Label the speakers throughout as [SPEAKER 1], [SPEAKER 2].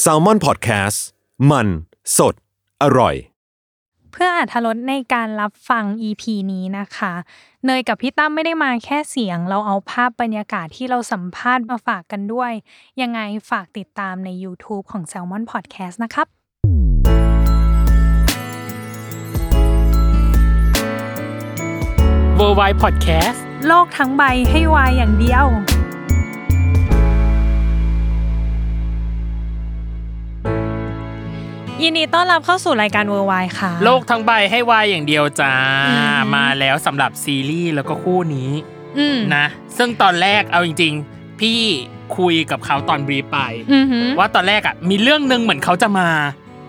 [SPEAKER 1] แซลมอนพอดแคสต์มันสดอร่อย
[SPEAKER 2] เพื่ออาธรตในการรับฟัง EP นี้นะคะ เนยกับพี่ตั้มไม่ได้มาแค่เสียง เราเอาภาพบรรยากาศที่เราสัมภาษณ์มาฝากกันด้วย ยังไงฝากติดตามใน YouTube ของ Salmon Podcast นะครับ
[SPEAKER 3] w o r l d w i d e Podcast
[SPEAKER 2] โลกทั้งใบให้วายอย่างเดียว ยินดีต้อนรับเข้าสู่รายการเวอร์ไวค่ะ
[SPEAKER 3] โลกทั้งใบให้วายอย่างเดียวจ้า
[SPEAKER 2] อืม
[SPEAKER 3] มาแล้วสำหรับซีรีส์แล้วก็คู่นี้
[SPEAKER 2] อืม
[SPEAKER 3] นะ ซึ่งตอนแรกเอาจริง ๆ พี่คุยกับเขาตอนบรีฟไป
[SPEAKER 2] อือหือ
[SPEAKER 3] ว่าตอนแรกอ่ะมีเรื่องหนึ่งเหมือนเขาจะมา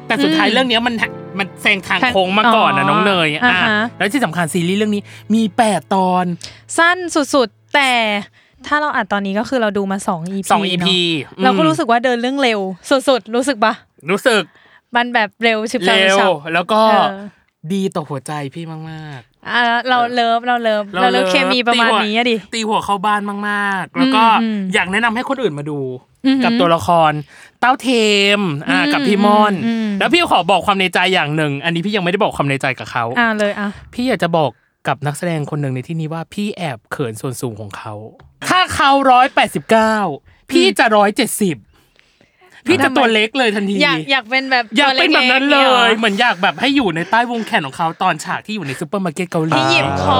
[SPEAKER 3] แต่สุดท้าย
[SPEAKER 2] อืม
[SPEAKER 3] เรื่องเนี้ยมันมันแซงทาง
[SPEAKER 2] ทาง
[SPEAKER 3] โค้งมาก่อนนะ
[SPEAKER 2] อ๋อ
[SPEAKER 3] น้องเนย
[SPEAKER 2] อ่า
[SPEAKER 3] อ่ะ
[SPEAKER 2] ฮะ
[SPEAKER 3] แล้วที่สำคัญซีรีส์เรื่องนี้มีแปดตอน
[SPEAKER 2] สั้นสุดๆ แต่ถ้าเราอัดตอนนี้ก็คือเราดูมา2 EP
[SPEAKER 3] สองอี
[SPEAKER 2] เนะ
[SPEAKER 3] พี
[SPEAKER 2] เราก็รู้สึกว่าเดินเรื่องเร็วสุดๆ รู้สึกปะ
[SPEAKER 3] รู้สึก
[SPEAKER 2] มันแบบเร็วชิบชับ
[SPEAKER 3] เร็ว
[SPEAKER 2] ฉับ
[SPEAKER 3] แล้วก็
[SPEAKER 2] เออ
[SPEAKER 3] ดีต่อหัวใจพี่มากๆ
[SPEAKER 2] อ่ะเราเลิฟเราเลิฟเราเลิฟเคมีประมาณนี้อะดิ
[SPEAKER 3] ตีหัวเข้าบ้านมากๆ แล้วก็
[SPEAKER 2] อืม
[SPEAKER 3] อยากแนะนำให้คนอื่นมาดู
[SPEAKER 2] อือหือ
[SPEAKER 3] กับตัวละคร เต้าเทมอ่า
[SPEAKER 2] อืม
[SPEAKER 3] กับพี่มอน
[SPEAKER 2] อืม
[SPEAKER 3] แล้วพี่ขอบอกความในใจอย่างหนึ่ง อันนี้พี่ยังไม่ได้บอกความในใจกับเขา
[SPEAKER 2] อ่าเลยอ่ะ
[SPEAKER 3] พี่อยากจะบอกกับนักแสดงคนหนึ่งในที่นี้ว่าพี่แอบเขินส่วนสูงของเขา ถ้าเขาร้อยแปดสิบเก้าพี่จะร้อยเจ็ดสิบพี่จะตัวเล็กเลยทันที
[SPEAKER 2] อยากอยากเป็นแบบ
[SPEAKER 3] อยากเป็นแบบนั้นเล
[SPEAKER 2] ตัว
[SPEAKER 3] ย
[SPEAKER 2] กๆนี่หรอ
[SPEAKER 3] เหมือนอยากแบบให้อยู่ในใต้วงแขนของเขาตอนฉากที่อยู่ในซูเปอร์มาร์เก็ตเกาหลี
[SPEAKER 2] ที่หยิบขอ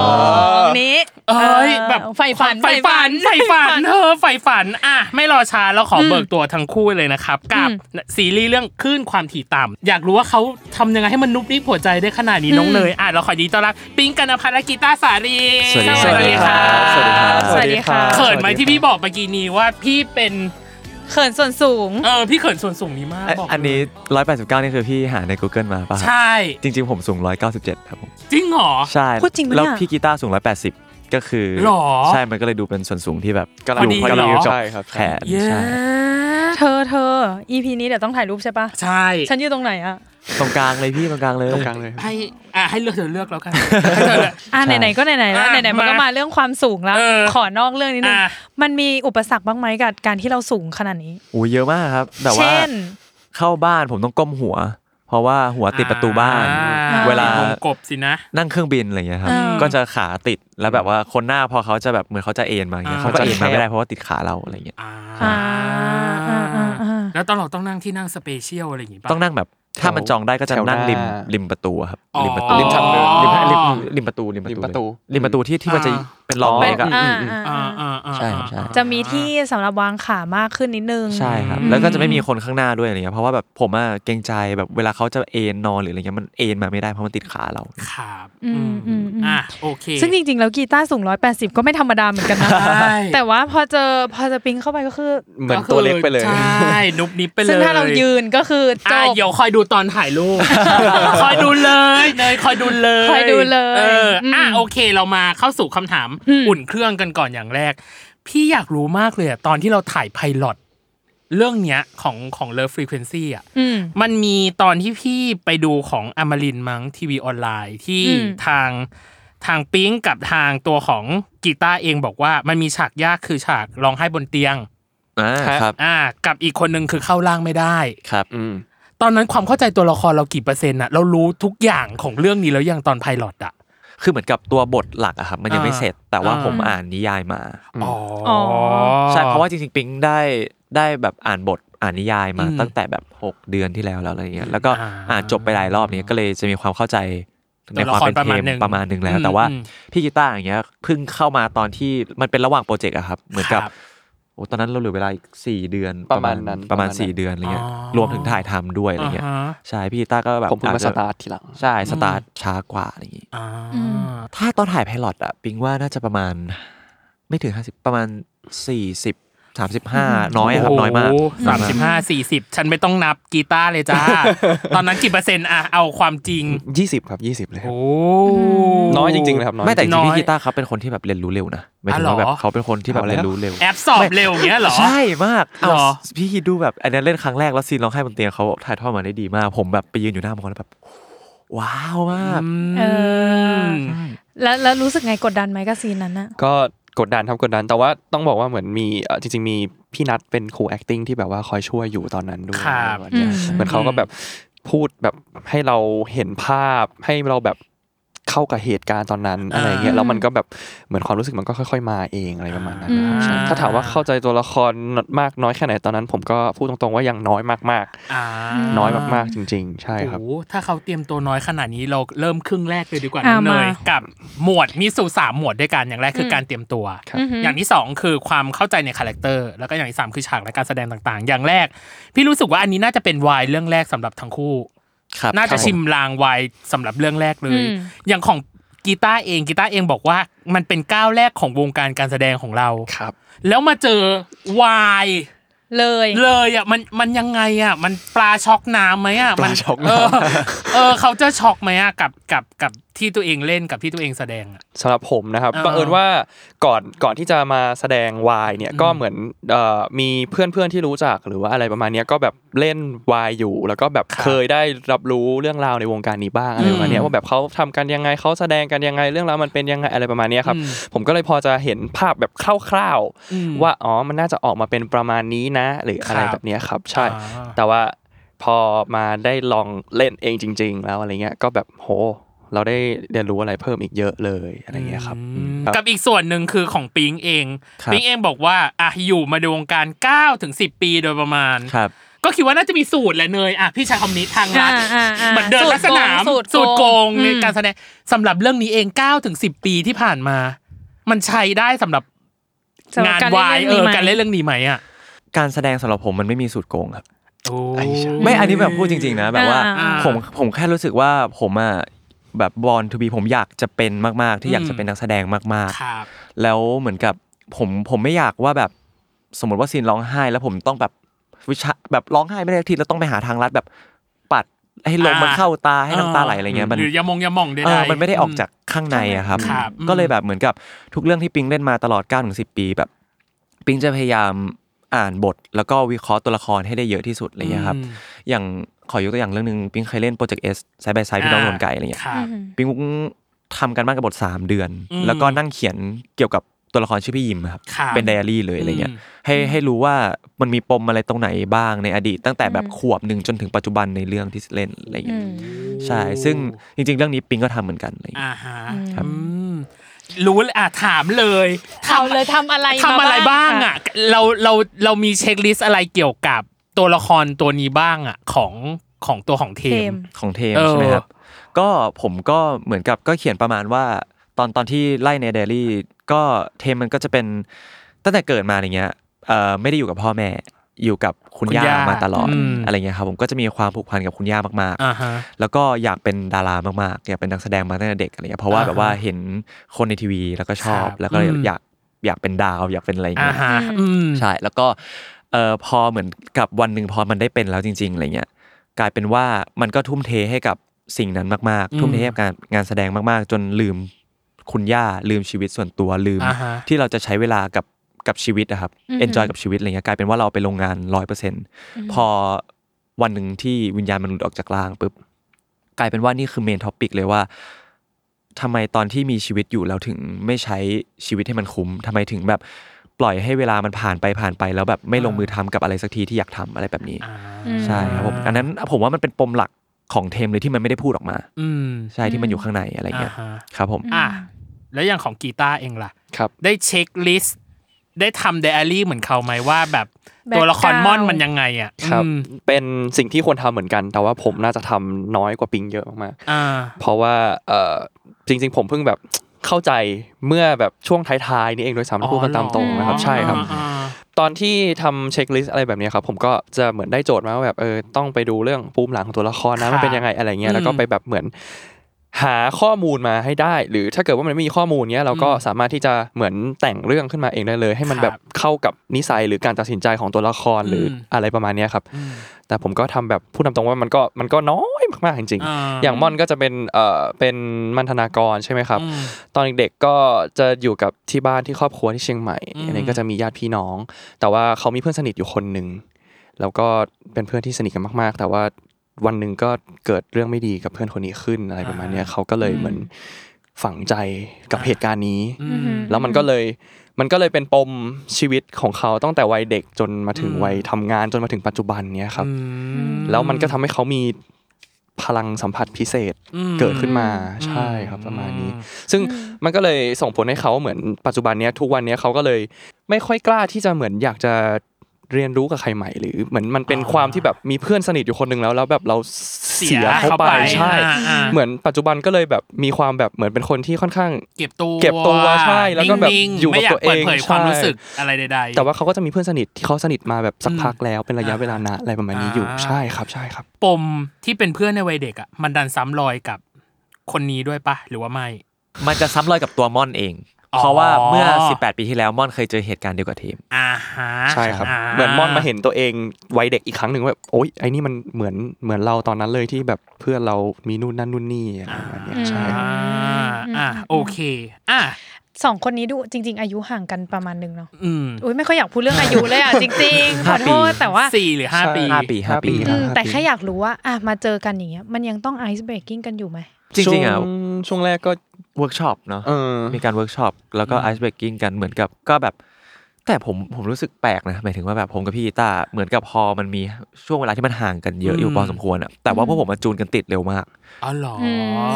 [SPEAKER 2] งนี้
[SPEAKER 3] เอ้ยแบบ
[SPEAKER 2] ไฟฝัน
[SPEAKER 3] ไฟฝัน
[SPEAKER 2] ไฟ
[SPEAKER 3] ไฟ
[SPEAKER 2] ฝั
[SPEAKER 3] ฝั
[SPEAKER 2] น
[SPEAKER 3] นเธอไฟฝันอ่ะไม่รอช้าเราขอเบิกตัวทั้งคู่เลยนะครับ กับซีรีส์เรื่องคลื่นความถี่ต่ำอยากรู้ว่าเขาทำยังไงให้มันนุบนิบหัวใจได้ขนาดนี้น้องเนยอ่ะเราขอยินดีต้อนรับปิงกันภัทรและกีตาร์สารี
[SPEAKER 4] สวัสดี
[SPEAKER 3] สวัสดีค่ะ
[SPEAKER 4] สวัสดีครับ
[SPEAKER 2] สวัสดีค่ะ
[SPEAKER 3] เขินไหมที่พี่บอกเมื่อกี้นี้ว่าพี่เป็น
[SPEAKER 2] เขินส่วนสูง
[SPEAKER 3] เออพี่เขินส่วนสูงนี้มาก
[SPEAKER 4] เอ้ย
[SPEAKER 3] บอก
[SPEAKER 4] อันนี้ 189 นี่คือพี่หาใน Google มาป่ะ
[SPEAKER 3] ใช่
[SPEAKER 4] จริงๆ ผมสูง 197 ครับผม
[SPEAKER 3] จริงเหรอ
[SPEAKER 4] ใช่
[SPEAKER 2] พูดจริงปะเนี่ย
[SPEAKER 4] แล้วพี่กีตาร์สูง 180 ก็คือ
[SPEAKER 3] หรอ
[SPEAKER 4] ใช่มันก็เลยดูเป็นส่วนสูงที่แบบ
[SPEAKER 3] กำลัง
[SPEAKER 4] ดูพอ
[SPEAKER 3] พอดี
[SPEAKER 4] ดี
[SPEAKER 3] เหรอ
[SPEAKER 4] กับแขน
[SPEAKER 3] เย้
[SPEAKER 4] ใช่
[SPEAKER 2] เธอเธอ EP นี้เดี๋ยวต้องถ่ายรูปใช่ปะ
[SPEAKER 3] ใช่
[SPEAKER 2] ฉันอยู่ตรงไหนอะ
[SPEAKER 4] ตรงกลางเลยพี่ตรงกลางเลย
[SPEAKER 5] ตรงกลางเลย
[SPEAKER 3] ให้อ่ะให้เลือกเธอเลือกแล้ว กันให้เธอเลือก
[SPEAKER 2] อ่ะไหนๆก็ไหนๆแล้ว
[SPEAKER 3] อ่ะ
[SPEAKER 2] ไหนๆมันก็
[SPEAKER 3] มาม
[SPEAKER 2] มาเรื่องความสูงแล้ว
[SPEAKER 3] เออ
[SPEAKER 2] ขอนอกเรื่องนิดนึง
[SPEAKER 3] อ่ะ
[SPEAKER 2] มันมีอุปสรรคบ้างไหมกับการที่เราสูงขนาดนี้
[SPEAKER 4] โอ้ยเยอะมากครับ แต่ว่า
[SPEAKER 2] เช่น
[SPEAKER 4] เข้าบ้านผมต้องก้มหัว เพราะว่าหัวติดประตูบ้าน
[SPEAKER 3] อ่
[SPEAKER 4] เวลา
[SPEAKER 3] ป็นวงกบสินะ
[SPEAKER 4] นั่งเครื่องบินอะไรอย่างเงี้ยครับ
[SPEAKER 2] อ่า
[SPEAKER 4] ก็จะขาติดแล้วแบบว่าคนหน้าพอเขาจะแบบเหมือนเขาจะเอ็นมาอย่างเงี้ย
[SPEAKER 3] อ่า
[SPEAKER 4] เขาจะเอ็นมาไม่ได้เพราะว่าติดขาเราอะไรอย่างเงี้ย
[SPEAKER 3] อ่า
[SPEAKER 2] อ่าอ่าอ่า
[SPEAKER 3] แล้วตอนเราต้องนั่งที่นั่งสเปเชียลอะไรอย่างงี้ป่ะ
[SPEAKER 4] ต้องนั่งแบบถ้ามันจองได้ก็จะ
[SPEAKER 5] แถวหน้า
[SPEAKER 4] นั่งริมริมประตูอะครับ
[SPEAKER 3] อ๋อ
[SPEAKER 4] ริมประตู
[SPEAKER 5] ริมทางเดิน
[SPEAKER 4] ริมริม
[SPEAKER 3] อ๋อ
[SPEAKER 4] ริมประตูริม
[SPEAKER 5] ริม
[SPEAKER 4] ป
[SPEAKER 5] ประ ระ
[SPEAKER 4] ตู
[SPEAKER 5] ตู
[SPEAKER 4] เลยริมประตูที่ที่มันจะ
[SPEAKER 3] อ่า
[SPEAKER 4] เป็นล้อ
[SPEAKER 5] เป็
[SPEAKER 4] เล็
[SPEAKER 5] น
[SPEAKER 4] กอะ
[SPEAKER 2] อ่า
[SPEAKER 4] อืม
[SPEAKER 2] อ่าอ่า
[SPEAKER 3] อ่าอ่า
[SPEAKER 4] ใช่ครับใช่
[SPEAKER 2] จะมีที่สำหรับวางขามากขึ้นนิดนึง
[SPEAKER 4] ใช่ครับ
[SPEAKER 2] อืม
[SPEAKER 4] แล้วก็จะไม่มีคนข้างหน้าด้วยอะไรเงี้ยเพราะว่าแบบผมอะเกรงใจแบบเวลาเขาจะเอนนอนหรืออะไรเงี้ยมันเอนมาไม่ได้เพราะมันติดขาเรา
[SPEAKER 3] ครับ
[SPEAKER 2] อืมอืมอืม
[SPEAKER 3] อ่ะโอเค
[SPEAKER 2] ซึ่งจริงๆ แล้วกีตาร์สูง 180 ก็ไม่ธรรมดาเหมือนกันนะ
[SPEAKER 3] ใช่
[SPEAKER 2] แต่ว่าพอเจอพอจะปิ๊งเข้าไปก็คือ
[SPEAKER 5] เหมือนตัวเล็กไปเลย
[SPEAKER 3] ใช่นุบนิบไปเลย
[SPEAKER 2] ซึ่งถ้าเรายืนก็คือจ
[SPEAKER 3] อ่ะ
[SPEAKER 2] บ
[SPEAKER 3] เดี๋ยวคอยดูตอนถ่ายรูป คอยดูเลยเนยคอยดูเลย
[SPEAKER 2] คอยดูเลย
[SPEAKER 3] เอออ
[SPEAKER 2] ม
[SPEAKER 3] อ่ะโอเคเรามาเข้าสู่คำถาม
[SPEAKER 2] อืม
[SPEAKER 3] อุ่นเครื่องกันก่อนอย่างแรก พี่อยากรู้มากเลยอะตอนที่เราถ่ายไพลอตเรื่องเนี้ยของของ Love Frequency อ่ะ
[SPEAKER 2] อืม
[SPEAKER 3] มันมีตอนที่พี่ไปดูของอมรินทร์มั้งทีวีออนไลน์ที่
[SPEAKER 2] อืม
[SPEAKER 3] ทางทางปิ๊งกับทางตัวของกีตาร์เองบอกว่ามันมีฉากยากคือฉากร้องไห้บนเตียง
[SPEAKER 4] อ่าครับ
[SPEAKER 3] อ่า กับอีกคนนึงคือเข้าร่างไม่ได้
[SPEAKER 4] ครับ
[SPEAKER 5] อืม
[SPEAKER 3] ตอนนั้นความเข้าใจตัวละครเรากี่เปอร์เซ็นต์อะเรารู้ทุกอย่างของเรื่องนี้แล้วยังตอนไพลอตอะ
[SPEAKER 4] คือเหมือนกับตัวบทหลักอะครับมันยังไม่
[SPEAKER 3] อ่า
[SPEAKER 4] เสร็จ แต่ว่า
[SPEAKER 3] อ่า
[SPEAKER 4] ผมอ่านนิยายมา
[SPEAKER 3] อ๋อ
[SPEAKER 4] ใช่เพราะว่าจริงๆปิงได้ได้แบบอ่านบทอ่านนิยายมา
[SPEAKER 3] อืม
[SPEAKER 4] ตั้งแต่แบบหกเดือนที่แล้วแล้วอะไรเงี้ยแล้วก็
[SPEAKER 3] อ่า
[SPEAKER 4] อ่านจบไปหลายรอบเนี้ยก็เลยจะมีความเข้าใจในความเป็น
[SPEAKER 3] ตัวละครประมาณห
[SPEAKER 4] เทม
[SPEAKER 3] นึ่ง
[SPEAKER 4] ประมาณหนึ่งแล้
[SPEAKER 3] อื
[SPEAKER 4] ว
[SPEAKER 3] ม
[SPEAKER 4] แต่ว่า
[SPEAKER 3] อืม
[SPEAKER 4] พี่กีตาร์อย่างเงี้ยเพิ่งเข้ามาตอนที่มันเป็นระหว่างโปรเจกต์อะครับเหมือนกับ
[SPEAKER 3] ครับ
[SPEAKER 4] โอ้ตอนนั้นเราเหลือเวลาอีกสี่เดือน
[SPEAKER 5] ประมาณนั้น
[SPEAKER 4] ประมาณ
[SPEAKER 5] ประมาณนั้น
[SPEAKER 4] สี่เดือนอะไรเงี้ย
[SPEAKER 3] อ๋อ
[SPEAKER 4] รวมถึงถ่ายทำด้วยอะไรเงี้ย
[SPEAKER 3] อ่าฮะ
[SPEAKER 4] ใช่พี่กีตาร์ก็แบบ
[SPEAKER 5] ผมเพิ่งมา
[SPEAKER 4] อจ
[SPEAKER 5] ส
[SPEAKER 4] จะ
[SPEAKER 5] ตาร์ททีหลัง
[SPEAKER 4] ใช่สตาร์ทช้ากว่าอะไรอย่างงี้
[SPEAKER 3] อ่า
[SPEAKER 2] อืม
[SPEAKER 4] ถ้าตอนถ่ายไพลอตอะปิงว่าน่าจะประมาณ ไม่ถึงห้าสิบประมาณสี่สิบ สามสิบห้าน้อยอะครับน้อยมาก
[SPEAKER 3] สามสิบห้าสี่สิบฉันไม่ต้องนับกีตาร์เลย จ้า ตอนนั้นกี่เปอร์เซ็นต์อะเอาความจริง
[SPEAKER 5] ยี่สิบครับยี่สิบเลยครับ
[SPEAKER 3] โอ้
[SPEAKER 5] น้อยจริงๆเลยครับน้อย
[SPEAKER 4] ไม่แต่จริ
[SPEAKER 3] น้
[SPEAKER 4] ง
[SPEAKER 3] อย
[SPEAKER 4] ๆพี่กีตาร์ครับเป็นคนที่แบบเรียนรู้เร็วนะหมายถึง
[SPEAKER 3] อ๋
[SPEAKER 4] ว่า
[SPEAKER 3] อเหรอ
[SPEAKER 4] แบบเขาเป็นคนที่แบบเรียนรู้เร็ว
[SPEAKER 3] แอปสอบเร็วอย่างเงี้ยเหรอ
[SPEAKER 4] ใช่มากเอา
[SPEAKER 3] เหรอ
[SPEAKER 4] พี่คิดดูแบบอันนั้นเล่นครั้งแรกแล้วซีนร้องไห้บนเตียงเขาถ่ายทอดมาได้ดีมาก ผมแบบไปยืนอยู่หน้ามอแล้วแบบ ว้าวมาก
[SPEAKER 6] เออแล้วแล้วรู้สึกไงกดดันไหมกับซีนนั้นอะ
[SPEAKER 5] ก็กดดันครับกดดันแต่ว่าต้องบอกว่าเหมือนมีเอ่อจริง ๆ มีพี่นัทเป็นครู acting ที่แบบว่าคอยช่วยอยู่ตอนนั้นด้วย
[SPEAKER 3] ครับ
[SPEAKER 5] อะไรแบบเนี้ย
[SPEAKER 6] อืม
[SPEAKER 5] เหมือนเขาก็แบบพูดแบบให้เราเห็นภาพ ให้เราแบบเข้ากับเหตุการณ์ตอนนั้น
[SPEAKER 3] อ่า
[SPEAKER 5] อะไรเงี้ยแล้วมันก็แบบเหมือนความรู้สึกมันก็ค่อย ๆ มาเองอะไรประมาณนั้น
[SPEAKER 6] อืม
[SPEAKER 5] ใช่ถ้าถามว่าเข้าใจตัวละครมากน้อยแค่ไหนตอนนั้น ผมก็พูดตรงๆว่ายังน้อยมาก
[SPEAKER 3] า
[SPEAKER 5] ๆ น้อยมากๆจริง ๆ ใช่ครับ
[SPEAKER 3] โอ้ถ้าเขาเตรียมตัวน้อยขนาดนี้เราเริ่มครึ่งแรกเลยดีกว่า
[SPEAKER 6] เอา
[SPEAKER 3] น้อง
[SPEAKER 6] มา
[SPEAKER 3] เน
[SPEAKER 6] ย
[SPEAKER 3] กับหมวดมีสู่สามหมวดด้วยกันอย่างแรกคือการเตรียมตัว
[SPEAKER 5] ครับ
[SPEAKER 3] อย่างที่สองคือความเข้าใจในคาแรคเตอร์แล้วก็อย่างที่สามคือฉากและการแสดงต่างๆ อย่างแรก พี่รู้สึกว่าอันนี้น่าจะเป็นวายเรื่องแรกสำหรับทั้งคู่
[SPEAKER 4] ครับ
[SPEAKER 3] น่า
[SPEAKER 4] ค
[SPEAKER 3] จะ
[SPEAKER 4] รับผ
[SPEAKER 3] ชิมลางวายสำหรับเรื่องแรกเล
[SPEAKER 6] อื
[SPEAKER 3] ย
[SPEAKER 6] ม
[SPEAKER 3] อย่างของกีตาร์เองกีตาร์เองบอกว่ามันเป็นก้าวแรกของวงการการแสดงของเรา
[SPEAKER 5] ครับ
[SPEAKER 3] แล้วมาเจอวาย
[SPEAKER 6] เลย
[SPEAKER 3] เลยอ่ะมันมันยังไงอ่ะมันปลาช็อกน้ำไหมอ่ะ
[SPEAKER 5] ปลา
[SPEAKER 3] มัน
[SPEAKER 5] ช็อกน้ำ
[SPEAKER 3] เเออเขาจะช็อกไหมอ่ะกับกับกับที่ตัวเองเล่นกับที่ตัวเองแสดงอ่ะ
[SPEAKER 5] สำหรับผมนะครับ
[SPEAKER 3] อ่า
[SPEAKER 5] บังเอิญว่าก่อนก่อนที่จะมาแสดงวายเนี่ยก็เหมือนเอ่อมีเพื่อนเพื่อนๆที่รู้จักหรือว่าอะไรประมาณเนี้ยก็แบบเล่นวายอยู่ แล้วก็แบบ
[SPEAKER 3] ครับ
[SPEAKER 5] เคยได้รับรู้เรื่องราวในวงการนี้บ้างอะไรประมาณเนี้ย
[SPEAKER 3] อืม
[SPEAKER 5] ว่าแบบเขาทำกันยังไงเขาแสดงกันยังไงเรื่องราวมันเป็นยังไงอะไรประมาณเนี้ยครับ
[SPEAKER 3] อืม
[SPEAKER 5] ผมก็เลยพอจะเห็นภาพแบบคร่าว
[SPEAKER 3] อืม
[SPEAKER 5] ๆว่าอ๋อมันน่าจะออกมาเป็นประมาณนี้นะ หรืออะไร
[SPEAKER 3] ครับ
[SPEAKER 5] แบบเนี้ยครับใช่
[SPEAKER 3] อ่า
[SPEAKER 5] แต่ว่าพอมาได้ลองเล่นเองจริง ๆ แล้วอะไรเงี้ยก็แบบโห เราได้เรียนรู้อะไรเพิ่มอีกเยอะเลยอะไรเงี้ยครับอืมครับ
[SPEAKER 3] กับอีกส่วนหนึ่งคือของปิงเอง
[SPEAKER 4] ครับ
[SPEAKER 3] ปิงเองบอกว่าอ่ะอยู่มาในวงการ9ถึง10 ปีโดยประมาณ
[SPEAKER 4] ครับ
[SPEAKER 3] ก็คิดว่าน่าจะมีสูตรแหละเนยอ่ะพี่ใช้คำนี้ทางรัฐ
[SPEAKER 6] อ่าอ่าอ่า
[SPEAKER 3] เหมือนเดินลักษณะ
[SPEAKER 6] สูตรโกง
[SPEAKER 3] สูตรโกง
[SPEAKER 6] อืม
[SPEAKER 3] ในการแสดงสำหรับเรื่องนี้เอง9ถึง10 ปีที่ผ่านมา มันใช้ได้สำหรับ
[SPEAKER 6] สำหรับ
[SPEAKER 3] งาน
[SPEAKER 6] กรล่
[SPEAKER 3] วาย
[SPEAKER 6] รื่ง
[SPEAKER 3] เออ
[SPEAKER 6] ไหม
[SPEAKER 3] การเล่นเรื่องนี้ไหมอ่ะ
[SPEAKER 4] การแสดงสำหรับผมมันไม่มีสูตรโกงครับ
[SPEAKER 3] โอ้
[SPEAKER 4] ไม่ อันนี้แบบพูดจริงๆนะ แบบว่า
[SPEAKER 3] อ่า
[SPEAKER 4] ผมผมแค่รู้สึกว่าผมอ่ะแบบบอลทูบีผมอยากจะเป็นมากๆ ที่อยาก
[SPEAKER 3] อืม
[SPEAKER 4] จะเป็นนักแสดงมาก
[SPEAKER 3] ครับ
[SPEAKER 4] ๆ แล้วเหมือนกับผมผมไม่อยากว่าแบบสมมติว่าซีนร้องไห้ แล้วผมต้องแบบวิชาแบบร้องไห้ไม่ได้ทีแล้วต้องไปหาทางลัดแบบปัดให้ลม
[SPEAKER 3] อ่ามั
[SPEAKER 4] มันเข้าตาให้น้ำตาไหลอะไรเงี้ยมัน
[SPEAKER 3] หรือยามองยามองได้
[SPEAKER 4] เออมันไม่ได้ออกจากข้างในอะครับ
[SPEAKER 3] ครับ
[SPEAKER 4] ก็เลยแบบเหมือนกับทุกเรื่องที่ปิงเล่นมาตลอด9ถึง10 ปีแบบ ปิงจะพยายามอ่านบท แล้วก็วิเคราะห์ตัวละครให้ได้เยอะที่สุดอะไรอย่างเงี้ยครับ
[SPEAKER 3] อืม
[SPEAKER 4] อย่างขอยกตัวอย่างเรื่องหนึ่งปิงเคยเล่นโปรเจกต์เอสไซด์บายไซด์พี่น้องหนนไก่อะไรเงี้ย
[SPEAKER 3] ครับ
[SPEAKER 4] ปิงทำกันบ้านกับบท 3 เดือน
[SPEAKER 3] อืม
[SPEAKER 4] แล้วก็นั่งเขียนเกี่ยวกับตัวละครชื่อพี่ยิมครับ
[SPEAKER 3] ครับ
[SPEAKER 4] เป็นไดอารี่เลยอะไรเงี้ยให้ให้รู้ว่ามันมีปมอะไรตรงไหนบ้างในอดีต ตั้งแต่แบบขวบหนึ่งจนถึงปัจจุบันในเรื่องที่เล่นอะไรเงี้ยใช่ ซึ่งจริง ๆ เรื่องนี้ปิงก็ทำเหมือนกันอะไรเงี้ย
[SPEAKER 3] อ่าฮะอืมรู้เลยอ่ะถามเลย
[SPEAKER 6] เอาเลยทำอะไร
[SPEAKER 3] ทำอะไร
[SPEAKER 6] มา
[SPEAKER 3] บ้า
[SPEAKER 6] บ้าง ง
[SPEAKER 3] อ่ะ เราเราเรามีเช็คลิสต์อะไรเกี่ยวกับตัวละครตัวนี้บ้างอ่ะของของตัวของเท
[SPEAKER 6] เท
[SPEAKER 3] ม
[SPEAKER 6] ม
[SPEAKER 4] ของเทม
[SPEAKER 3] เออ
[SPEAKER 4] ใช่ไหมครับ ก็ผมก็เหมือนกับก็เขียนประมาณว่า ตอนตอนที่ไล่ในเดลี่ก็เทมมันก็จะเป็นตั้งแต่เกิดมาอะไรเงี้ยเอ่อไม่ได้อยู่กับพ่อแม่อยู่กับคุณ
[SPEAKER 3] คุณ
[SPEAKER 4] ย่า
[SPEAKER 3] ย่า
[SPEAKER 4] มาตลอด
[SPEAKER 3] อืม
[SPEAKER 4] อะไรเงี้ยครับผมก็จะมีความผูกพันกับคุณย่ามาก
[SPEAKER 3] อ่าฮะ
[SPEAKER 4] ๆ แล้วก็อยากเป็นดารามากๆอยากเป็นนักแสดงมาตั้งแต่เด็กอะไรเงี้ยเพราะว่า
[SPEAKER 3] อ่าฮะ
[SPEAKER 4] แบบว่าเห็นคนในทีวีแล้วก็ชอบ
[SPEAKER 3] ครับ
[SPEAKER 4] แล้วก็
[SPEAKER 3] อืม
[SPEAKER 4] อยากอยากเป็นดาวอยากเป็นอะไร
[SPEAKER 3] อ่า
[SPEAKER 4] เงี้ย
[SPEAKER 3] ฮะอืม
[SPEAKER 4] ใช่แล้วก็เออพอเหมือนกับวันหนึ่งพอมันได้เป็นแล้วจริงๆอะไรเงี้ยกลายเป็นว่ามันก็ทุ่มเทให้กับสิ่งนั้นมาก
[SPEAKER 3] อืม
[SPEAKER 4] ๆ ทุ่มเทให้กับการงานแสดงมากๆ จนลืมคุณย่าลืมชีวิตส่วนตัวลืม
[SPEAKER 3] อ่าฮะ
[SPEAKER 4] ที่เราจะใช้เวลากับกับชีวิตนะครับเอนจอยกับชีวิตอะไรเงี้ยกลายเป็นว่าเราไปโรงงานร้อยเปอร์เซ็นพอวันหนึ่งที่วิญญาณมันหลุดออกจากร่างปุ๊บกลายเป็นว่านี่คือเมนท็อปิกเลยว่าทำไมตอนที่มีชีวิตอยู่เราถึงไม่ใช้ชีวิตให้มันคุ้มทำไมถึงแบบปล่อยให้เวลามันผ่านไปผ่านไปแล้วแบบไม่ลงมือทำกับอะไรสักทีที่อยากทำอะไรแบบนี้
[SPEAKER 3] อ่า
[SPEAKER 4] ใช่ครับผมอันนั้นผมว่ามันเป็นปมหลักของเทมเลยที่มันไม่ได้พูดออกมา
[SPEAKER 3] อืม
[SPEAKER 4] ใช่ที่มันอยู่ข้างในอะไร
[SPEAKER 3] อ่า
[SPEAKER 4] เงี้ย
[SPEAKER 3] ฮะ
[SPEAKER 4] ครับผม
[SPEAKER 3] อ่ะแล้วอย่างของกีตาร์เองล่ะ
[SPEAKER 5] ครับ
[SPEAKER 3] ได้เช็คลิสต์ได้ทำไดอารี่เหมือนเขาไหมว่าแบบ
[SPEAKER 6] Background
[SPEAKER 3] ตัวละครม่อนมันยังไงอ่ะ
[SPEAKER 5] ครับ
[SPEAKER 3] อืม
[SPEAKER 5] เป็นสิ่งที่ควรทำเหมือนกัน แต่ว่าผมน่าจะทำน้อยกว่าปิงเยอะมาก
[SPEAKER 3] อ่า
[SPEAKER 5] ๆเพราะว่าเอ่อจริง ๆ ผมเพิ่งแบบเข้าใจเมื่อแบบช่วงท้ายๆนี่เองโดยสามพูดกันตามตรงนะครับใช่ครับ ตอนที่ทำเช็คลิสต์อะไรแบบเนี้ยครับผมก็จะเหมือนได้โจทย์มาว่าแบบเออต้องไปดูเรื่องปูมหลังของตัวละคร
[SPEAKER 3] ครั
[SPEAKER 5] นะ
[SPEAKER 3] บ
[SPEAKER 5] มันเป็นยังไงอะไรเงี้ยแล้วก็
[SPEAKER 3] อืม
[SPEAKER 5] ไปแบบเหมือน หาข้อมูลมาให้ได้ หรือถ้าเกิดว่ามันไม่มีข้อมูลเนี้ยเราก็สามารถที่จะเหมือนแต่งเรื่องขึ้นมาเองได้เลย ให้มัน
[SPEAKER 3] ค
[SPEAKER 5] แบ
[SPEAKER 3] รับบ
[SPEAKER 5] เข้ากับนิสัยหรือการตัดสินใจของตัวละครหรืออ
[SPEAKER 3] ม
[SPEAKER 5] อะไรประมาณเนี้ยครับ แต่ผมก็ทำแบบพูดตามตรงว่ามันก็มันก็น้อยมากๆจริง ๆ อย่างม่อนก็จะเป็นเอ่อเป็นมัณฑนากรใช่ไหมครับ
[SPEAKER 3] อืม
[SPEAKER 5] ตอนเด็กๆก็จะอยู่กับที่บ้านที่ครอบครัวที่เชียงใหม่
[SPEAKER 3] อืม
[SPEAKER 5] อันนี้ก็จะมีญาติพี่น้อง แต่ว่าเขามีเพื่อนสนิทอยู่คนหนึ่งแล้วก็เป็นเพื่อนที่สนิทกันมาก ๆ แต่ว่าวันหนึ่งก็เกิดเรื่องไม่ดีกับเพื่อนคนนี้ขึ้นอะไรประมาณเนี้ยเขาก็เลยเหมือนฝังใจกับเหตุการณ์นี้
[SPEAKER 6] อือหือ
[SPEAKER 5] แล้วมันก็เลยมันก็เลยเป็นปมชีวิตของเขาตั้งแต่วัยเด็กจนมาถึงวัยทำงานจนมาถึงปัจจุบันเนี้ยครับ แล้วมันก็ทำให้เขามีพลังสัมผัสพิเศษเกิดขึ้นมาใช่ครับประมาณนี้ ซึ่งมันก็เลยส่งผลให้เขาเหมือนปัจจุบันเนี้ยทุกวันเนี้ยเขาก็เลยไม่ค่อยกล้าที่จะเหมือนอยากจะเรียนรู้กับใครใหม่ หรือเหมือนมันเป็นความที่แบบมีเพื่อนสนิทอยู่คนหนึ่งแล้วแล้วแบบเราเสียเขาไปใช่
[SPEAKER 3] อ่าอ่า
[SPEAKER 5] เหมือนปัจจุบันก็เลยแบบมีความแบบเหมือนเป็นคนที่ค่อนข้าง
[SPEAKER 3] เก็บตัว
[SPEAKER 5] เก็บตัวใช่แล้วก็แบบ
[SPEAKER 3] นิ่งๆ
[SPEAKER 5] อยู่กับ
[SPEAKER 3] ไม่า
[SPEAKER 5] ตัวเอง
[SPEAKER 3] ปิดเผยความ
[SPEAKER 5] ใช่
[SPEAKER 3] รู้สึกอะไรใดๆ
[SPEAKER 5] แต่ว่าเขาก็จะมีเพื่อนสนิทที่เขาสนิทมาแบบสักพักแล้วเป็นระยะ
[SPEAKER 3] อ่า
[SPEAKER 5] เวลานานอะไรประมาณนี้อยู่
[SPEAKER 3] อ่า
[SPEAKER 5] ใช่ครับใช่ครับ
[SPEAKER 3] ปมที่เป็นเพื่อนในวัยเด็กอ่ะมันดันซ้ำรอยกับคนนี้ด้วยปะหรือว่าไม่
[SPEAKER 4] มันจะซ้ำรอยกับตัวม่อนเอง
[SPEAKER 3] อ๋อ
[SPEAKER 4] เพราะว่าเมื่อ 18 ปีที่แล้วม่อนเคยเจอเหตุการณ์เดียวกับทีม
[SPEAKER 3] อ่าฮะ
[SPEAKER 5] ใช่ครับ
[SPEAKER 3] า
[SPEAKER 5] เหมือนมอนมาเห็นตัวเองวัยเด็กอีกครั้งหนึ่งว่าโอ๊ยไอ้นี่มันเหมือนเหมือนเราตอนนั้นเลยที่แบบเพื่อนเรามีนู่นนั่นนู่นนี่อะไรประมาณเนี้ยใช่ครับ
[SPEAKER 3] อ่าอ่าโอเค อ่ะ
[SPEAKER 6] สองคนนี้ดูจริง ๆ อายุห่างกันประมาณหนึงเนาะ
[SPEAKER 3] อืม
[SPEAKER 6] อุ้ยไม่ค่อยอยากพูดเรื่องอายุเลยอ่ะ จริงๆขอโทษ
[SPEAKER 4] ห้าปี
[SPEAKER 6] แต่ว่า
[SPEAKER 3] สี่หรือห้าปี
[SPEAKER 4] ห้าปีห้าปี
[SPEAKER 5] ค
[SPEAKER 6] อื
[SPEAKER 5] รับ
[SPEAKER 6] ม
[SPEAKER 5] ห้า
[SPEAKER 6] แต่
[SPEAKER 5] ปี
[SPEAKER 6] แค่อยากรู้ว่าอ่ะมาเจอกันอย่างเงี้ยมันยังต้องไอซ์เบรกกิ้งกันอยู่ไหม
[SPEAKER 4] จริงๆอ่ะ
[SPEAKER 5] ช่วช่วงแรกก็
[SPEAKER 4] เวิร์กช็อปเนาะ
[SPEAKER 5] เออ
[SPEAKER 4] มีการเวิร์กช็อปแล้วก็ไอซ์เบรกกิ้งกันเหมือนกับก็แบบ แต่ผมผมรู้สึกแปลกนะหมายถึงว่าแบบผมกับพี่กีตาร์เหมือนกับพอมันมีช่วงเวลาที่มันห่างกันเยอะอยู่
[SPEAKER 3] อืม
[SPEAKER 4] พอสมควรอะแต่ว่าพวกผมมาจูนกันติดเร็วมาก
[SPEAKER 3] อ๋อเหรอ
[SPEAKER 6] อ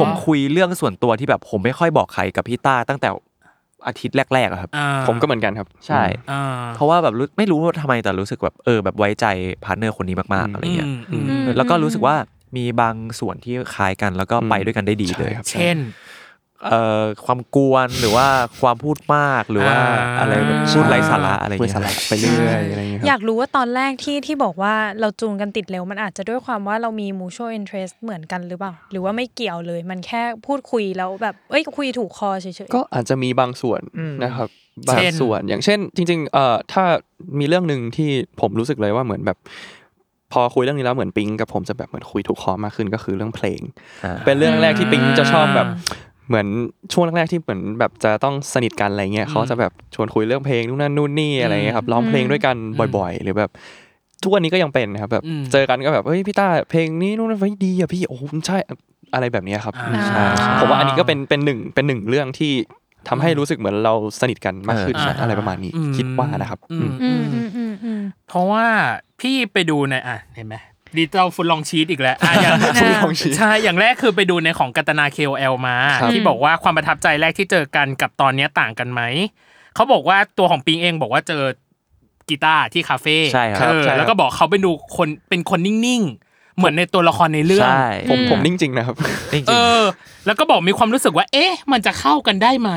[SPEAKER 4] ผมคุยเรื่องส่วนตัวที่แบบผมไม่ค่อยบอกใครกับพี่ต้าตั้งแต่อาทิตย์แรกๆอะครับ
[SPEAKER 3] อ่า
[SPEAKER 5] ผมก็เหมือนกันครับ
[SPEAKER 4] ใช่
[SPEAKER 3] อ่า
[SPEAKER 4] เพราะว่าแบบรู้ไม่รู้ว่าทำไมแต่รู้สึกแบบเออแบบไว้ใจพาร์ทเนอร์คนนี้มากๆอะไรเงี้ย
[SPEAKER 3] มอืม
[SPEAKER 6] อืม
[SPEAKER 4] แล้วก็รู้สึกว่ามีบางส่วนที่คล้ายกันแล้วก็ไปด้วยกันได้ดีเลย
[SPEAKER 5] ใช่ครับ
[SPEAKER 3] เช่น
[SPEAKER 4] เอ่อความกวนหรือว่าความพูดมากหรือว่า
[SPEAKER 3] อ่า
[SPEAKER 4] อะไรแบบพูดไร้สาระอะไร
[SPEAKER 5] คุย
[SPEAKER 4] เงี้
[SPEAKER 5] สายระไปเรื่อยอะไรอย่างเงี้ย
[SPEAKER 6] อ
[SPEAKER 5] ค
[SPEAKER 6] ยา
[SPEAKER 5] รับ
[SPEAKER 6] กรู้ว่าตอนแรกที่ที่บอกว่าเราจูนกันติดเร็วมันอาจจะด้วยความว่าเรามี mutual interest เหมือนกันหรือเปล่า หรือว่าไม่เกี่ยวเลยมันแค่พูดคุยแล้วแบบเอ้ยคุยถูกคอเฉยๆ
[SPEAKER 5] ก็อาจจะมีบางส่วนนะครับบา
[SPEAKER 3] เช่
[SPEAKER 5] ง
[SPEAKER 3] น
[SPEAKER 5] ส่วนอย่างเช่น จริงๆเอ่อถ้ามีเรื่องหนึ่งที่ผมรู้สึกเลยว่าเหมือนแบบ พอคุยเรื่องนี้แล้วเหมือนปิงกับผมจะแบบเหมือนคุยถูกคอมากขึ้นก็คือเรื่องเพลง
[SPEAKER 4] อ่า
[SPEAKER 5] เป็นเรื่องแรกที่ปิงจะชอบแบบเหมือนช่วงแรกๆที่เหมือนแบบจะต้องสนิทกันอะไรเงี้ยเขาจะแบบชวนคุยเรื่องเพลงนู่นนั่นนู่นนี่อะไรเงี้ยครับร้องเพลงด้วยกันบ่อย ๆ หรือแบบ ทุกวันนี้ก็ยังเป็นนะครับแบบ
[SPEAKER 3] อืม
[SPEAKER 5] เจอกันก็แบบเฮ้ยพี่ต้าเพลงนี้นู่นนั่นเฮ้ยดีอ่ะพี่โอ้โหใช่อะไรแบบเนี้ยครับ
[SPEAKER 3] อ่า
[SPEAKER 5] ใช่ผมว่าอันนี้ก็เป็นเป็นหนึ่งเป็นหนึ่งเรื่องที่ทำให้รู้สึกเหมือนเราสนิทกันมากขึ้น
[SPEAKER 3] เออ
[SPEAKER 5] นะ
[SPEAKER 3] อ่า
[SPEAKER 5] อะไรประมาณนี้คิดว่านะครับ
[SPEAKER 3] อื
[SPEAKER 5] อื
[SPEAKER 3] ม
[SPEAKER 5] ม
[SPEAKER 6] อื
[SPEAKER 3] อื
[SPEAKER 6] ม
[SPEAKER 3] ม
[SPEAKER 6] อืมอืมอืม
[SPEAKER 3] เพราะว่าพี่ไปดูในอ่ะเห็นไหมดิจิตอลฟุตลองชีตอีกแล้วอ่ะอย่าง
[SPEAKER 5] ฟุตลองชีต
[SPEAKER 3] ใช่อย่างแรกคือไปดูในของกัตนา KOL มา
[SPEAKER 5] ครับ
[SPEAKER 3] ที่บอกว่าความประทับใจแรกที่เจอกันกับตอนเนี้ยต่างกันไหม เขาบอกว่าตัวของปิงเองบอกว่าเจอกีตาร์ที่คาเฟ่
[SPEAKER 4] ใช่ครับ
[SPEAKER 3] เออ
[SPEAKER 4] ใช่ครับ
[SPEAKER 3] แล้วก็บอกเขาไปดูคนเป็นคนนิ่งๆ เหมือนในตัวละครในเรื่อง
[SPEAKER 4] ใช่
[SPEAKER 5] ผมผมนิ่งจริงนะครับ
[SPEAKER 4] จริง
[SPEAKER 3] เออ แล้วก็บอกมีความรู้สึกว่า เอ๊ะ มันจะเข้ากันได้ไหม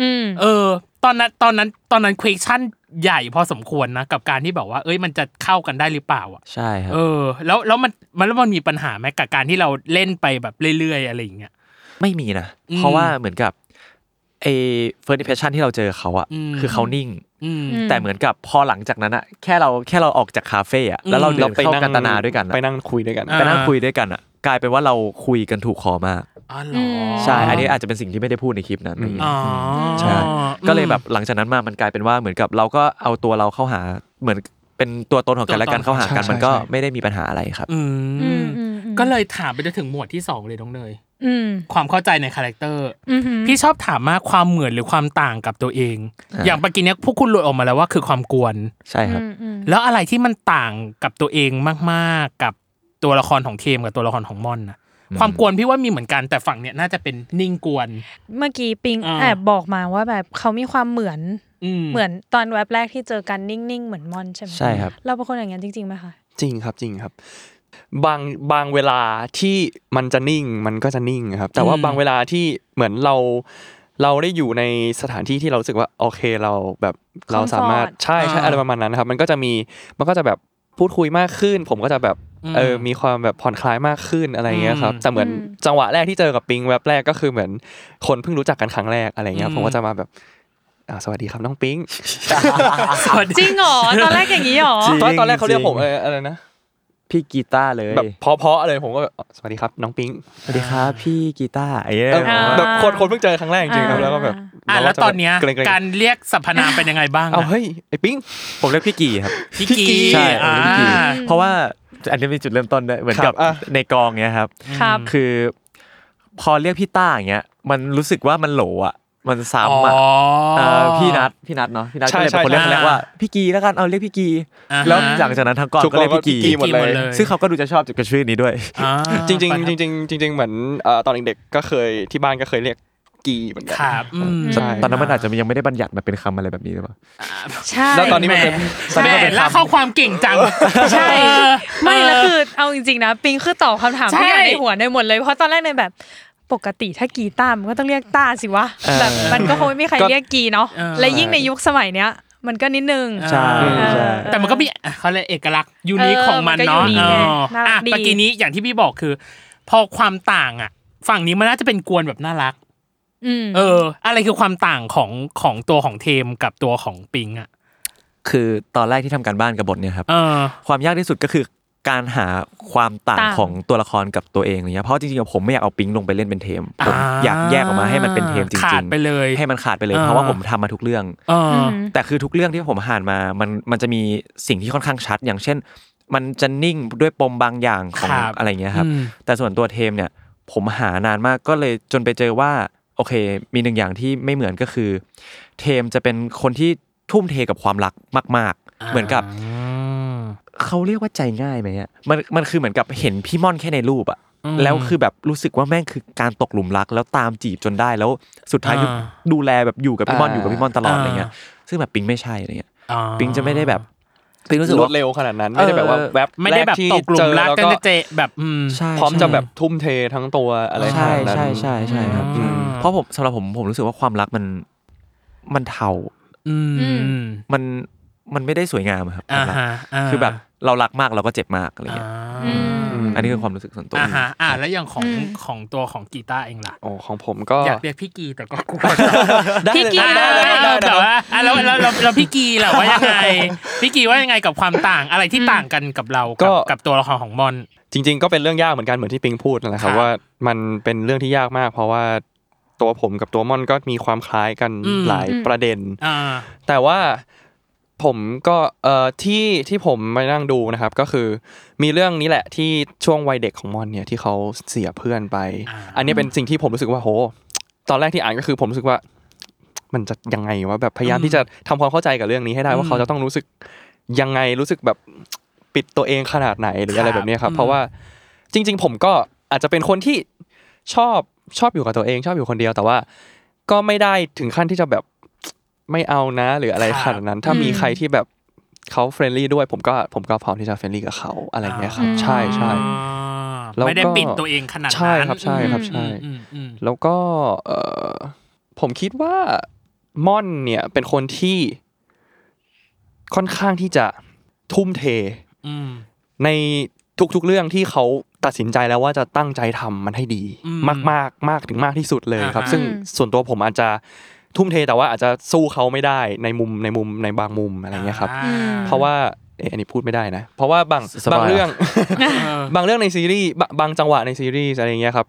[SPEAKER 6] อืม
[SPEAKER 3] เออ ตอนนั้นตอนนั้นตอนนั้นควีชั่นใหญ่พอสมควรนะ กับการที่แบบว่า เอ้ยมันจะเข้ากันได้หรือเปล่าอ่ะ
[SPEAKER 4] ๆใช่ครับ
[SPEAKER 3] เออ แล้วแล้วมันมันแล้วมันมีปัญหาไหมกับการที่เราเล่นไปแบบเรื่อยๆอะไรอย่างเงี้ย
[SPEAKER 4] ไม่มีนะ
[SPEAKER 3] อืม
[SPEAKER 4] เพราะว่าเหมือนกับเอเฟิร์สอิมเพรสชันที่เราเจอเขาอะ
[SPEAKER 3] อืม
[SPEAKER 4] คือเขานิ่ง
[SPEAKER 3] อืม
[SPEAKER 4] แต่เหมือนกับพอหลังจากนั้นอะแค่เราแค่เราออกจากคาเฟ่อะแล้วเราเดินเข้ากันตนาด้วยกันอะ
[SPEAKER 5] ไปนั่งคุยด้วยกัน
[SPEAKER 3] อ่า
[SPEAKER 4] ไปนั่งคุยด้วยกันอะกลายเป็นว่าเราคุยกันถูกคอมาก
[SPEAKER 3] อ๋อเหรอ
[SPEAKER 4] ใช่อันนี้อาจจะเป็นสิ่งที่ไม่ได้พูดในคลิปนั้นอะไรเงี้ย
[SPEAKER 3] อ๋อ
[SPEAKER 4] ใช่ ก็เลยแบบหลังจากนั้นมามันกลายเป็นว่าเหมือนกับเราก็เอาตัวเราเข้าหาเหมือนเป็นตัวตนของกันและกันเข้าหากัน
[SPEAKER 5] ใช่
[SPEAKER 4] มันก็
[SPEAKER 5] ใช่
[SPEAKER 4] ไม่ได้มีปัญหาอะไรครับ
[SPEAKER 3] อื
[SPEAKER 6] อืม
[SPEAKER 3] ม
[SPEAKER 6] อืมอืม
[SPEAKER 3] ก็เลยถามไปจนถึงหมวดที่สองเลยน้องเนย
[SPEAKER 6] อืม
[SPEAKER 3] ความเข้าใจในคาแรคเตอร์
[SPEAKER 6] อืม
[SPEAKER 3] พี่ชอบถามมากความเหมือนหรือความต่างกับตัวเอง อย่างปกินเนี้ยพวกคุณหลุดออกมาแล้วว่าคือความกวน
[SPEAKER 4] ใช่ครับ
[SPEAKER 6] อืมอืม
[SPEAKER 3] แล้วอะไรที่มันต่างกับตัวเองมากๆ กับตัวละครของเทมกับตัวละครของม่อนนะความกวนพี่ว่ามีเหมือนกันแต่ฝั่งเนี้ยน่าจะเป็นนิ่งกวน
[SPEAKER 6] เมื่อกี้ปิง
[SPEAKER 3] อ่า
[SPEAKER 6] แอบบอกมาว่าแบบเขามีความเหมือน
[SPEAKER 3] อืม
[SPEAKER 6] เหมือนตอนแว็บแรกที่เจอกันนิ่งๆ เหมือนมอนใช่ไหม
[SPEAKER 4] ใช่ครับ
[SPEAKER 6] เราเป็นคนอย่างนั้นจริงๆไหมคะ
[SPEAKER 5] จริงครับจริงครับ บางบางเวลาที่มันจะนิ่งมันก็จะนิ่งครับ แต่ว่าบางเวลาที่เหมือนเรา เราได้อยู่ในสถานที่ที่เรารู้สึกว่าโอเคเราแบบเราสามารถ
[SPEAKER 6] Comfort
[SPEAKER 5] ใช่ใช่อะไรประมาณนั้นนะครับ มันก็จะมีมันก็จะแบบพูดคุยมากขึ้น ผมก็จะแบบ เออมีความแบบผ่อนคลายมากขึ้นอะไรเงี้ยครับ แต่เหมือน
[SPEAKER 6] อืม
[SPEAKER 5] จังหวะแรกที่เจอกับปิงแวบแรกก็คือเหมือนคนเพิ่งรู้จักกันครั้งแรกอะไรเงี้
[SPEAKER 3] อื
[SPEAKER 5] ย
[SPEAKER 3] ม
[SPEAKER 5] ผมก็จะมาแบบอ่าสวัสดีครับน้อง ปิง
[SPEAKER 3] สวัส
[SPEAKER 6] จ
[SPEAKER 3] ดี
[SPEAKER 6] ริงเหรอตอนแรกอย่างนี้เหรอ
[SPEAKER 4] จริง
[SPEAKER 5] ตอนตอนแรกเขาเรียกผมเอออะไรนะ
[SPEAKER 4] พี่กีตาร์เลย
[SPEAKER 5] แบบเพราะๆเลยผมก็แบบสวัสดีครับน้องปิง
[SPEAKER 4] สวัสดีครับพี่กีตาร์ไอ้เงี้ย
[SPEAKER 5] เออ
[SPEAKER 6] อ่า
[SPEAKER 5] แบบคนคนเพิ่งเจอครั้งแรกจริงๆครับแล้วก็แบบ
[SPEAKER 3] อ่ะแล้วตอนเนี้ย
[SPEAKER 5] เกรงๆ
[SPEAKER 3] การเรียกสรรพนามเป็นยังไงบ้าง
[SPEAKER 5] เอา
[SPEAKER 3] อะ
[SPEAKER 5] เฮ้ย ไอ้ปิ๊ง
[SPEAKER 4] ผมเรียกพี่กีครับ
[SPEAKER 3] พี่กี
[SPEAKER 4] ใช่
[SPEAKER 3] อ่า
[SPEAKER 4] พี่กีเพราะว่าอันนี้เป็นจุดเริ่มต้นด้วยเหมือนกับ
[SPEAKER 5] ครับอ่ะ
[SPEAKER 4] ในกองเนี้ยครับ
[SPEAKER 6] ครับ
[SPEAKER 4] คือพอเรียกพี่ต้าอย่างเงี้ยมันรู้สึกว่ามันโหลอ่ะ มันซ้ำอ่ะ
[SPEAKER 3] อ๋อ
[SPEAKER 4] เอ่อพี่นัทพี่นัทเนาะพี่นัท
[SPEAKER 5] ใช่
[SPEAKER 4] ก็เลยเป็นคน
[SPEAKER 5] ใช่
[SPEAKER 4] เรียกคนแรก
[SPEAKER 3] อ่า
[SPEAKER 4] ว่าพี่กีแล้วกันเอาเรียกพี่กี
[SPEAKER 3] อ่าฮะ
[SPEAKER 4] แล้วหลังจากนั้นทั้งกอง
[SPEAKER 5] ทุก
[SPEAKER 4] ก็เรียก
[SPEAKER 5] กองก็
[SPEAKER 4] พี่กี
[SPEAKER 5] พี่กีหมดเลย
[SPEAKER 4] ซึ่งเขาก็ดูจะชอบจุดกระชื่อนี้ด้วย
[SPEAKER 3] อ่า
[SPEAKER 5] จริงจริง
[SPEAKER 3] ประทับ
[SPEAKER 5] จริงๆจริงๆเหมือนเอ่อตอนเด็กๆก็เคยที่บ้านก็เคยเรียกกีเหมือนกัน
[SPEAKER 3] ครับอืม
[SPEAKER 5] ใช่
[SPEAKER 4] ตอนนั้นมันอาจจะยังไม่ได้บัญญัติมาเป็นคำอะไรแบบนี้หรือเปล่า
[SPEAKER 6] ใช่
[SPEAKER 5] แล้วตอนนี้มันเป็นตอน
[SPEAKER 3] แห
[SPEAKER 5] นี้
[SPEAKER 3] ม่
[SPEAKER 5] มันเป็น
[SPEAKER 3] แล้ว
[SPEAKER 5] คำ
[SPEAKER 3] ข้อความเก่งจัง
[SPEAKER 6] ใช่
[SPEAKER 3] เออ
[SPEAKER 6] ไม่แล้ว
[SPEAKER 3] เออ
[SPEAKER 6] คือเอาจริงๆนะปิงคือตอบคำถามทุกอ
[SPEAKER 3] ใช่
[SPEAKER 6] ย่างในหัวในหมดเลยเพราะตอนแรกในยแบบปกติถ้ากีตาร์มันก็ต้องเรียกต้าสิวะแบบมันก็คงไม่มีใคร
[SPEAKER 5] ก็
[SPEAKER 6] เรียกกีเนาะและยิ่งในยุคสมัยเนี้ย มันก็นิดนึง
[SPEAKER 4] ใช่ใช่
[SPEAKER 3] แต่มันก็มีอ่ะเขาเรียกเอกลักษณ์ยูนิค
[SPEAKER 6] เออ
[SPEAKER 3] ของมัน
[SPEAKER 6] มันก็
[SPEAKER 3] เนาะ
[SPEAKER 6] unique
[SPEAKER 3] เอ
[SPEAKER 6] ไง
[SPEAKER 3] อ
[SPEAKER 6] น่ารัก
[SPEAKER 3] อ่ะ
[SPEAKER 6] ดี
[SPEAKER 3] เมื่อกี้นี้อย่างที่พี่บอกคือ พอความต่างอ่ะ ฝั่งนี้มันน่าจะเป็นกวนแบบน่ารัก
[SPEAKER 6] อืม
[SPEAKER 3] เออ อะไรคือความต่างของของตัวของเทมกับตัวของปิงอ่ะ
[SPEAKER 4] คือตอนแรกที่ทำการบ้านกับบทเนี่ยครับ
[SPEAKER 3] เออ
[SPEAKER 4] ความยากที่สุดก็คือการหาความต่าง
[SPEAKER 6] ต่าง
[SPEAKER 4] ของตัวละครกับตัวเองอะไรเนี่ยเพราะจริงๆอะผมไม่อยากเอาปิ๊งลงไปเล่นเป็นเทมผม
[SPEAKER 3] อ่า
[SPEAKER 4] อยากแยกออกมาให้มันเป็นเทมจริงๆ
[SPEAKER 3] ขาดไปเลย
[SPEAKER 4] ให้มันขาดไปเลย
[SPEAKER 3] อ่า
[SPEAKER 4] เพราะว่าผมทำมาทุกเรื่อง
[SPEAKER 3] เอออ
[SPEAKER 4] แต่คือทุกเรื่องที่ผมผ่านมา มันมันจะมีสิ่งที่ค่อนข้างชัด อย่างเช่น มันจะนิ่งด้วยปมบางอย่างของ
[SPEAKER 3] ครับ
[SPEAKER 4] อะไรเงี้ยครับ
[SPEAKER 3] อืม
[SPEAKER 4] แต่ส่วนตัวเทมเนี่ย ผมหานานมากก็เลยจนไปเจอว่า โอเค มีหนึ่งอย่างที่ไม่เหมือนก็คือ เทมจะเป็นคนที่ทุ่มเทกับความรักมาก ๆ เหมือนกับ เขาเรียกว่าใจง่ายไหมอะมันมันคือเหมือนกับเห็นพี่ม่อนแค่ในรูปอะแล้วคือแบบรู้สึกว่าแม่งคือการตกหลุมรัก แล้วตามจีบจนได้แล้วสุดท้ายคือ
[SPEAKER 3] อ่า
[SPEAKER 4] ดูแลแบบอยู่กับพี่ม่อน
[SPEAKER 5] อ่า
[SPEAKER 4] อยู่กับพี่ม่อนตลอด
[SPEAKER 3] อ่า
[SPEAKER 4] อะไรเงี้ย ซึ่งแบบปิงไม่ใช่อะไรเงี้ย
[SPEAKER 3] อ่า
[SPEAKER 4] ปิงจะไม่ได้แบบปิงรู้สึก
[SPEAKER 5] รว
[SPEAKER 4] ว่า
[SPEAKER 5] ดเร็วขนาดนั้น ไม่ได้แบบว่า
[SPEAKER 4] เออ
[SPEAKER 5] แวบ
[SPEAKER 3] ไม่ได้แบบตกหลุมรักกัน
[SPEAKER 5] แที่
[SPEAKER 3] จะ
[SPEAKER 5] เจอ
[SPEAKER 3] เจแบบอืม
[SPEAKER 4] ใช่
[SPEAKER 5] แล้วก็พร้อม
[SPEAKER 4] ใช่
[SPEAKER 5] จะแบบทุ่มเททั้งตัวอะไรข
[SPEAKER 4] ใช่
[SPEAKER 5] นาดนั้น
[SPEAKER 4] ใช่ใช่ใช่ครับ
[SPEAKER 3] อืม
[SPEAKER 4] เพราะผมสำหรับผมผมรู้สึกว่าความรักมันมันเทา
[SPEAKER 3] อืม
[SPEAKER 4] มันมันไม่ได้สวยงามอะครับ
[SPEAKER 3] อ่าว
[SPEAKER 4] คามรัก
[SPEAKER 3] ฮะา
[SPEAKER 4] คือแบบเรารักมากเราก็เจ็บมากอะไรเงี้ย
[SPEAKER 3] อ่า
[SPEAKER 4] อันนี้คือความรู้สึกส่วนตัว
[SPEAKER 3] อ่าฮะอ่าแล้วอย่างของ
[SPEAKER 6] อืม
[SPEAKER 3] ของตัวของกีตาร์เองล่ะ
[SPEAKER 5] โอ้ของผมก็
[SPEAKER 3] อยากเรียกพี่กีแต่ก็กลัว
[SPEAKER 6] พี่กี
[SPEAKER 3] อ่า
[SPEAKER 5] ได้ได้ได้ได้
[SPEAKER 3] แต่ว่าอ่ะแล้วแล้วแล้วแล้วพี่กีล่ะว่า ยังไง พี่กีว่ายังไงกับความต่างอะไรที่ต่างกันกับเรา
[SPEAKER 5] ก็
[SPEAKER 3] กับกับตัวละครของมอน
[SPEAKER 5] จริง ๆ ก็เป็นเรื่องยากเหมือนกันเหมือนที่ปิงพูดนั่นแหละครั
[SPEAKER 3] ค
[SPEAKER 5] บ
[SPEAKER 3] รับ
[SPEAKER 5] ว่ามันเป็นเรื่องที่ยากมาก เพราะว่าตัวผมกับตัวม่อนก็มีความคล้ายกัน
[SPEAKER 3] อืม
[SPEAKER 5] หลายประเด็น
[SPEAKER 3] อ่า
[SPEAKER 5] แต่ว่าผมก็เอ่อที่ที่ผมไปนั่งดูนะครับก็คือ มีเรื่องนี้แหละที่ช่วงวัยเด็กของมอนเนี่ยที่เขาเสียเพื่อนไป
[SPEAKER 3] อ่า
[SPEAKER 5] อันนี้เป็นสิ่งที่ผมรู้สึกว่าโห ตอนแรกที่อ่านก็คือผมรู้สึกว่า มันจะยังไงวะแบบพยายามที่จะทำความเข้าใจกับเรื่องนี้ให้ได้ว่าเขาจะต้องรู้สึกยังไงรู้สึกแบบปิดตัวเองขนาดไหนหรืออะไรแบบเนี้ยครับ เพราะว่าจริง ๆ ผมก็อาจจะเป็นคนที่ชอบชอบอยู่กับตัวเอง ชอบอยู่คนเดียวแต่ว่า ก็ไม่ได้ถึงขั้นที่จะแบบ ไม่เอานะ หรืออะไรขนาดนั้น ถ้ามีใครที่แบบเขาเฟรนลี่ด้วย ผมก็ผมก็พร้อมที่จะเฟรนลี่กับเขาอะไรอย่างเงี้ยครับ ใช่ใช่
[SPEAKER 3] อ่า
[SPEAKER 5] แล้วก็
[SPEAKER 3] ไม่ได้ปิดตัวเองขนาดนั้น
[SPEAKER 5] ใช่ครับใช่ครับใช่
[SPEAKER 3] อืมอืม
[SPEAKER 5] แล้วก็เออผมคิดว่าม่อนเนี่ยเป็นคนที่ค่อนข้างที่จะทุ่มเท
[SPEAKER 3] อืม
[SPEAKER 5] ในทุกๆเรื่องที่เขาตัดสินใจแล้วว่าจะตั้งใจทำมันให้ดี
[SPEAKER 3] อืม
[SPEAKER 5] มากๆมากถึงมากที่สุดเลยครับ
[SPEAKER 3] อ่าฮะ
[SPEAKER 5] ซึ่งส่วนตัวผมอาจจะทุ่มเทแต่ว่าอาจจะสู้เขาไม่ได้ในมุมในมุมในบางมุมอะไรเงี้ยครับ
[SPEAKER 3] อ่า
[SPEAKER 5] เพราะว่าเอะอันนี้พูดไม่ได้นะ เพราะว่าบาง
[SPEAKER 4] สบาย
[SPEAKER 5] บางเรื่อง บางเรื่องในซีรีส์บะบางจังหวะในซีรีส์อะไรเงี้ยครับ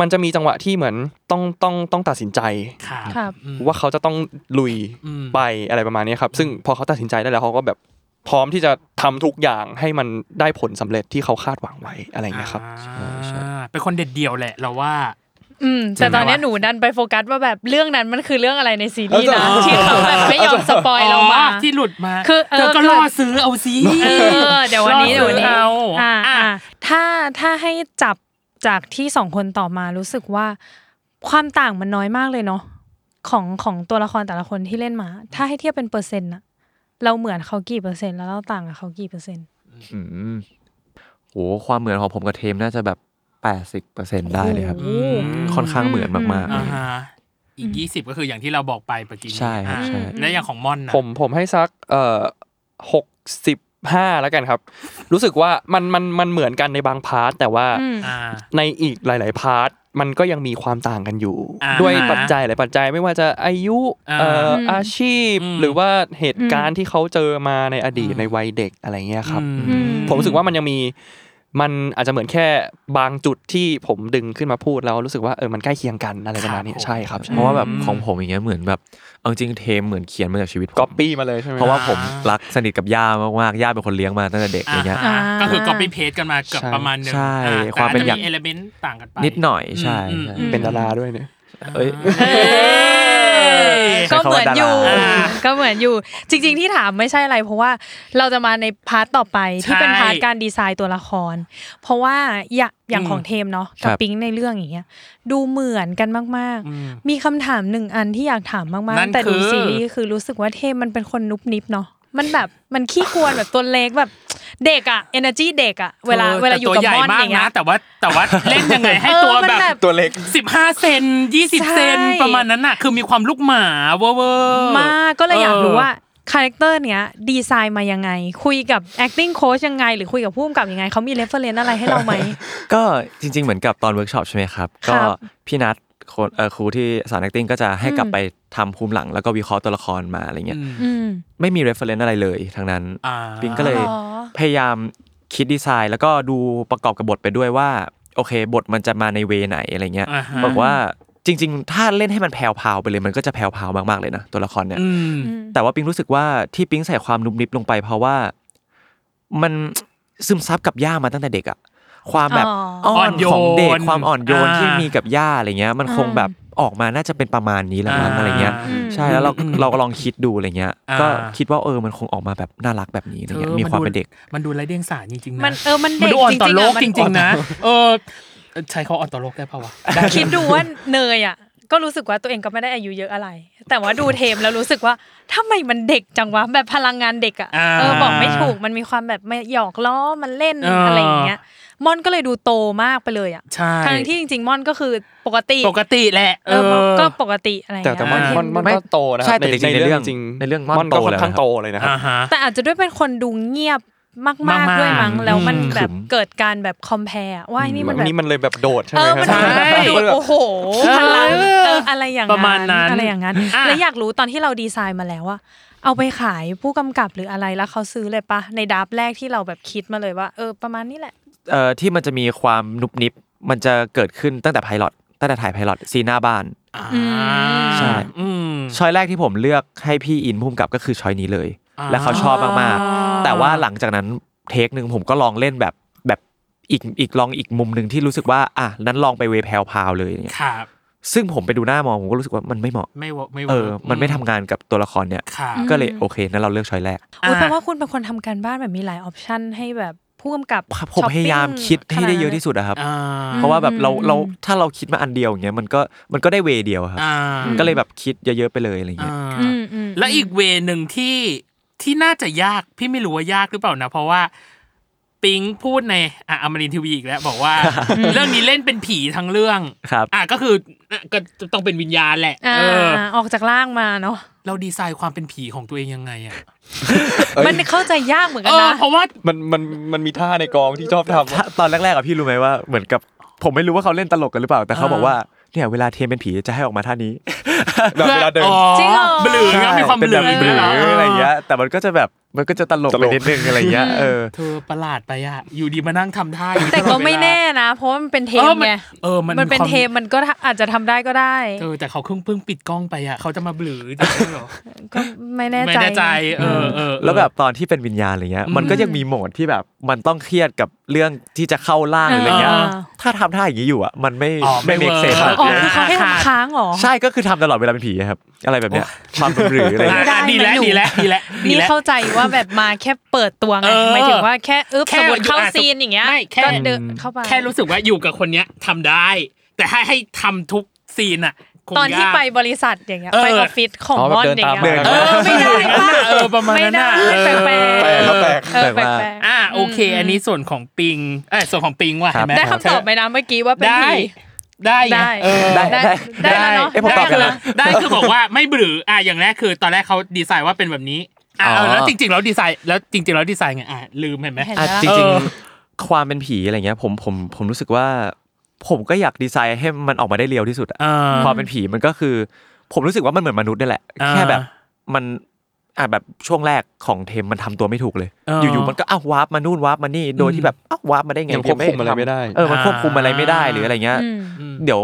[SPEAKER 5] มันจะมีจังหวะที่เหมือนต้องต้องต้องตัดสินใจ
[SPEAKER 3] ครับ
[SPEAKER 6] ครับ
[SPEAKER 3] อืม
[SPEAKER 5] ว่าเขาจะต้องลุย
[SPEAKER 3] อืม
[SPEAKER 5] ไปอะไรประมาณนี้ครับ ซึ่งพอเขาตัดสินใจได้แล้วเขาก็แบบพร้อมที่จะทำทุกอย่างให้มันได้ผลสำเร็จที่เขาคาดหวังไว้อะไรอย่างเงี้ยครับ
[SPEAKER 3] อ่าเป็นคนเด็ดเดี่ยวแหละเราว่า
[SPEAKER 6] อืมแต่ตอนเนี้ยหนูดันไปโฟกัสว่าแบบเรื่องนั้นมันคือเรื่องอะไรในซีรีส์นะ
[SPEAKER 5] เอาจ้ะ
[SPEAKER 6] ที่เขาแบบไม่ยอมสปอยเรามา
[SPEAKER 3] ที่หลุดมา
[SPEAKER 6] คือเออ
[SPEAKER 3] ธก็ล่อซื้อเอาซิ
[SPEAKER 6] เออเดี๋ยววันนี้
[SPEAKER 3] รอ
[SPEAKER 6] เดี๋ยววันนี้
[SPEAKER 3] ซื้อเอา
[SPEAKER 6] อ่า
[SPEAKER 3] อ่ะ
[SPEAKER 6] อ่าถ้าถ้าให้จับจากที่สองคนต่อมารู้สึกว่า ความต่างมันน้อยมากเลยเนาะของของตัวละครแต่ละคนที่เล่นมา ถ้าให้เทียบเป็นเปอร์เซ็นต์อะเราเหมือนเขากี่เปอร์เซ็นต์แล้วเราต่างกับเขากี่เปอร์เซ็นต์
[SPEAKER 4] อืมโหความเหมือนของผมกับเทมน่าจะแบบ 80%ได้เลยครับ ค่อนข้างเหมือนมากๆ
[SPEAKER 3] อ่าฮะอีกยี่สิบก็คืออย่างที่เราบอกไปเมื่อกี้นี้
[SPEAKER 4] ใช่ครับ
[SPEAKER 3] อ่า
[SPEAKER 4] ใช่
[SPEAKER 3] และอย่างของมอนนะ
[SPEAKER 5] ผมผมให้สักเอ่อหกสิบ ห้าแล้วกันครับ รู้สึกว่ามันมันมันเหมือนกันในบางพาร์ทแต่ว่า
[SPEAKER 2] อืม
[SPEAKER 3] อ่า
[SPEAKER 5] ในอีกหลาย ๆ พาร์ทมันก็ยังมีความต่างกันอยู่
[SPEAKER 3] อ่า
[SPEAKER 5] ด้วยปัจจัยหลายปัจจัยไม่ว่าจะอายุ
[SPEAKER 3] อ่า
[SPEAKER 5] เอ่ออ
[SPEAKER 2] ม
[SPEAKER 5] อาชีพ
[SPEAKER 3] อืม
[SPEAKER 5] หรือว่าเหตุการณ์ที่เขาเจอมาในอดีตในวัยเด็กอะไรเงี้ยครับ
[SPEAKER 3] อืม
[SPEAKER 2] อืม
[SPEAKER 5] ผมรู้สึกว่ามันยังมีมันอาจจะเหมือนแค่บางจุดที่ผมดึงขึ้นมาพูดแล้วรู้สึกว่าเออมันใกล้เคียงกันอะไรประมาณนี้
[SPEAKER 3] ครับผม
[SPEAKER 5] ใช่ครับใช่
[SPEAKER 4] เพราะว่าแบบของผมอย่างเงี้ยเหมือนแบบเอาจริงเทมเหมือนเขียนมาจากชีวิตผม
[SPEAKER 5] ก๊อปปี้มาเลยใช่ไหม
[SPEAKER 4] เพราะว่าผมรักสนิทกับย่ามากๆย่าเป็นคนเลี้ยงมาตั้งแต่เด็กอะไรเงี้ย
[SPEAKER 3] อ่า
[SPEAKER 2] อ่า
[SPEAKER 3] ก็คือ copy paste กันมาเกือบ
[SPEAKER 5] ใช่
[SPEAKER 3] ประมาณหนึง
[SPEAKER 4] ใช่
[SPEAKER 3] อ่
[SPEAKER 4] ความเป็น
[SPEAKER 3] แต่อา
[SPEAKER 4] อย่า
[SPEAKER 3] จ
[SPEAKER 4] ง
[SPEAKER 3] จะมี element ต่างกันไป
[SPEAKER 4] นิดหน่อยใช่
[SPEAKER 3] อืม
[SPEAKER 4] ใช่
[SPEAKER 5] เป็นดาราด้วยเนี่ย
[SPEAKER 4] เอ้ย
[SPEAKER 2] ก็เหมือนอยู่
[SPEAKER 4] ใช้คำว่าดารา
[SPEAKER 2] ก็เหมือนอยู่ จริง ๆที่ถามไม่ใช่อะไร เพราะว่าเราจะมาในพาร์ทต่อไปที่เป็น
[SPEAKER 3] ใช่
[SPEAKER 2] พาร์ทการดีไซน์ตัวละคร เพราะว่าอย่างอย่างของเทมเนาะกับ
[SPEAKER 4] ครับ
[SPEAKER 2] ปิงในเรื่องอย่างเงี้ยดูเหมือนกันมาก
[SPEAKER 3] อืม
[SPEAKER 2] ๆ มีคำถามหนึ่งอันที่อยากถามมาก
[SPEAKER 3] นั่น
[SPEAKER 2] ๆ แต่ดู
[SPEAKER 3] คือ
[SPEAKER 2] ซีรีส์คือรู้สึกว่าเทมมันเป็นคนนุบนิบเนาะมันแบบมันขี้กวนแบบตัวเล็กแบบเด็กอะ energy เด็กอะเวลาเวลาอยู่กับ
[SPEAKER 3] แต่ตัวใหญ่
[SPEAKER 2] มอน
[SPEAKER 3] มา
[SPEAKER 2] อก ย่างเงี้
[SPEAKER 3] นะ
[SPEAKER 2] ย
[SPEAKER 3] แต่ว่าแต่ว่าเล่นยังไงให้
[SPEAKER 2] เออ
[SPEAKER 3] ตัว
[SPEAKER 2] มัน
[SPEAKER 3] แบ
[SPEAKER 2] แบบ บ
[SPEAKER 5] ตัวเล็ก
[SPEAKER 3] สิบห้าเซนยี่สิบ
[SPEAKER 2] ใช่
[SPEAKER 3] เซนประมาณนั้นน่ะ คือมีความลูกหมาเวอร์เวอร์
[SPEAKER 2] มากก็เลยอยากรู้ว่าคาแรคเตอร์เนี้ยดีไซน์มายังไง คุยกับ acting coach ยังไง หรือคุยกับผู้กำกับยังไงเขามี reference อะไรให้เราไหม
[SPEAKER 4] ก็จริง ๆ เหมือนกับตอนเวิร์กช็อปใช่ไหมครับ
[SPEAKER 2] ครั
[SPEAKER 4] ก็
[SPEAKER 2] บ
[SPEAKER 4] พี่นัทคนเอ่อครูที่สอน acting ก็จะให้กลับไปทำภูมิหลังแล้วก็วิเคราะห์ตัวละครมาอะไรเงี้ย
[SPEAKER 2] อืม
[SPEAKER 4] ไม่มี reference อะไรเลยทั้งนั้น
[SPEAKER 3] อ่า
[SPEAKER 4] ปิงก็เลย
[SPEAKER 2] อ๋อ
[SPEAKER 4] พยายามคิดดีไซน์ แล้วก็ดูประกอบกับบทไปด้วยว่า โอเค บทมันจะมาในเวไหนอะไรเงี้ย
[SPEAKER 3] อ่าฮะ
[SPEAKER 4] บอกว่าจริง ๆ ถ้าเล่นให้มันแผ่วๆไปเลยมันก็จะแผ่วๆมากๆเลยนะตัวละครเนี่ย
[SPEAKER 3] อืม
[SPEAKER 4] แต่ว่าปิงรู้สึกว่าที่ปิงใส่ความนุบนิบลงไป เพราะว่ามัน ซึมซับกับย่ามาตั้งแต่เด็กอะความแบบ
[SPEAKER 2] อ๋อ
[SPEAKER 4] อ่อนของเด็ก
[SPEAKER 3] อ่อนโยน
[SPEAKER 4] ความอ่อนโยน
[SPEAKER 3] อ่า
[SPEAKER 4] ที่มีกับย่าอะไรเงี้ย มันคงแบบออกมาน่าจะเป็นประมาณนี้แหละมั้งอะไรเงี้ย
[SPEAKER 3] อืม
[SPEAKER 4] ใช่แล้วเราเราก็ลองคิดดูอะไรเงี้ย
[SPEAKER 3] อ่า
[SPEAKER 4] ก็คิดว่าเออมันคงออกมาแบบน่ารักแบบนี้อะไรเงี้ย
[SPEAKER 3] ธอ
[SPEAKER 4] มีความเป็นเด็ก
[SPEAKER 3] มันดูไร้เดียงสาจริงๆนะ
[SPEAKER 2] มันเออมันเด็ก
[SPEAKER 3] ดูอ่อนต่อ
[SPEAKER 2] จริงๆ
[SPEAKER 3] โลก
[SPEAKER 2] อะมัน
[SPEAKER 3] จริง ๆ นะ เออใช้เขาอ่อนต่อโลกได้ป่าวะได้
[SPEAKER 2] คิดดูว่าเนยอ่ะก็รู้สึกว่าตัวเองก็ไม่ได้อายุเยอะอะไร แต่ว่าดูเทมแล้วรู้สึกว่าทำไมมันเด็กจังวะแบบพลังงานเด็กอ่ะ
[SPEAKER 3] า
[SPEAKER 2] เออบอกไม่ถูกมันมีความแบบไม่หยอกล้อมันเล่น
[SPEAKER 3] อ่า
[SPEAKER 2] อะไรอย่างเงี้ยมอนก็เลยดูโตมากไปเลยอ่ะ
[SPEAKER 3] ใช่
[SPEAKER 2] ทั้งที่จริงๆมอนก็คือปกติ
[SPEAKER 3] ปกติแหละ
[SPEAKER 2] เออก็ปกติอะไรอย่าง
[SPEAKER 5] แต่
[SPEAKER 2] เงี้ย
[SPEAKER 5] แต่มอน
[SPEAKER 3] อ่า
[SPEAKER 5] มอนมอน
[SPEAKER 4] ไม่
[SPEAKER 5] ก็โตนะค
[SPEAKER 4] ใช่
[SPEAKER 5] รับ
[SPEAKER 4] แต่จริงๆในเรื่องในเรื่องม่อน
[SPEAKER 5] ม่อนก็
[SPEAKER 4] โต
[SPEAKER 5] ค่อน
[SPEAKER 4] แล้ว
[SPEAKER 5] ข้าง
[SPEAKER 4] นะครับ
[SPEAKER 5] โตเลยนะครับ
[SPEAKER 3] อ่าฮะ
[SPEAKER 2] แต่อาจจะด้วยเป็นคนดูเงียบมาก
[SPEAKER 3] มาก
[SPEAKER 2] ๆ
[SPEAKER 3] ๆ
[SPEAKER 2] ด้วยมั้งแล้วมัน
[SPEAKER 3] อืม
[SPEAKER 2] แบบ
[SPEAKER 4] ขึม
[SPEAKER 2] เกิดการแบบคอมเพลว่าไอ้นี่มันแบ
[SPEAKER 5] อั
[SPEAKER 2] บ
[SPEAKER 5] นนี้มันเลยแบบโดดใช่
[SPEAKER 2] เอ
[SPEAKER 5] ไหม
[SPEAKER 2] อ
[SPEAKER 5] ค
[SPEAKER 2] มัน
[SPEAKER 5] รับ
[SPEAKER 2] แบบโอ้โหพลังเอออะไรอย่าง
[SPEAKER 3] ประมาณนั้น
[SPEAKER 2] อะไรอย่างนั้น
[SPEAKER 3] อ่ะ
[SPEAKER 2] แล้วอยากรู้ตอนที่เราดีไซน์มาแล้วว่าเอาไปขายผู้กำกับหรืออะไรแล้วเขาซื้อเลยปะในดับแรกที่เราแบบคิดมาเลยว่า เออประมาณนี้แหละ
[SPEAKER 4] เอ่อที่มันจะมีความนุบนิบมันจะเกิดขึ้นตั้งแต่ไพลอตตั้งแต่ถ่ายไพลอตซีนหน้าบ้าน
[SPEAKER 3] อืม
[SPEAKER 4] ใช่
[SPEAKER 3] อืม
[SPEAKER 4] ช้อยแรกที่ผมเลือกให้พี่อินพุ่มกับก็คือช้อยนี้เลย
[SPEAKER 3] อ่า
[SPEAKER 4] และเขาชอบมากๆ แต่ว่าหลังจากนั้นเทคหนึ่งผมก็ลองเล่นแบบแบบอีกอีกลองอีกมุมหนึ่งที่รู้สึกว่าอ่ะนั้นลองไปเวแพลพาวเลยอย่างเงี้ย
[SPEAKER 3] ครับ
[SPEAKER 4] ซึ่งผมไปดูหน้ามองผมก็รู้สึกว่ามันไม่เหมาะ
[SPEAKER 3] ไม่เวไม่
[SPEAKER 4] เอ
[SPEAKER 3] เวิ
[SPEAKER 4] อ
[SPEAKER 3] ร์ก
[SPEAKER 4] มันไม่ทำงานกับตัวละครเนี่ย
[SPEAKER 3] ครับ
[SPEAKER 4] ก็เลยโอเคนั้นเราเลือกช้อยแรก
[SPEAKER 2] โอ้ย
[SPEAKER 3] อ่ะ
[SPEAKER 2] แปลว่าคุณเป็นคนทำการบ้านแบบมีหลายออปชันให้แบบผู้กำกับ
[SPEAKER 4] ผมพยายามคิดให้ได้เยอะที่
[SPEAKER 2] ด
[SPEAKER 4] สุดอะครับ
[SPEAKER 3] อ่า
[SPEAKER 4] เพราะว่าแบบเราเราถ้าเราคิดมาอันเดียวอย่างเงี้ยมันก็มันก็ได้เวเดียวครับ
[SPEAKER 3] อ่า
[SPEAKER 4] ก็เลยแบบคิดเยอะๆไปเลยอะไร
[SPEAKER 3] อ่า
[SPEAKER 4] เงี้ย
[SPEAKER 3] แล้วอีกเวหนึ่งที่ที่น่าจะยากพี่ไม่รู้ว่ายากหรือเปล่านะ เพราะว่าปิงพูดในอ่ะอมรินทร์ทีวีอีกแล้ว บอกว่า เรื่องนี้เล่นเป็นผีทั้งเรื่อง
[SPEAKER 4] ครับ
[SPEAKER 3] อ่ะก็คืออ่ะก็ต้องเป็นวิญญาณแหละ
[SPEAKER 2] อ่า
[SPEAKER 3] เออ
[SPEAKER 2] ออกจากร่างมาเนาะ
[SPEAKER 3] เราดีไซน์ความเป็นผีของตัวเองยังไงอะ
[SPEAKER 2] มันเข้าใจยากเหมือน
[SPEAKER 3] เอ
[SPEAKER 2] กัน
[SPEAKER 3] อ
[SPEAKER 2] นะ
[SPEAKER 3] เพราะว่า
[SPEAKER 5] มันมันมันมีท่าในกองที่ชอบทำ
[SPEAKER 4] ถ้าตอนแรกๆอะพี่รู้ไหมว่าเหมือนกับผมไม่รู้ว่าเขาเล่นตลกกันหรือเปล่า แต่เขาบอกว่าเนี่ยเวลาเทมเป็นผีจะให้ออกมาท่ านี้
[SPEAKER 5] แบบเวลาเดิน
[SPEAKER 3] อ๋อ
[SPEAKER 2] จริงเหรอ
[SPEAKER 3] บลือไงมีความบ
[SPEAKER 4] เป็น
[SPEAKER 3] ลื
[SPEAKER 4] แบ
[SPEAKER 3] อบ ย่าง
[SPEAKER 4] หรื
[SPEAKER 3] เงี้ย
[SPEAKER 4] อ
[SPEAKER 3] เหรอ
[SPEAKER 4] อะไรเงี้ยแต่มันก็จะแบบมันก็จะตลก
[SPEAKER 5] ต
[SPEAKER 4] ไป
[SPEAKER 5] ลก
[SPEAKER 4] นิดนึงอะไรเงี้ยเออ
[SPEAKER 3] เธอประหลาดไปอะอยู่ดีมานั่งทำท่าอย่างนี้
[SPEAKER 2] แต่ก็
[SPEAKER 3] ลอดเวลา
[SPEAKER 2] ไม่แน่นะ เพราะว่ามันเป็นเท
[SPEAKER 3] เอ
[SPEAKER 2] ม
[SPEAKER 3] อมัน
[SPEAKER 2] ไง
[SPEAKER 3] เออมัน
[SPEAKER 2] มันเป็น
[SPEAKER 3] ความ
[SPEAKER 2] เทมมันก็อาจจะทำได้ก็ได้
[SPEAKER 3] เออแต่เขาเพิ่งเพิ่งปิดกล้องไปอะเขาจะมาบลือจะได้เหรอ
[SPEAKER 2] ก็ไม่แน่
[SPEAKER 3] ไม่
[SPEAKER 2] ใจ
[SPEAKER 3] แน่ใจเออเออเออ
[SPEAKER 4] แล้วแบบตอนที่เป็นวิญญาณอะไรเงี้ย มันก็ยังมีโหมดที่แบบมันต้องเครียดกับเรื่องที่จะเข้าร่างหรืออะไรเงี้ย
[SPEAKER 3] อ่า
[SPEAKER 4] ถ้าทำท่าอย่างนี้อยู่อ่ะมันไม่
[SPEAKER 3] อ๋อไม่
[SPEAKER 4] ไม่เมกเซน
[SPEAKER 3] work
[SPEAKER 2] อ๋อคือเขาให้ทำค้างเหรอ
[SPEAKER 4] ใช่ก็คือทำตลอดเวลาเป็นผีอะครับ อะไรแบบเนี้ยความเป็นหรืออะไร
[SPEAKER 3] อ่ะ
[SPEAKER 4] เงี้ย
[SPEAKER 3] อ่ะ
[SPEAKER 2] ไม่
[SPEAKER 3] ดี
[SPEAKER 2] ได้
[SPEAKER 3] แล้ว
[SPEAKER 2] ไม่อยู่
[SPEAKER 3] ดีแล้วดีแล้วดี
[SPEAKER 2] นี่
[SPEAKER 3] แล้ว
[SPEAKER 2] เข้าใจว่าแบบมาแค่เปิดตัวไง
[SPEAKER 3] เออ
[SPEAKER 2] หมายถึงว่าแค่เออ
[SPEAKER 3] แค่
[SPEAKER 2] สมมติเข้า
[SPEAKER 3] อ่ะ
[SPEAKER 2] ซีนอย่างเงี้ย
[SPEAKER 3] ไม่แค่
[SPEAKER 2] ก็เดินเข้าไป
[SPEAKER 3] แค่รู้สึกว่าอยู่กับคนเนี้ยทำได้ แต่ให้ให้ทำทุกซีนอะคง
[SPEAKER 2] ตอนที่
[SPEAKER 3] ยาก
[SPEAKER 2] ไปบริษัทอย่างเงี้ย
[SPEAKER 3] เออ
[SPEAKER 2] ไปออฟฟิศของ
[SPEAKER 5] อ๋อแบบ
[SPEAKER 2] มอน
[SPEAKER 5] เดิ
[SPEAKER 2] อ
[SPEAKER 5] น
[SPEAKER 2] ย่าง
[SPEAKER 5] ตาม
[SPEAKER 2] เงี้ยเอน อ
[SPEAKER 4] เดิ
[SPEAKER 2] ไม่ได้ปะ
[SPEAKER 3] เออประมาณ
[SPEAKER 2] ไม่
[SPEAKER 3] นั้น
[SPEAKER 2] ได้
[SPEAKER 3] อะ
[SPEAKER 2] แปลกๆ
[SPEAKER 3] เออ
[SPEAKER 5] แปลก
[SPEAKER 2] เออแปลก
[SPEAKER 4] แปลก
[SPEAKER 2] ๆ
[SPEAKER 3] อ่าโอเค อันนี้ส่วนของปิงเออส่วนของปิงว่ะ
[SPEAKER 4] ครับ
[SPEAKER 3] เห็นหม
[SPEAKER 2] ได้คำตอบไหมนะเมื่อกี้ว่าเป็น
[SPEAKER 3] ได้
[SPEAKER 2] ผี
[SPEAKER 3] ได้ไง
[SPEAKER 2] ได้
[SPEAKER 3] เออ
[SPEAKER 4] ได้
[SPEAKER 2] ได้
[SPEAKER 4] ได้
[SPEAKER 2] ได้แล้วเนอะ
[SPEAKER 4] เอ้ยผมตอบ
[SPEAKER 3] คื
[SPEAKER 4] กันนะ
[SPEAKER 3] ได้คือบอกว่าไม่บรืออ่ะอย่างแรกคือ ตอนแรกเขาดีไซน์ว่าเป็นแบบนี้ อ่ะ
[SPEAKER 4] อ๋อ
[SPEAKER 3] แล้วจริงๆแล้วดีไซน์แล้วจริงๆแล้วดีไซน์ไงอ่ะลืมเห็นไหม
[SPEAKER 2] เห็น
[SPEAKER 4] อ่ะ
[SPEAKER 2] แล้ว
[SPEAKER 4] จริง
[SPEAKER 3] เออ
[SPEAKER 4] ๆ ความเป็นผีอะไรเงี้ยผมผมผมรู้สึกว่า ผมก็อยากดีไซน์ให้มันออกมาได้เร็วที่สุดอะ
[SPEAKER 3] เออ
[SPEAKER 4] ความเป็นผีมันก็คือ ผมรู้สึกว่ามันเหมือนมนุษย์นี่แหละ
[SPEAKER 3] อ่า
[SPEAKER 4] แค่แบบมันอ่ะแบบช่วงแรกของเทมมันทำตัวไม่ถูกเลย
[SPEAKER 3] เออ
[SPEAKER 4] อ
[SPEAKER 3] อ
[SPEAKER 4] ยู่ๆมันก็อ้าววาร์ปมานู่นวาร์ปมานี่โดยที่แบบอ้าววาร์ปมาได้ไง
[SPEAKER 5] ยังควบคุมอะไรไม่ได้
[SPEAKER 4] เออมันควบคุมอะไรไม่ได้หรืออะไรเงี้ย
[SPEAKER 6] อืม
[SPEAKER 4] เดี๋ยว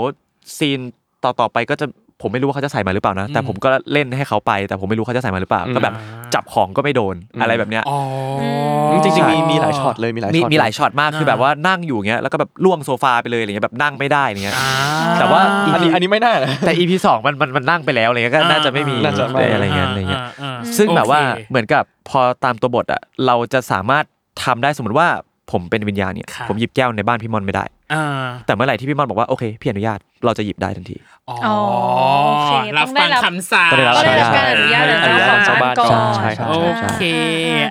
[SPEAKER 4] ซีนต่อต่อไปก็จะผมไม่รู้ว่าเขาจะใส่มาหรือเปล่านะ แต่ผมก็เล่นให้เขาไป แต่ผมไม่รู้เขาจะใส่มาหรือเปล่า ก็แบบจับของก็ไม่โดนอะไรแบบเนี้ย
[SPEAKER 3] อ๋อ
[SPEAKER 5] อืมจริงๆมี
[SPEAKER 4] ใช่
[SPEAKER 5] มีหลายช็อตเลยมีหลาย
[SPEAKER 4] มี
[SPEAKER 5] ช็อต
[SPEAKER 4] มีหลายช็อตมากคือแบบว่านั่งอยู่อย่างเงี้ยแล้วก็แบบล่วงโซฟาไปเลยอะไรเงี้ยแบบนั่งไม่ได้อะไรเงี้ย
[SPEAKER 3] อ่า
[SPEAKER 4] แต่ว่า
[SPEAKER 5] อันนี้อันนี้ไม่น่านะ
[SPEAKER 4] แต่ EP สองมันมันมันนั่งไปแล้วอะไรเงี้ยก็น่าจะไม่มี
[SPEAKER 5] น่าจะไม่
[SPEAKER 4] อะไรเงี้ยอะไรเงี้ย
[SPEAKER 3] อ่าอ่าอ่า
[SPEAKER 4] ซึ่งแบบว่า
[SPEAKER 3] โอเค
[SPEAKER 4] เหมือนกับพอตามตัวบทอะเราจะสามารถทำได้สมมติว่าผมเป็นวิญญาณเนี่ย
[SPEAKER 3] ครับ
[SPEAKER 4] ผมหยิบแก้วในบ้านพี่มอนไม่ได้
[SPEAKER 3] อ่า
[SPEAKER 4] แต่เมื่อไหร่ที่พี่มอนบอกว่าโอเคพี่อนุญาตเราจะหยิบได้ทันที
[SPEAKER 3] อ๋อ
[SPEAKER 6] โอเค
[SPEAKER 3] รับ
[SPEAKER 6] ต้
[SPEAKER 3] ฟั
[SPEAKER 6] อง
[SPEAKER 3] ง
[SPEAKER 6] ได้รับ
[SPEAKER 3] คำสั่ง
[SPEAKER 4] ต้องได้รับ
[SPEAKER 2] ก็ได้รับ
[SPEAKER 4] ใช่
[SPEAKER 2] การอนุญาตจาก
[SPEAKER 5] อนุ
[SPEAKER 2] เจ้า
[SPEAKER 5] ญา
[SPEAKER 2] ขอ
[SPEAKER 5] ต
[SPEAKER 2] ง
[SPEAKER 5] จาก
[SPEAKER 2] บ้า
[SPEAKER 5] เจ้า
[SPEAKER 2] ก่อ
[SPEAKER 5] บ้าน นก่อน นใช่ครับ
[SPEAKER 3] โอเค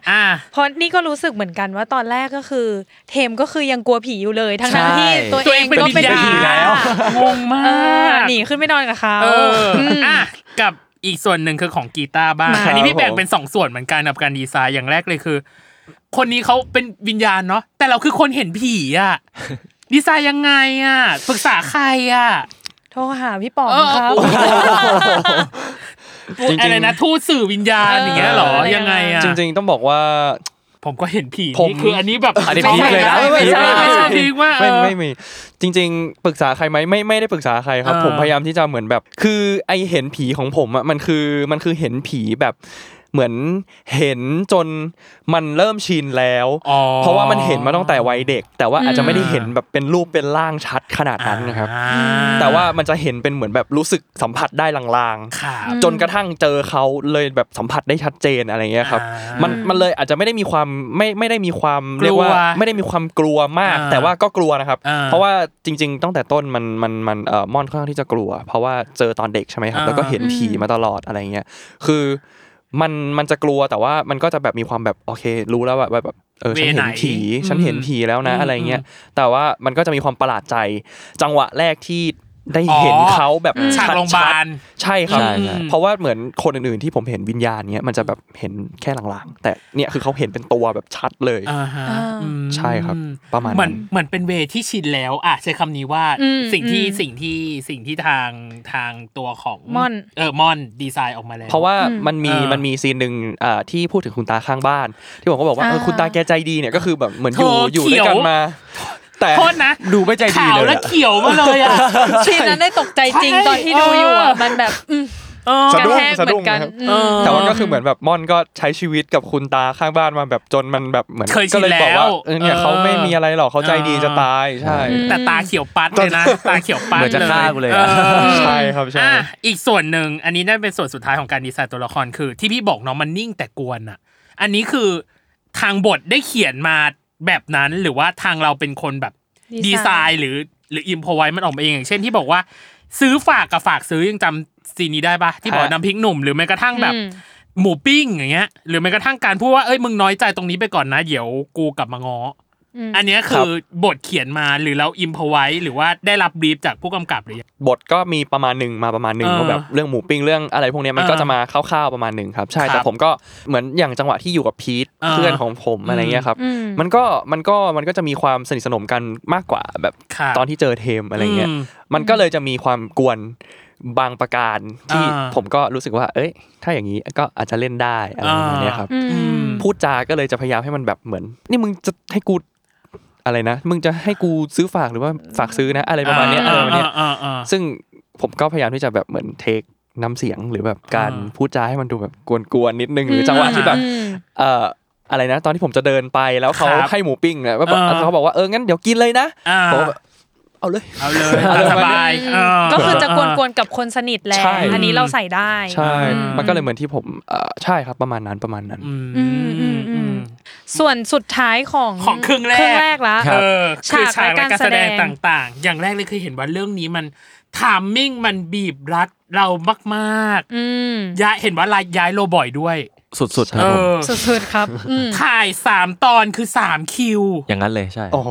[SPEAKER 3] อ่ะ
[SPEAKER 2] เพราะนี่ก็รู้สึกเหมือนกันว่าตอนแรกก็คือ เทมก็คือยังกลัวผีอยู่เลย ทั้งนั้น
[SPEAKER 4] ใช่
[SPEAKER 2] ที่ตัว
[SPEAKER 3] ตัว
[SPEAKER 2] เอ
[SPEAKER 3] เอง งเป็น
[SPEAKER 2] ก็
[SPEAKER 3] วิ
[SPEAKER 2] เป็น
[SPEAKER 3] ญญาณ
[SPEAKER 2] ผี
[SPEAKER 3] แล้ว งงมา
[SPEAKER 2] เออก หนีขึ้นไม่นอนกับเขา
[SPEAKER 3] เอออ่ะกับอีกส่วนหนึ่งคือของกีตาร์บ้าง
[SPEAKER 2] มา
[SPEAKER 3] อันนี้พี่แบ่ง
[SPEAKER 5] ผม
[SPEAKER 3] เป็นสองส่วนเหมือนกันกับการดีไซน์อย่างแรกเลยคือ คนนี้เขาเป็นวิญญาณเนาะแต่เราคือคนเห็นผี อ่ะ ดีไซน์ยังไงอ่ะปรึกษาใครอ่ะ
[SPEAKER 2] โทรหาพี่ป๋อง
[SPEAKER 3] เออ
[SPEAKER 2] ครับ
[SPEAKER 5] จริงๆ
[SPEAKER 3] อะไรนะทูตสื่อวิญญาณอย่างเงี้ยเหรอ
[SPEAKER 2] เออ
[SPEAKER 3] ยังไงอ่ะ
[SPEAKER 5] จริง ๆ ต้องบอกว่า
[SPEAKER 3] ผมก็เห็นผี
[SPEAKER 5] ผม
[SPEAKER 3] นี่คืออันนี้แบบ
[SPEAKER 4] อันนี้พีคเลยนะ
[SPEAKER 3] ไม่ใช่ไม่ใช่พีคมากเอ
[SPEAKER 5] ไม่
[SPEAKER 3] อ
[SPEAKER 5] ไม่มีจริง ๆ ปรึกษาใครไหมไม่ไม่ได้ปรึกษาใครครับ
[SPEAKER 3] อ่า
[SPEAKER 5] ผมพยายามที่จะเหมือนแบบ คือไอเห็นผีของผมอ่ะมันคือมันคือเห็นผีแบบเหมือนเห็นจนมันเริ่มชินแล้ว
[SPEAKER 3] อ๋อ
[SPEAKER 5] เพราะว่ามันเห็นมาตั้งแต่วัยเด็ก แต่ว่าอาจจะไม่ได้เห็นแบบเป็นรูปเป็นร่างชัดขนาดนั้นนะครับ
[SPEAKER 3] อ่า
[SPEAKER 5] แต่ว่ามันจะเห็นเป็นเหมือนแบบรู้สึกสัมผัสได้ลางๆ
[SPEAKER 3] ครับ
[SPEAKER 5] จนกระทั่งเจอเขาเลยแบบสัมผัสได้ชัดเจนอะไรเงี้ยครับ
[SPEAKER 3] อ่ามั
[SPEAKER 5] มันมันเลยอาจจะไม่ได้มีความไม่ไม่ได้มีความ
[SPEAKER 3] กลัว
[SPEAKER 5] เรียกว่าไม่ได้มีความกลัวมาก
[SPEAKER 3] อ่า
[SPEAKER 5] แต่ว่าก็กลัวนะครับ
[SPEAKER 3] อ่า
[SPEAKER 5] เพราะว่าจริง ๆ ตั้งแต่ต้นมันมันมันเอ่อม่อนค่อนข้างที่จะกลัว เพราะว่าเจอตอนเด็กใช่ไหมครับ
[SPEAKER 3] อ่า
[SPEAKER 5] แล้วก็เห็นผีมาตลอดอะไรเงี้ยคือมันมันจะกลัวแต่ว่ามันก็จะแบบมีความแบบโอเค รู้แล้วว่าแบบเออฉันเห็นผีฉันเห็นผีแล้วนะอะไรเงี้ยแต่ว่ามันก็จะมีความประหลาดใจ จังหวะแรกที่ได้เห็นเขาแบบ
[SPEAKER 3] ฉากโรงพยา
[SPEAKER 5] ชั
[SPEAKER 3] บา
[SPEAKER 5] ดๆ
[SPEAKER 3] ล
[SPEAKER 5] ใช่ครับ
[SPEAKER 4] ใช่ใช่
[SPEAKER 5] เพราะว่าเหมือนคนอื่นๆที่ผมเห็นวิญญาณเนี้ยมันจะแบบเห็นแค่หลังๆ แต่เนี่ยคือเขาเห็นเป็นตัวแบบชัดเลย
[SPEAKER 3] อ่าฮะอืม
[SPEAKER 5] ใช่ครับประมาณนั้น
[SPEAKER 3] เหมือนเหมือนเป็นเวที่ชินแล้วอ่ะใช้คำนี้ว่า
[SPEAKER 2] อืม
[SPEAKER 3] สิ่งที่
[SPEAKER 2] อืม
[SPEAKER 3] สิ่งที่สิ่งที่ทางทางตัวของ
[SPEAKER 2] ม่อน
[SPEAKER 3] เออมอนดีไซน์ออกมาแล้ว
[SPEAKER 5] เพราะว่ามันมี
[SPEAKER 3] เออ
[SPEAKER 5] มันมีซีนหนึ่งอ่าที่พูดถึงคุณตาข้างบ้าน ที่ผมก็บอกว่าเออคุณตาแกใจดีเนี่ยก็คือแบบเหมือนอยู่
[SPEAKER 3] เธอ
[SPEAKER 5] อยู่
[SPEAKER 3] เขี
[SPEAKER 5] ด้วยยว กันมา แต่
[SPEAKER 3] โทษนะ
[SPEAKER 4] ดูไม่ใจดี
[SPEAKER 3] ขาว
[SPEAKER 4] เลย
[SPEAKER 3] และ
[SPEAKER 4] อะ
[SPEAKER 3] เขียวมาเลยอ่ะ
[SPEAKER 2] ชีนนั้นได้ตกใจจริง
[SPEAKER 3] ใช่
[SPEAKER 2] ตอนที่ดูอยู่
[SPEAKER 3] เอ
[SPEAKER 2] อ่ะ
[SPEAKER 3] อ
[SPEAKER 2] มันแบบอืม
[SPEAKER 3] เออ
[SPEAKER 2] กระ
[SPEAKER 5] สะดุ้
[SPEAKER 2] แท
[SPEAKER 5] ง
[SPEAKER 2] ก
[SPEAKER 5] สะ
[SPEAKER 2] เหมื
[SPEAKER 5] ดุ้
[SPEAKER 2] อง นกัน
[SPEAKER 5] นะครับ
[SPEAKER 2] อืม
[SPEAKER 3] เออ
[SPEAKER 5] แต่ว่าก็คือเหมือนแบบม่อนก็ใช้ชีวิตกับคุณตาข้างบ้านมาแบบจนมันแบบเหมือน
[SPEAKER 3] เคยชิน
[SPEAKER 5] ก็เลยบอกว่า
[SPEAKER 3] แล้ว
[SPEAKER 5] เออเนี่ยเขาไม่มีอะไรหรอกเขาใจดี
[SPEAKER 3] เออ
[SPEAKER 5] จะตายใช่
[SPEAKER 3] แต่ตาเขียวปัดเลยนะตาเขียวปัด
[SPEAKER 4] เหมือนจะฆ่ากูเลยอะ
[SPEAKER 3] ออ
[SPEAKER 5] ใช่ครับใช่
[SPEAKER 3] อ่ะอีกส่วนหนึ่งอันนี้น่าเป็นส่วนสุดท้ายของการดีไซน์ตัวละครคือ ที่พี่บอกเนาะมันนิ่งแต่กวนอ่ะ อันนี้คือทางบทได้เขียนมาแบบนั้นหรือว่าทางเราเป็นคนแบบ
[SPEAKER 2] ดี
[SPEAKER 3] ดี
[SPEAKER 2] ไซ
[SPEAKER 3] ไซ
[SPEAKER 2] น์
[SPEAKER 3] น์หรือหรืออิมพอไว้มันออกมาเองอย่างเช่นที่บอกว่า ซื้อฝากกับฝากซื้อยังจำซีนนี้ได้ปะที่บอกน้ำพริกหนุ่มหรือแม้กระทั่งแบบ
[SPEAKER 2] อืม
[SPEAKER 3] หมูปิ้งอย่างเงี้ย หรือแม้กระทั่งการพูดว่าเอ้ยมึงน้อยใจตรงนี้ไปก่อนนะเดี๋ยวกูกลับมาง้อออันเนี้ยคือบทเขียนมาหรือเราอิมพอไว้หรือว่าได้รับบรีฟจากผู้กำกับหรือยัง
[SPEAKER 5] บทก็มีประมาณหนึ่งมาประมาณหนึ่ง
[SPEAKER 3] เออ
[SPEAKER 5] ว่าแบบเรื่องหมูปิ้งเรื่องอะไรพวกเนี้ยมัน
[SPEAKER 3] เออ
[SPEAKER 5] ก็จะมาคร่าวๆประมาณหนึ่งครับ
[SPEAKER 3] ค
[SPEAKER 5] ใช่
[SPEAKER 3] รับ
[SPEAKER 5] แต่ผมก็เหมือนอย่างจังหวะที่อยู่กับพีท
[SPEAKER 3] เออ
[SPEAKER 5] เพื่อนของผมอะไรเงี้ยครับ มันก็มันก็มันก็จะมีความสนิทสนมกันมากกว่าแบบ
[SPEAKER 3] ครับ
[SPEAKER 5] ตอนที่เจอเทมอะไรเงี้ย
[SPEAKER 3] อืม
[SPEAKER 5] มันก็เลยจะมีความกวนบางประการที่
[SPEAKER 3] อ่า
[SPEAKER 5] ผมก็รู้สึกว่า เอ้ย ถ้าอย่างนี้ก็อาจจะเล่นได้อะไรประมาณเนี้ยครับ พูดจาก็เลยจะพยายามให้มันแบบเหมือน นี่มึงจะให้กูอะไรนะ มึงจะให้กูซื้อฝากหรือว่าฝากซื้อนะ อะไรประมาณเนี้ยอะไรประมาณเนี้ย
[SPEAKER 3] าาอ่า
[SPEAKER 5] ซึ่งผมก็พยายามที่จะแบบเหมือนเทคน้ำเสียงหรือแบบการ
[SPEAKER 3] อ่า
[SPEAKER 5] พูดจาให้มันดูแบบกวนๆนิดนึงหรือจังหวะที่แบบ
[SPEAKER 2] อืม
[SPEAKER 5] เอ่ออะไรนะ ตอนที่ผมจะเดินไปแล้วเขา
[SPEAKER 3] ครับ
[SPEAKER 5] ให้หมูปิ้งเนี่ยว่าแบบ
[SPEAKER 3] อ่า
[SPEAKER 5] เขาบอกว่าเอองั้นเดี๋ยวกินเลยนะ
[SPEAKER 3] อ่า
[SPEAKER 5] ผมก็แบบเอาเลย
[SPEAKER 3] เอาเลยตามสบายเออ
[SPEAKER 2] ก็คือจะกวนๆกับคนสนิทแหล้ว
[SPEAKER 5] ใช่
[SPEAKER 2] อันนี้เราใส่ได้
[SPEAKER 5] ใช่ มันก็เลยเหมือนที่ผมเอ่อใช่ครับประมาณนั้นประมาณนั้น
[SPEAKER 3] อืมอืมอืม
[SPEAKER 2] ส่วนสุดท้ายของ
[SPEAKER 3] ของครึ่งแรก
[SPEAKER 2] ครึ่งแรกละ
[SPEAKER 3] เออ
[SPEAKER 2] ฉา
[SPEAKER 3] คื
[SPEAKER 2] ก
[SPEAKER 3] อฉากและ
[SPEAKER 2] และกา
[SPEAKER 3] การ ร
[SPEAKER 2] แส
[SPEAKER 3] แส
[SPEAKER 2] ด
[SPEAKER 3] ด
[SPEAKER 2] ง
[SPEAKER 3] งต่างๆ อย่างแรกเลยคือเห็นว่าเรื่องนี้มันทามมิ่งมันบีบรัดเรามาก
[SPEAKER 2] อืม
[SPEAKER 3] ๆย้ายเห็นว่าลายย้ายโลบ่อยด้วย
[SPEAKER 4] สุดๆครั
[SPEAKER 3] เอบ
[SPEAKER 4] ผม
[SPEAKER 3] อ
[SPEAKER 2] สุดๆครับอืม
[SPEAKER 3] ถ่ายสามตอนคือสามคิว
[SPEAKER 4] อย่างนั้นเลยใช่
[SPEAKER 5] โอ้โห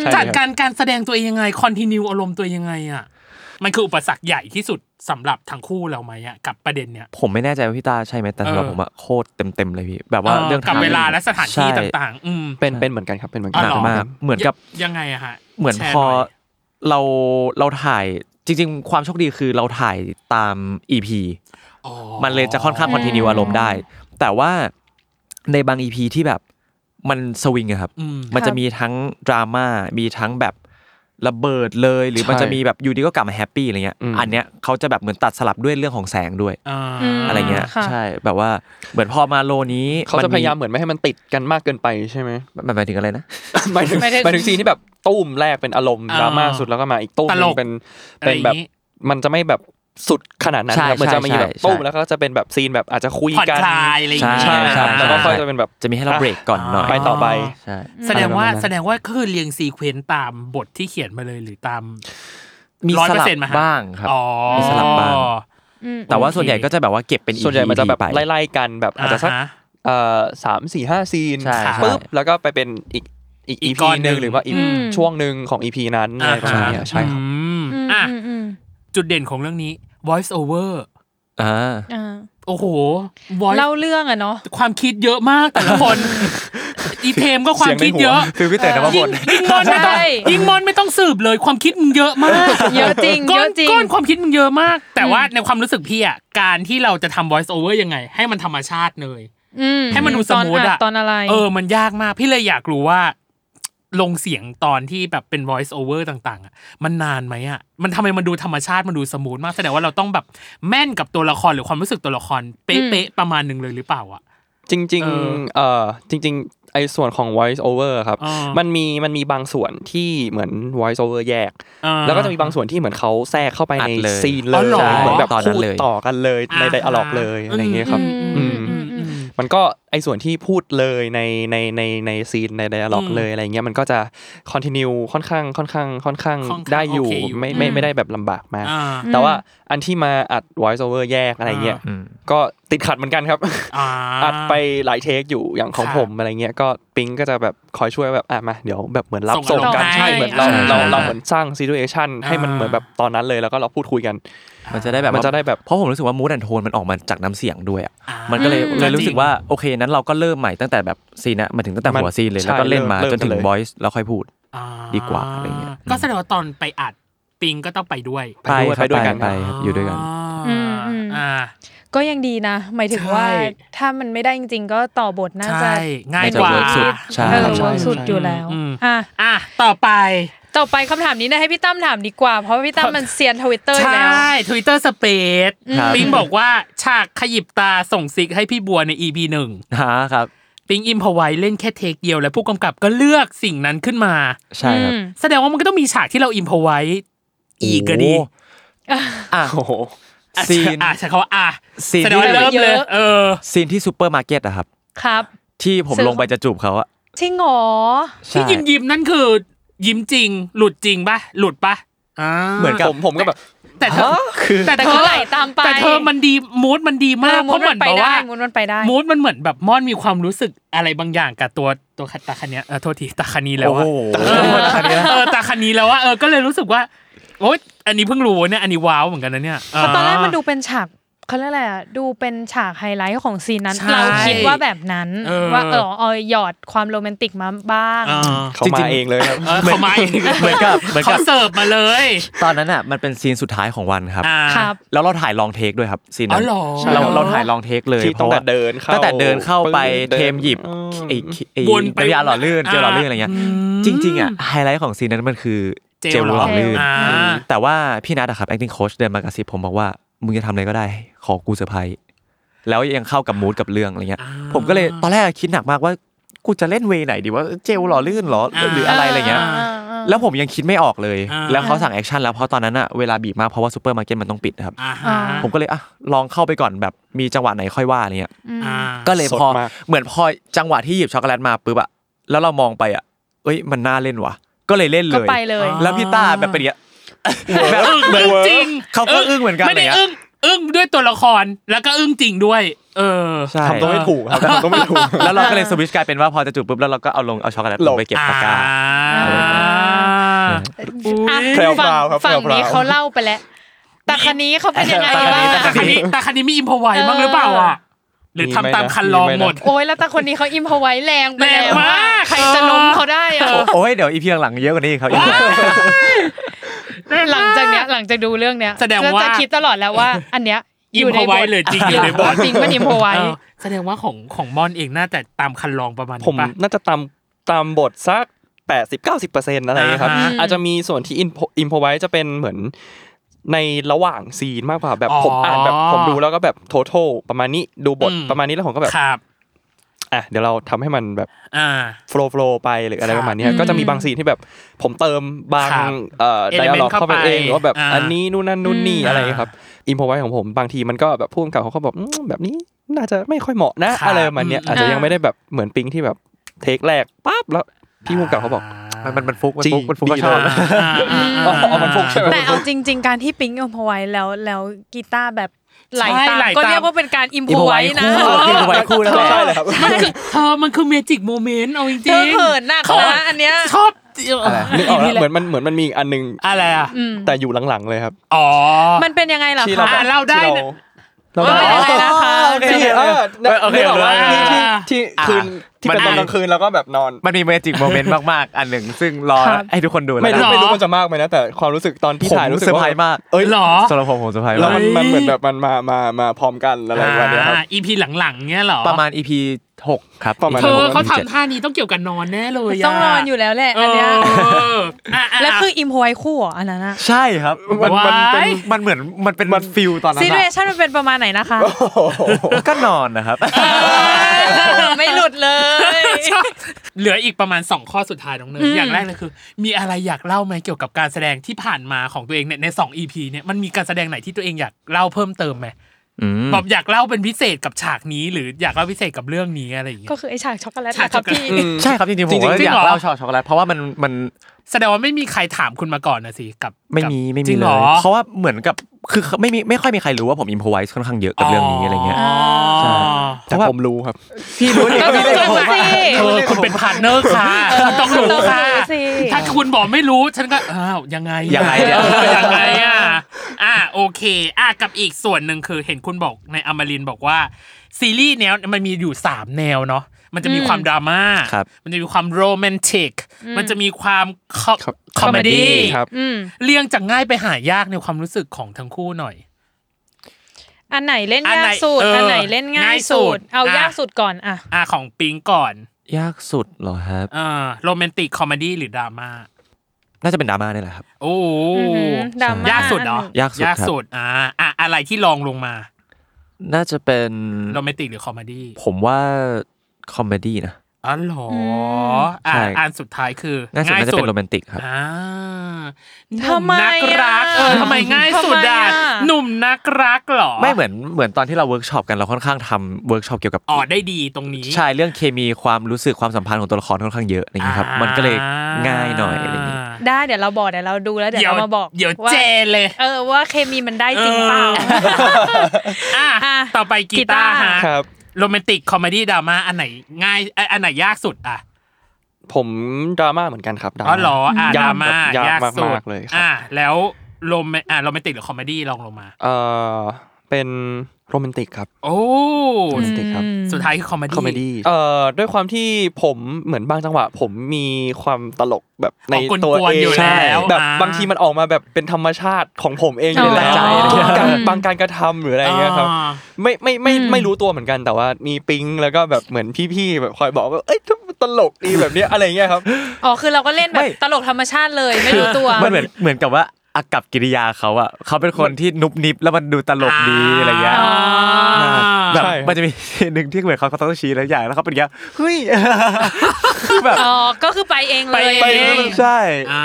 [SPEAKER 5] ใช่
[SPEAKER 3] จัด
[SPEAKER 5] ครับ
[SPEAKER 3] การการแสดงตัวเองยังไงคอนติเนียอารมณ์ตัวเองยังไงอ่ะ มันคืออุปสรรคใหญ่ที่สุดสำหรับทั้งคู่เราไหมอะกับประเด็นเนี้ย
[SPEAKER 4] ผมไม่แน่ใจว่าพี่ตาใช่ไหมแต่สำหรับ
[SPEAKER 3] เออ
[SPEAKER 4] ผมอะโคตรเต็มๆเลยพี่แบบว่าเรื่อง
[SPEAKER 3] กับ
[SPEAKER 4] ทง
[SPEAKER 3] เวลาและสถานที่
[SPEAKER 4] ใช่
[SPEAKER 3] ต่าง ๆ อืม
[SPEAKER 5] เป็นเป็นเหมือนกันครับเป็นเหมือนกั
[SPEAKER 3] อ๋
[SPEAKER 5] น
[SPEAKER 3] อเหรอ
[SPEAKER 4] มากๆเหมือนกับ
[SPEAKER 3] ยยังไงอะฮะ
[SPEAKER 4] เหมือน
[SPEAKER 3] แชร์
[SPEAKER 4] พอ
[SPEAKER 3] หย
[SPEAKER 4] เราเราถ่ายจริง ๆ ความโชคดีคือเราถ่ายตาม EP
[SPEAKER 3] อ๋อ
[SPEAKER 4] มันเลยจะค่อนข้างคอนติเนียอารมณ์ได้ แต่ว่าในบาง EP ที่แบบมันสวิงอะครับ
[SPEAKER 3] อืม
[SPEAKER 4] มันจะมีทั้งดราม่ามีทั้งแบบระเบิดเลย หรือ
[SPEAKER 5] ใช่
[SPEAKER 4] มันจะมีแบบอยู่ดีก็กลับมาแฮปปี้อะไรเงี้ย
[SPEAKER 5] อืม
[SPEAKER 4] อันเนี้ยเขาจะแบบเหมือนตัดสลับด้วยเรื่องของแสงด้วย
[SPEAKER 3] อ่า
[SPEAKER 4] อะไรเงี้ย
[SPEAKER 2] ค่ะ
[SPEAKER 4] ใช่แบบว่าเหมือนพอมาโลนี้
[SPEAKER 5] เขาจะพยายามเหมือนไม่ให้มันติดกันมากเกินไปใช่ ไหม
[SPEAKER 4] มันหมายถึงอะไรนะ
[SPEAKER 5] หมายถึง
[SPEAKER 2] หมายถึง
[SPEAKER 5] หมายถึงซีนที่แบบตุ้มแรกเป็นอารมณ์ดราม่าสุดแล้วก็มาอีกตุ้มหนึงเป็น
[SPEAKER 3] อะไร
[SPEAKER 5] เป็น
[SPEAKER 3] อย่าง
[SPEAKER 5] แบบ
[SPEAKER 3] งี้
[SPEAKER 5] มันจะไม่แบบสุดขนาดนั้น
[SPEAKER 4] ใช่
[SPEAKER 5] ครับมันจะมี
[SPEAKER 4] ใช่
[SPEAKER 5] แบบ
[SPEAKER 4] ใช่
[SPEAKER 5] ตุ้ม
[SPEAKER 4] ใช่
[SPEAKER 5] แล้วก็จะเป็นแบบซีนแบบอาจจะคุย
[SPEAKER 3] ผ่อน
[SPEAKER 5] กัน
[SPEAKER 3] คลายอะไรอย่างงี้
[SPEAKER 5] ใช่
[SPEAKER 3] ไหม
[SPEAKER 5] ครับ
[SPEAKER 3] อ่า
[SPEAKER 5] แล้วก็ค่อยจะเป็นแบบ
[SPEAKER 4] จะมีให้เราเบรกก่อนหน่อย
[SPEAKER 5] ไปต่อไป
[SPEAKER 4] ใช่
[SPEAKER 3] แสดงว่า
[SPEAKER 5] อะไรประมาณนั้น
[SPEAKER 3] แสดงว่าก็คือเรียงซีเควนต์ตามบทที่เขียนมาเลยหรือตาม
[SPEAKER 4] มี
[SPEAKER 3] ร้อย
[SPEAKER 4] ส
[SPEAKER 3] เปอ
[SPEAKER 4] ลั
[SPEAKER 3] ร์
[SPEAKER 4] บ
[SPEAKER 3] เซ็นต์มาฮะ
[SPEAKER 4] บ้างครับ
[SPEAKER 3] อ๋อ
[SPEAKER 4] มีสลับบ้าง แต่ว่า
[SPEAKER 3] โอเค
[SPEAKER 4] ส่วนใหญ่ก็จะแบบว่าเก็บเป็น EP
[SPEAKER 5] ส่วนใหญ่มันจะแบบ
[SPEAKER 4] ไป
[SPEAKER 5] ไล่ๆกันแบบอาจจะสัก
[SPEAKER 3] ฮ
[SPEAKER 5] เอ่อสามสี่ห้าซีน
[SPEAKER 4] ใช่ใช่
[SPEAKER 5] ปุ๊บแล้วก็ไปเป็นอีกอีก
[SPEAKER 3] อี
[SPEAKER 5] อี
[SPEAKER 3] กก้
[SPEAKER 5] พี
[SPEAKER 3] อน
[SPEAKER 5] หนึ่ง
[SPEAKER 3] หนึ่ง
[SPEAKER 5] หรือว่าอีกช่วงหนึ่งของอีพีนั้นอะไรประมาณเนี้ยใช่ครับ
[SPEAKER 3] อืม
[SPEAKER 2] อืม
[SPEAKER 3] อ่ะ
[SPEAKER 2] อืมอืม
[SPEAKER 3] จุดเด่นของเรื่องนี้ voice over
[SPEAKER 4] อ่า
[SPEAKER 2] อ่า
[SPEAKER 3] โอ้โห voice
[SPEAKER 2] เล่าเรื่องอะเนาะ
[SPEAKER 3] ความคิดเยอะมากแต่ละ คน อีเทมก็ความคิดเยอะ
[SPEAKER 4] คือพี่เต๋อนวพล
[SPEAKER 3] ยิ่งมอนไม่ต้อง
[SPEAKER 2] ใช่
[SPEAKER 3] ยิ่งมอนไม่ต้องสืบเลยความคิดมึงเยอะมาก
[SPEAKER 2] เยอะจริง
[SPEAKER 3] ก้
[SPEAKER 2] เย
[SPEAKER 3] อ
[SPEAKER 2] อะ
[SPEAKER 3] น
[SPEAKER 2] จริง
[SPEAKER 3] ก้อนความคิดมึงเยอะมาก แต่ว่าในความรู้สึกพี่อ่ะการที่เราจะทำ voice over ยังไง ให้มันธรรมชาติเลย
[SPEAKER 2] อืม
[SPEAKER 3] ให้มันดูส
[SPEAKER 2] ตอน
[SPEAKER 3] มูท
[SPEAKER 2] อั
[SPEAKER 3] อะ
[SPEAKER 2] ดตอนอะไร
[SPEAKER 3] เออ มันยากมาก พี่เลยอยากรู้ว่า ลงเสียงตอนที่แบบเป็น voice over ต่างๆอะมันนานไหมอะมันทำไมมันดูธรรมชาติมันดูสมูทมากแสดงว่าเราต้องแบบแม่นกับตัวละครหรือความรู้สึกตัวละครเป๊ะๆประมาณหนึ่งเลยหรือเปล่าอะ
[SPEAKER 5] จริ
[SPEAKER 3] เอ
[SPEAKER 5] ง
[SPEAKER 3] อ
[SPEAKER 5] ๆเอ่อจริง ๆ ไอ้ส่วนของ voice over ครับ
[SPEAKER 3] อ่ามั
[SPEAKER 5] มันมีมันมีบางส่วนที่เหมือน voice over แยก
[SPEAKER 3] อ่า
[SPEAKER 5] แล้วก็จะมีบางส่วนที่เหมือนเขาแทรกเข้าไป
[SPEAKER 4] อัด
[SPEAKER 5] ใน
[SPEAKER 4] เลย
[SPEAKER 5] ซีนเล
[SPEAKER 3] อ๋อย เหรอ
[SPEAKER 5] เหมือนแบบ
[SPEAKER 4] ตอนนั้น
[SPEAKER 5] พูด
[SPEAKER 4] เลย
[SPEAKER 5] ต่อกันเลยในไดอะล็อก
[SPEAKER 3] อ่า
[SPEAKER 5] เลยอะไรอย่างเงี้ยครับ
[SPEAKER 3] อืม
[SPEAKER 5] อืม
[SPEAKER 3] อืมอืม
[SPEAKER 5] มันก็ไอส่วนที่พูดเลยในในในในซีนในไดอะล็อก
[SPEAKER 3] อืม
[SPEAKER 5] เลยอะไรเงี้ยมันก็จะคอนติเนียค่อนข้างค่อนข้างค่อนข้าง
[SPEAKER 3] ค่อนข้าง
[SPEAKER 5] ได้อยู่
[SPEAKER 3] โอเคอยู่
[SPEAKER 5] ไม่ไม่ไม่ได้แบบลำบากมาก
[SPEAKER 3] อ่า
[SPEAKER 5] แต่ว่าอันที่มาอัด voice over แยกอะไรเงี้ย
[SPEAKER 4] อืม
[SPEAKER 5] ก็ติดขัดเหมือนกันครับ
[SPEAKER 3] อ่า
[SPEAKER 5] อัดไปหลายเทคอยู่อย่างของ
[SPEAKER 3] ครับ
[SPEAKER 5] ผมอะไรเงี้ยก็ปิงก็จะแบบคอยช่วยแบบอ่ะมาเดี๋ยวแบบเหมือนรับ
[SPEAKER 3] ส่
[SPEAKER 5] ส่
[SPEAKER 3] ง
[SPEAKER 5] ง
[SPEAKER 3] อารมณ์
[SPEAKER 5] กัน
[SPEAKER 3] ให้
[SPEAKER 5] ใช่เหมือนเรา
[SPEAKER 3] อ่า
[SPEAKER 5] เราเราเหมือนสร้างซีดูเอชันให้มัน
[SPEAKER 3] อ่า
[SPEAKER 5] เหมือนแบบตอนนั้นเลยแล้วก็เราพูดคุยกัน
[SPEAKER 4] มันจะได้แบบ
[SPEAKER 5] มันจะได้แบบ
[SPEAKER 4] เพราะผมรู้สึกว่ามูดแอนโทนมันออกมาจากน้ำเสียงด้วยอะ
[SPEAKER 3] อ่า
[SPEAKER 4] มันก็เลย
[SPEAKER 3] อืม
[SPEAKER 4] เลยรู้สึกว่าโอเคนั้นเราก็เริ่มใหม่ตั้งแต่แบบซีนนะมาถึงตั้งแต่หัวซีนเลย
[SPEAKER 5] ใช่
[SPEAKER 4] แล้วก็เล่นมา
[SPEAKER 5] เริ่ม
[SPEAKER 4] จนถึง
[SPEAKER 5] เริ่มเลย
[SPEAKER 4] บอยส์แล้วค่อยพูด
[SPEAKER 3] อ่า
[SPEAKER 4] ดีกว่าอะไรเงี้ย
[SPEAKER 3] ก็แสดงว่าตอนไปอัดปิงก็ต้องไปด้วย
[SPEAKER 5] ไป
[SPEAKER 4] ค
[SPEAKER 5] ด้วย
[SPEAKER 4] รับ
[SPEAKER 5] ไปด้วยกัน
[SPEAKER 4] ไปครับอยู่ด้วยกัน
[SPEAKER 2] อืมอืม
[SPEAKER 3] อ่า
[SPEAKER 2] ก็ยังดีนะ หมายถึงว่า
[SPEAKER 3] ใช่
[SPEAKER 2] ถ้ามันไม่ได้จริงๆ ก็ต่อบทน่า
[SPEAKER 3] ใช่
[SPEAKER 2] จะ
[SPEAKER 3] ง่าย
[SPEAKER 4] น่าจะ
[SPEAKER 3] กว่า
[SPEAKER 4] เวิร์กสุดใช่
[SPEAKER 2] เออ
[SPEAKER 4] ใช่
[SPEAKER 2] เวิร์กสุด
[SPEAKER 4] ใช่
[SPEAKER 2] อยู่แล้ว
[SPEAKER 3] อืม
[SPEAKER 2] อ่ะ
[SPEAKER 3] อ่ะต่อไป
[SPEAKER 2] ต่อไปคำถามนี้นะให้พี่ตั้มถามดีกว่า เพราะว่าพี่ตั้มมันเซียนทวิตเตอร์
[SPEAKER 3] ใช่
[SPEAKER 2] แล้ว
[SPEAKER 3] Twitter Space
[SPEAKER 4] ครับ
[SPEAKER 3] ปิงบอกว่าฉากขยิบตาส่งซิกให้พี่บัวใน EP หนึ่ง
[SPEAKER 4] ฮะครับ
[SPEAKER 3] ปิงอิมพอไว้เล่นแค่เทคเดียวและผู้กำกับก็เลือกสิ่งนั้นขึ้นมา
[SPEAKER 4] ใช่ครับ
[SPEAKER 2] อืม
[SPEAKER 3] แสดงว่ามันก็ต้องมีฉากที่เราอิมพอไว้อีกก็ดี
[SPEAKER 4] โโหอ่ะ
[SPEAKER 5] โอ้โห
[SPEAKER 3] อ่ะ
[SPEAKER 4] ซีน
[SPEAKER 3] อ่ะใช่เขาว่าอ่ะ
[SPEAKER 4] ซีน
[SPEAKER 3] แสดงว่าเริ่มเลย
[SPEAKER 2] เยอะ
[SPEAKER 3] เออ
[SPEAKER 4] ซีนที่ซูเปอร์มาร์เก็ตอะครับ
[SPEAKER 2] ครับ
[SPEAKER 4] ที่ผม
[SPEAKER 2] ซื้อ
[SPEAKER 4] ลงไปจะจูบเขาอะ
[SPEAKER 2] จริงเหรอ
[SPEAKER 3] ที่
[SPEAKER 4] ใช่
[SPEAKER 3] ยิ้มยิ้มๆนั่นคือ ยิ้มจริง หลุดจริงปะหลุดปะ
[SPEAKER 4] เหมือนกับ
[SPEAKER 5] ผมผมก็แบบ
[SPEAKER 3] แต่เธอแต่
[SPEAKER 2] แต่
[SPEAKER 3] เธ
[SPEAKER 2] ก็
[SPEAKER 3] อ
[SPEAKER 2] ไหลตามไป
[SPEAKER 3] แต่เธอมันดีมูดมันดีมาก
[SPEAKER 2] เออ
[SPEAKER 3] เพ
[SPEAKER 2] มู
[SPEAKER 3] ราะ
[SPEAKER 2] ด
[SPEAKER 3] เหมื
[SPEAKER 2] มั
[SPEAKER 3] อน น
[SPEAKER 2] ไป
[SPEAKER 3] แบบ
[SPEAKER 2] ได้
[SPEAKER 3] ว่า
[SPEAKER 2] มูดมันไปได้
[SPEAKER 3] มูดมันเหมือนแบบม่อนมีความรู้สึกอะไรบางอย่างกับตัวตัวตาคันเนี้ยเออโทษทีตาคันนี้แล้ว
[SPEAKER 4] โอ้
[SPEAKER 3] อะ
[SPEAKER 4] โห
[SPEAKER 3] เออตาคันนี้แล้วอะเออก็เลยรู้สึกว่าโอ๊ยอันนี้เพิ่งรู้เนี่ยอันนี้ว้าวเหมือนกันนะเนี่ย
[SPEAKER 2] เพราะตอนแรกมันดูเป็นฉากเขาเรียกอะไรอะดูเป็นฉากไฮไลท์ของซีนนั้น
[SPEAKER 3] ใช่
[SPEAKER 2] เราคิดว่าแบบนั้น
[SPEAKER 3] เออ
[SPEAKER 2] ว่าเออเอาหยอดความโรแมนติกมาบ้าง
[SPEAKER 3] อ่า
[SPEAKER 5] เขามาเองเลยครับ
[SPEAKER 3] เออเขามาเอง
[SPEAKER 4] เหมือนกับเหมือน
[SPEAKER 3] เขา
[SPEAKER 4] กับ
[SPEAKER 3] เสิร์ฟมาเลย
[SPEAKER 4] ตอนนั้นอะมันเป็นซีนสุดท้ายของวันครับ
[SPEAKER 3] อ่า
[SPEAKER 2] ครับ
[SPEAKER 4] แล้วเราถ่ายลองเทคด้วยครับซีน
[SPEAKER 3] อ๋
[SPEAKER 4] นั้
[SPEAKER 3] อน เหรอ
[SPEAKER 4] เราเราถ่ายลองเทคเลย
[SPEAKER 5] ที่
[SPEAKER 4] เพราะว่า
[SPEAKER 5] ตั้งแต่เดินเข้า
[SPEAKER 4] ตั้งแต่เดินเข้าไป
[SPEAKER 5] เดิน
[SPEAKER 4] เทมหยิบ
[SPEAKER 5] อืม
[SPEAKER 4] ไอ้ไอ้
[SPEAKER 3] วนไป
[SPEAKER 4] น้ำยาหล่อลื่นเจลหล่อลื่นอะไรเงี้ย
[SPEAKER 3] อืม
[SPEAKER 4] จริงๆอ่ะไฮไลท์ของซีนนั้นมันคือ
[SPEAKER 3] เจล
[SPEAKER 4] เจลหล่อลื่น
[SPEAKER 3] อ่า
[SPEAKER 4] แต่ว่าพี่นัทอะครับ acting coach เดินมากระซิบผมบอกว่ามึงจะทำอะไรก็ได้ ขอกูเซอร์ไพรส์แล้วยังเข้ากับมูดกับเรื่องอะไรเงี้ย ผมก็เลยตอนแรกคิดหนักมากว่ากูจะเล่นเวย์ไหนดีว่าเจลหล่อลื่นเหรอหรืออะไรอะไรเงี้ย แล้วผมยังคิดไม่ออกเลย
[SPEAKER 3] อ่า
[SPEAKER 4] แล้วเขาสั่งแอคชั่นแล้วเพราะตอนนั้นอะเวลาบีบมากเพราะว่าซูเปอร์มาร์เก็ตมันต้องปิดนะครับ
[SPEAKER 3] อ่าฮะ
[SPEAKER 4] ผมก็เลยอ่ะลองเข้าไปก่อนแบบมีจังหวะไหนค่อยว่าอะไรเงี้ย
[SPEAKER 3] อ่า
[SPEAKER 4] ก็เลย
[SPEAKER 5] สด
[SPEAKER 4] พอ
[SPEAKER 5] มาก
[SPEAKER 4] เหมือนพอจังหวะที่หยิบช็อกโกแลตมาปุ๊บอะแล้วเรามองไปอะเอ้ยมันน่าเล่นว่ะ ก็เลยเล่นเล
[SPEAKER 2] ก็
[SPEAKER 4] ย
[SPEAKER 2] ไปเลย
[SPEAKER 4] แล้วพี่ต้าแบบเป็นอย่างเงี้ยแบบ
[SPEAKER 3] อึ้ง
[SPEAKER 4] เหมือน
[SPEAKER 3] อึ้งจริง
[SPEAKER 4] เขาก็อึ้งเหมือนกัน
[SPEAKER 3] ไม่ได้
[SPEAKER 4] อะไรเงี้ย
[SPEAKER 3] อึ้งอึ้งด้วยตัวละครแล้วก็อึ้งจริงด้วย เออ
[SPEAKER 4] ใช่
[SPEAKER 5] ทำตัวไม่ถูกครับทำตัวไม่ถูก
[SPEAKER 4] แล้วเราก็เลยสวิตชกลายเป็นว่าพอจะจุดปุ๊บแล้วเราก็เอาลงเอาช็อกโกแลตลงไปเก็บปากกา
[SPEAKER 3] อ่า
[SPEAKER 4] อะไรอย่างเงี้ย
[SPEAKER 2] อ่ะ
[SPEAKER 5] แพรวพราวครับ
[SPEAKER 2] ฝั่ง
[SPEAKER 5] แพรวพราว
[SPEAKER 2] นี้เขาเล่าไปแล้ว แต่คันนี้เขาเป็นยังไงบ้าง
[SPEAKER 3] แต่คันนี้แต่คันนี้มีอิมพอไว้บ้างหรือเปล่าอ่ะหรือทำตามคันลองหมด
[SPEAKER 2] โอ้ยแล้วแต่คนนี้เขาอิมพอไว้แรงไปแล้ว
[SPEAKER 3] แรงมาก
[SPEAKER 2] ใครจะล้มเขาได้อะ
[SPEAKER 4] โอ้ยเดี๋ยวอีพีหลังๆเยอะกว่านี้อีกครับอีก
[SPEAKER 2] หลังจากเนี้ยหลังจากดูเรื่องเนี้ย
[SPEAKER 3] แสดงว่า
[SPEAKER 2] จะคิดตลอดแล้วว่า อันเนี้ย
[SPEAKER 3] อิมพอไว้เลยจริงอยู่ในบท
[SPEAKER 2] จริงมันอิมพอไว้
[SPEAKER 3] เออแสดงว่าของของมอนเองน่าจะตามคันลองประมาณนี้
[SPEAKER 5] ผม
[SPEAKER 3] ปะ
[SPEAKER 5] น่าจะตามตามบทสัก 80 90เปอร์เซ็นต์อะไรอย่างเงี้ยครับ
[SPEAKER 3] อ่าฮะ
[SPEAKER 5] อาจจะมีส่วนที่อินพอไว้จะเป็นเหมือนในระหว่างซีนมากกว่าแบบ
[SPEAKER 3] อ๋อ
[SPEAKER 5] ผมอ่านแบบผมดูแล้วก็แบบทั้ทประมาณนี้ดูบท
[SPEAKER 3] อืม
[SPEAKER 5] ประมาณนี้แล้วผมก็แบบ
[SPEAKER 3] ครับ
[SPEAKER 5] อ่ะเดี๋ยวเราทำให้มันแบบ
[SPEAKER 3] อ่า
[SPEAKER 5] โฟล์โฟล์ไปหรืออะไร
[SPEAKER 3] ครับ
[SPEAKER 5] ประมาณเนี้ยก็จะมีบางซีนที่แบบผมเติมบาง
[SPEAKER 3] ครับ
[SPEAKER 5] เอ่อไดอะ
[SPEAKER 3] element
[SPEAKER 5] ล็อกเข้าไป
[SPEAKER 3] เข้าไป
[SPEAKER 5] เองหรือว่าแบบ
[SPEAKER 3] อ่า
[SPEAKER 5] อันนี้นู่นนั่นนู่นนี่
[SPEAKER 3] อืม
[SPEAKER 5] อะไรครับอินพอไว้ของผมบางทีมันก็แบบพูดกับเขาเขาบอกอืมแบบนี้น่าจะไม่ค่อยเหมาะนะครับ อะไรประมาณเนี้ย
[SPEAKER 3] อืม
[SPEAKER 5] อาจจะยังไม่ได้แบบเหมือนปิงที่แบบเทคแรกปั๊บแล้วพี่ผู้กำกับเขาบอก
[SPEAKER 4] มันมันมันฟุกมัน
[SPEAKER 5] จริง
[SPEAKER 4] ฟุกมันฟุกก็
[SPEAKER 5] ดี
[SPEAKER 4] ช
[SPEAKER 5] เล
[SPEAKER 4] อย บ
[SPEAKER 3] อ่าอ่า
[SPEAKER 5] อ๋อมันฟุกใช่ไหม
[SPEAKER 2] แต่เอาจริง ๆ การที่ปิ๊งอิมพอไว้แล้วแล้วกีตาร์แบบไหล
[SPEAKER 3] ใช่
[SPEAKER 2] ตาม
[SPEAKER 3] ไหลตาม
[SPEAKER 2] ก็เรียกว่าเป็นการอิมพอไว้นะ
[SPEAKER 4] อิมพอไว้คู่ ใบคู่นั่นแหละ
[SPEAKER 5] ใช่เลยครับ
[SPEAKER 3] มันคือเธอมันคือเมจิกโมเมนต์เอาจริงๆ
[SPEAKER 2] เธอเขินน่ะคณะอันเนี้ย
[SPEAKER 3] ชอบ
[SPEAKER 5] นึกออกแล้วเหมือนมันเหมือนมันมีอีกอันหนึง
[SPEAKER 3] อะไรอ่ะ
[SPEAKER 5] แต่อยู่หลังๆเลยครับ
[SPEAKER 3] อ๋อ
[SPEAKER 2] มันเป็นยังไงล่ะ
[SPEAKER 5] ที่
[SPEAKER 2] คะ
[SPEAKER 3] อ่ะ
[SPEAKER 5] เราแบบ
[SPEAKER 3] เล่าได้
[SPEAKER 5] ที่
[SPEAKER 3] นะ
[SPEAKER 5] เราเราได้
[SPEAKER 2] เล่าได้นะคะ
[SPEAKER 5] โอเคเออ
[SPEAKER 4] โอเค
[SPEAKER 5] นึกออกว่า
[SPEAKER 4] โอเค
[SPEAKER 5] ที่ที่ที่
[SPEAKER 4] อ่ะ
[SPEAKER 5] คืนที่เป็น
[SPEAKER 4] มัน
[SPEAKER 5] ตอนกลางคืนแล้วก็แบบนอน
[SPEAKER 4] มันมีเมจิกโมเมนต์มาก ๆ อันหนึ่ง ซึ่งรอ
[SPEAKER 2] ครับ
[SPEAKER 4] ให้ทุกคนดูแล้ว
[SPEAKER 5] ไม่รู้
[SPEAKER 3] หรอ
[SPEAKER 4] กัน
[SPEAKER 5] ไม่รู้มันจะมากไหมนะแต่ความรู้สึกตอนที่
[SPEAKER 4] ผม
[SPEAKER 5] ถ่ายรู้สึก
[SPEAKER 4] เซอร์
[SPEAKER 5] ว่า
[SPEAKER 4] ไพรส์มาก
[SPEAKER 5] เอ้ย
[SPEAKER 3] หรอ
[SPEAKER 4] สำหรับผมผมเซอร์ไพรส์
[SPEAKER 5] แล้ว
[SPEAKER 4] มาก
[SPEAKER 5] มันมันเหมือนแบบมันมามามาพร้อมกันอะไรประมาณเนี้ยครับ
[SPEAKER 3] อ่า EP หลังๆเนี้ยเหรอ
[SPEAKER 4] ประมาณ EP หกครับ
[SPEAKER 5] ประมาณ
[SPEAKER 3] เธอ
[SPEAKER 4] EP
[SPEAKER 3] เขา
[SPEAKER 4] หกกับ
[SPEAKER 3] ทำท่านี้ต้องเกี่ยวกับนอนแน่เลยะ
[SPEAKER 2] ต้องนอนอยู่แล้วแหละ
[SPEAKER 3] เอ
[SPEAKER 2] อันเนี้ย
[SPEAKER 3] ออ่ะะ
[SPEAKER 2] แล้วคืออิมพอไว้คู่เหรออันนั้นอะ
[SPEAKER 4] ใช่ครับ มันมันเป็น
[SPEAKER 3] Why?
[SPEAKER 4] มันเหมือนมันเป็นมันฟิลตอนนั้น
[SPEAKER 2] ซีเรีย
[SPEAKER 4] อะ
[SPEAKER 2] ชันมันเป็นประมาณไหนนะคะ
[SPEAKER 4] ก็นอนนะครับ
[SPEAKER 2] ไม่หลุดเลย
[SPEAKER 3] ชอบเหลืออีกประมาณ 2 ข้อสุดท้ายน้องเนยอย่างแรกเลยคือ มีอะไรอยากเล่าไหมเกี่ยวกับการแสดงที่ผ่านมาของตัวเองเนี่ยในสอง EP เนี่ยมันมีการแสดงไหนที่ตัวเองอยากเล่าเพิ่มเติมไหมแบบอยากเล่าเป็นพิเศษกับฉากนี้ หรืออยากเล่าพิเศษกับเรื่องนี้อะไรอย่างเงี้ย
[SPEAKER 2] ก็คือไอฉากช็อกโกแลต
[SPEAKER 3] ฉาก
[SPEAKER 2] นะค
[SPEAKER 3] ช็อ
[SPEAKER 2] รั
[SPEAKER 3] ก
[SPEAKER 2] บ
[SPEAKER 3] โกแลต
[SPEAKER 2] พี่
[SPEAKER 4] ใช่ครับจริงๆผม
[SPEAKER 3] จริงๆ
[SPEAKER 4] ก็
[SPEAKER 3] จริง
[SPEAKER 4] อยา
[SPEAKER 3] เหร
[SPEAKER 4] ก
[SPEAKER 3] อ
[SPEAKER 4] เล่าช็อกโกแลตเพราะว่ามันมัน
[SPEAKER 3] แสดงว่าไม่มีใครถามคุณมาก่อนนะสิกับ
[SPEAKER 4] ไม่มี
[SPEAKER 3] กับ
[SPEAKER 4] ไม่
[SPEAKER 3] จ
[SPEAKER 4] มี
[SPEAKER 3] ริง
[SPEAKER 4] เล
[SPEAKER 3] หร
[SPEAKER 4] ย
[SPEAKER 3] อ
[SPEAKER 4] เพราะว่าเหมือนกับคือไม่มีไม่ค่อยมีใครรู้ว่าผมอิมพอไวส์ค่อนข้างเยอะกับเรื่องนี้อะไรเงี้ย ใช่
[SPEAKER 5] แต่ผมรู้ครับ
[SPEAKER 4] พี่รู้ดิ
[SPEAKER 2] ก็ต้องรู้สิ
[SPEAKER 3] เธอคุณเป็นพาร์ทเนอร์ค่ะคุณต้องรู้ค่ะ
[SPEAKER 2] สิ
[SPEAKER 3] ถ้าคุณบอกไม่รู้ฉันก็อ้าวยังไง
[SPEAKER 4] ยังไงเนี่ย
[SPEAKER 3] เออยังไงอ่ะอ่ะโอเค อ่ะกับอีกส่วนหนึ่งคือเห็นคุณบอกในอมรินทร์บอกว่าซีรีส์แนวมันมีอยู่ 3 แนวเนาะมันจะมีความดราม่า
[SPEAKER 4] ครับ
[SPEAKER 3] มันจะมีความโรแมนติกมันจะมีความ
[SPEAKER 5] ครับ
[SPEAKER 3] คอมเมดี้
[SPEAKER 5] ครับ
[SPEAKER 2] อืม
[SPEAKER 3] เลี่ยงจากง่ายไปหายากในความรู้สึกของทั้งคู่หน่อย
[SPEAKER 2] อันไหนเล่น
[SPEAKER 3] อัน
[SPEAKER 2] ยา
[SPEAKER 3] ไหน
[SPEAKER 2] กสุด
[SPEAKER 3] เอออั
[SPEAKER 2] อันไหนเล่นง่า
[SPEAKER 3] ง่าย ยสุ
[SPEAKER 2] สุ
[SPEAKER 3] ด
[SPEAKER 2] ด เอา
[SPEAKER 3] อ่ะ
[SPEAKER 2] ยากสุดก่อนอ่ะ
[SPEAKER 3] อ่ะของปิงก่อน
[SPEAKER 4] ยากสุดเหรอครับ
[SPEAKER 3] อ่าโรแมนติกคอมเมดี้หรือดราม่า
[SPEAKER 4] น่าจะเป็นดราม่าเนี่ยแหละครับ
[SPEAKER 3] โอ้
[SPEAKER 2] อือหือดราม่าย
[SPEAKER 3] ากสุดเนาะ
[SPEAKER 4] ยากสุดครับ
[SPEAKER 3] สุดอ่าอ่ะอะไรที่ลองลงมา
[SPEAKER 4] น่าจะเป็น
[SPEAKER 3] โรแมนติกหรือคอมเมดี้
[SPEAKER 4] ผมว่าคอมเมดี้นะ
[SPEAKER 3] อ๋อเหรออ่า
[SPEAKER 4] ใช่
[SPEAKER 3] อันสุดท้ายคือ
[SPEAKER 4] น่าจะน่าจะเป็นโรแมนติกครับ
[SPEAKER 3] อ่าห
[SPEAKER 2] ทำ
[SPEAKER 3] นุ่ม
[SPEAKER 2] ไม
[SPEAKER 3] นักรัก
[SPEAKER 2] อ่ะ
[SPEAKER 3] เออทำไมง่ายสุดอ่ะ
[SPEAKER 2] ทำไมอ่ะ
[SPEAKER 3] หนุ่มนักรักเหรอ
[SPEAKER 4] ไม่เหมือนเหมือนตอนที่เราเวิร์กช็อปกันเราค่อนข้างทำเวิร์กช็อปเกี่ยวกับ
[SPEAKER 3] อ๋อได้ดีตรงนี้
[SPEAKER 4] ใช่เรื่องเคมีความรู้สึกความสัมพันธ์ของตัวละครค่อนข้างเยอะอะไรอย่างนี้ครับ
[SPEAKER 3] อ่ามั
[SPEAKER 4] มันก็เลยง่ายหน่อยอะไรอย่างนี้
[SPEAKER 2] ได้เดี๋ยวเราบอกเดี๋ยวเราดูแล้วเดี๋ยวเรามาบอก
[SPEAKER 3] เดี๋ยว
[SPEAKER 2] ว่า
[SPEAKER 3] เจนเลย
[SPEAKER 2] เออว่าเคมีมันได้จริงเปล่า
[SPEAKER 3] อ่ะ
[SPEAKER 2] อ่ะ
[SPEAKER 3] ต่อไปกีตาร์
[SPEAKER 2] กีตาร์
[SPEAKER 3] ฮะ
[SPEAKER 5] ครับ
[SPEAKER 3] โรแมนติกคอมเมดี้ดราม่าอันไหนง่ายเอ้ยอันไหนยากสุดอ่ะ
[SPEAKER 5] ผมดราม่าเหมือนกันครับดรา
[SPEAKER 3] อ๋อ
[SPEAKER 5] ม่า
[SPEAKER 3] เหรออ่ะ
[SPEAKER 5] ยาร
[SPEAKER 3] ดาก ม่า
[SPEAKER 5] แบบยาย
[SPEAKER 3] าก กสุด
[SPEAKER 5] มากๆเลยครับ
[SPEAKER 3] อ่ะแล้วโรแมนอ่ะโรแมนติกหรือคอมเมดี้ลองลงมา
[SPEAKER 5] เออเป็นโรแมนติกครับ
[SPEAKER 3] โอ้
[SPEAKER 5] โรแมนติกครับ
[SPEAKER 3] สุดท้ายคือคอมเมดี้
[SPEAKER 5] คอมเมดี้เอ่อด้วยความที่ผมเหมือนบางจังหวะ ผมมีความตลกแบบใน
[SPEAKER 3] ออกกวนๆ
[SPEAKER 5] ตัวเอง
[SPEAKER 3] อยู่แล้ว
[SPEAKER 5] ใช่แบบ
[SPEAKER 3] อ่า
[SPEAKER 5] บางทีมันออกมาแบบเป็นธรรมชาติของผมเองอยู่แล้ว
[SPEAKER 3] อ๋อ
[SPEAKER 5] ทุกการบางการกระทำหรืออะไรเงี้ยครับ
[SPEAKER 3] อ่า
[SPEAKER 5] ไม่ไม่ไม่ไม่รู้ตัวเหมือนกันแต่ว่ามีปิ๊งแล้วก็แบบเหมือนพี่ๆแบบคอยบอกว่าเอ้ยตลกดีแบบเนี้ยอะไรเงี้ยครับ
[SPEAKER 2] อ๋อคือเราก็เล่นแบ
[SPEAKER 4] ไม่
[SPEAKER 2] บตลกธรรมชาติเลยไม่รู้ตัว
[SPEAKER 4] มันเหมือนเหมือนกับว่าอากับกิริยาเขาอะเขาเป็นคนที่นุบนิบแล้วมันดูตลกดีอะไรอย่างเงี้ย
[SPEAKER 3] อ่า
[SPEAKER 4] แบบ
[SPEAKER 5] ใช่ครับ
[SPEAKER 4] มันจะมี ซีนหนึ่งที่เหมือนเขาเขาต้องชี้อะไรอย่างแล้วเขาเป็นอย่างเงี้ยเฮ้ยคือแบบ
[SPEAKER 2] อ๋อ ก็คือไปเองเลย
[SPEAKER 3] ไป
[SPEAKER 2] เอง
[SPEAKER 4] ใช่
[SPEAKER 3] อ่า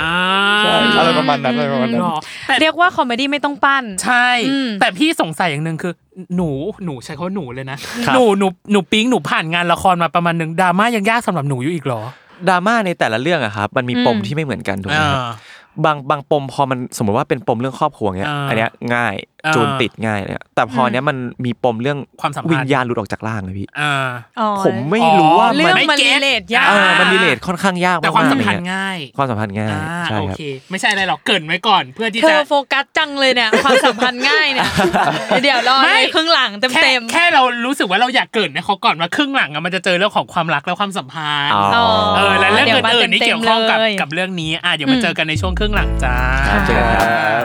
[SPEAKER 5] ใช่อะไรประมาณนั้นอะไรประมาณนั้น
[SPEAKER 3] หรอแต่
[SPEAKER 2] เรียกว่าคอมเมดี้ไม่ต้องปั้น
[SPEAKER 3] ใช่
[SPEAKER 2] อืม
[SPEAKER 3] แต่พี่สงสัยอย่างหนึ่งคือ หนูหนูใช้คำว่าหนูเลยนะหนูหนูหนูปิ๊งหนูผ่านงานละครมาประมาณหนึ่งดราม่ายังยากสำหรับหนูอยู่อีกเหรอ
[SPEAKER 4] ดราม่าในแต่ละเรื่องอะครับมันมีปมที่ไม่เหมือนกันถูกไหม
[SPEAKER 3] อ่า
[SPEAKER 4] ครับ บางบางปมพอมันสมมติว่าเป็นปมเรื่องครอบครัวเนี้ย
[SPEAKER 3] อ่า
[SPEAKER 4] อันเนี้ยง่าย
[SPEAKER 3] อ่า
[SPEAKER 4] จูนติดง่ายเนี่ยแต่พอเนี้ยมันมีปมเรื่อง
[SPEAKER 3] ความสัมพันธ์
[SPEAKER 4] วิญญาณหลุดออกจากร่างเลยพี่
[SPEAKER 3] อ่า
[SPEAKER 2] อ๋อ
[SPEAKER 4] ผมไม่รู้ว่า
[SPEAKER 2] เรื่
[SPEAKER 4] มั
[SPEAKER 2] อง
[SPEAKER 4] น
[SPEAKER 2] มัน
[SPEAKER 3] ไก็ต
[SPEAKER 2] relate ยาก
[SPEAKER 4] เออมันดีเลทค่อนข้างยากกๆ
[SPEAKER 3] แต่ความสัมพันธ์ง่าย
[SPEAKER 4] ความสัมพันธ์ง่าย
[SPEAKER 3] อ่า
[SPEAKER 4] ใช่
[SPEAKER 3] โอ
[SPEAKER 4] ครับ
[SPEAKER 3] เค ไม่ใช่อะไรหรอกเกรินไว้ก่อนเพื่อที่
[SPEAKER 2] เธ
[SPEAKER 3] จะ
[SPEAKER 2] อโฟกัสจังเลย เนี่ย ความสัมพันธ์ง่ายเนี่ย เดี๋ยวรอ
[SPEAKER 3] ไม่
[SPEAKER 2] เลยครึ่งหลังเต็ม
[SPEAKER 3] แค่
[SPEAKER 2] เต็ม
[SPEAKER 3] แค่เรารู้สึกว่าเราอยากเกรินนะเขาก่อนว่าครึ่งหลังอะมันจะเจอเรื่องของความรักและความสัมพันธ์
[SPEAKER 4] อ๋อ
[SPEAKER 3] เออและเรื่อง
[SPEAKER 2] ดี๋มา
[SPEAKER 3] อื่นๆนี่
[SPEAKER 2] ต็
[SPEAKER 3] เกี่
[SPEAKER 2] ม
[SPEAKER 3] ยว
[SPEAKER 2] ๆ
[SPEAKER 3] ข้องกับ
[SPEAKER 2] เลย
[SPEAKER 3] กับเรื่องนี้อ่ะเดี๋ยวมาเจอกันในช่วงครึ่งหลังจ้า
[SPEAKER 4] ครับเจอกันครับ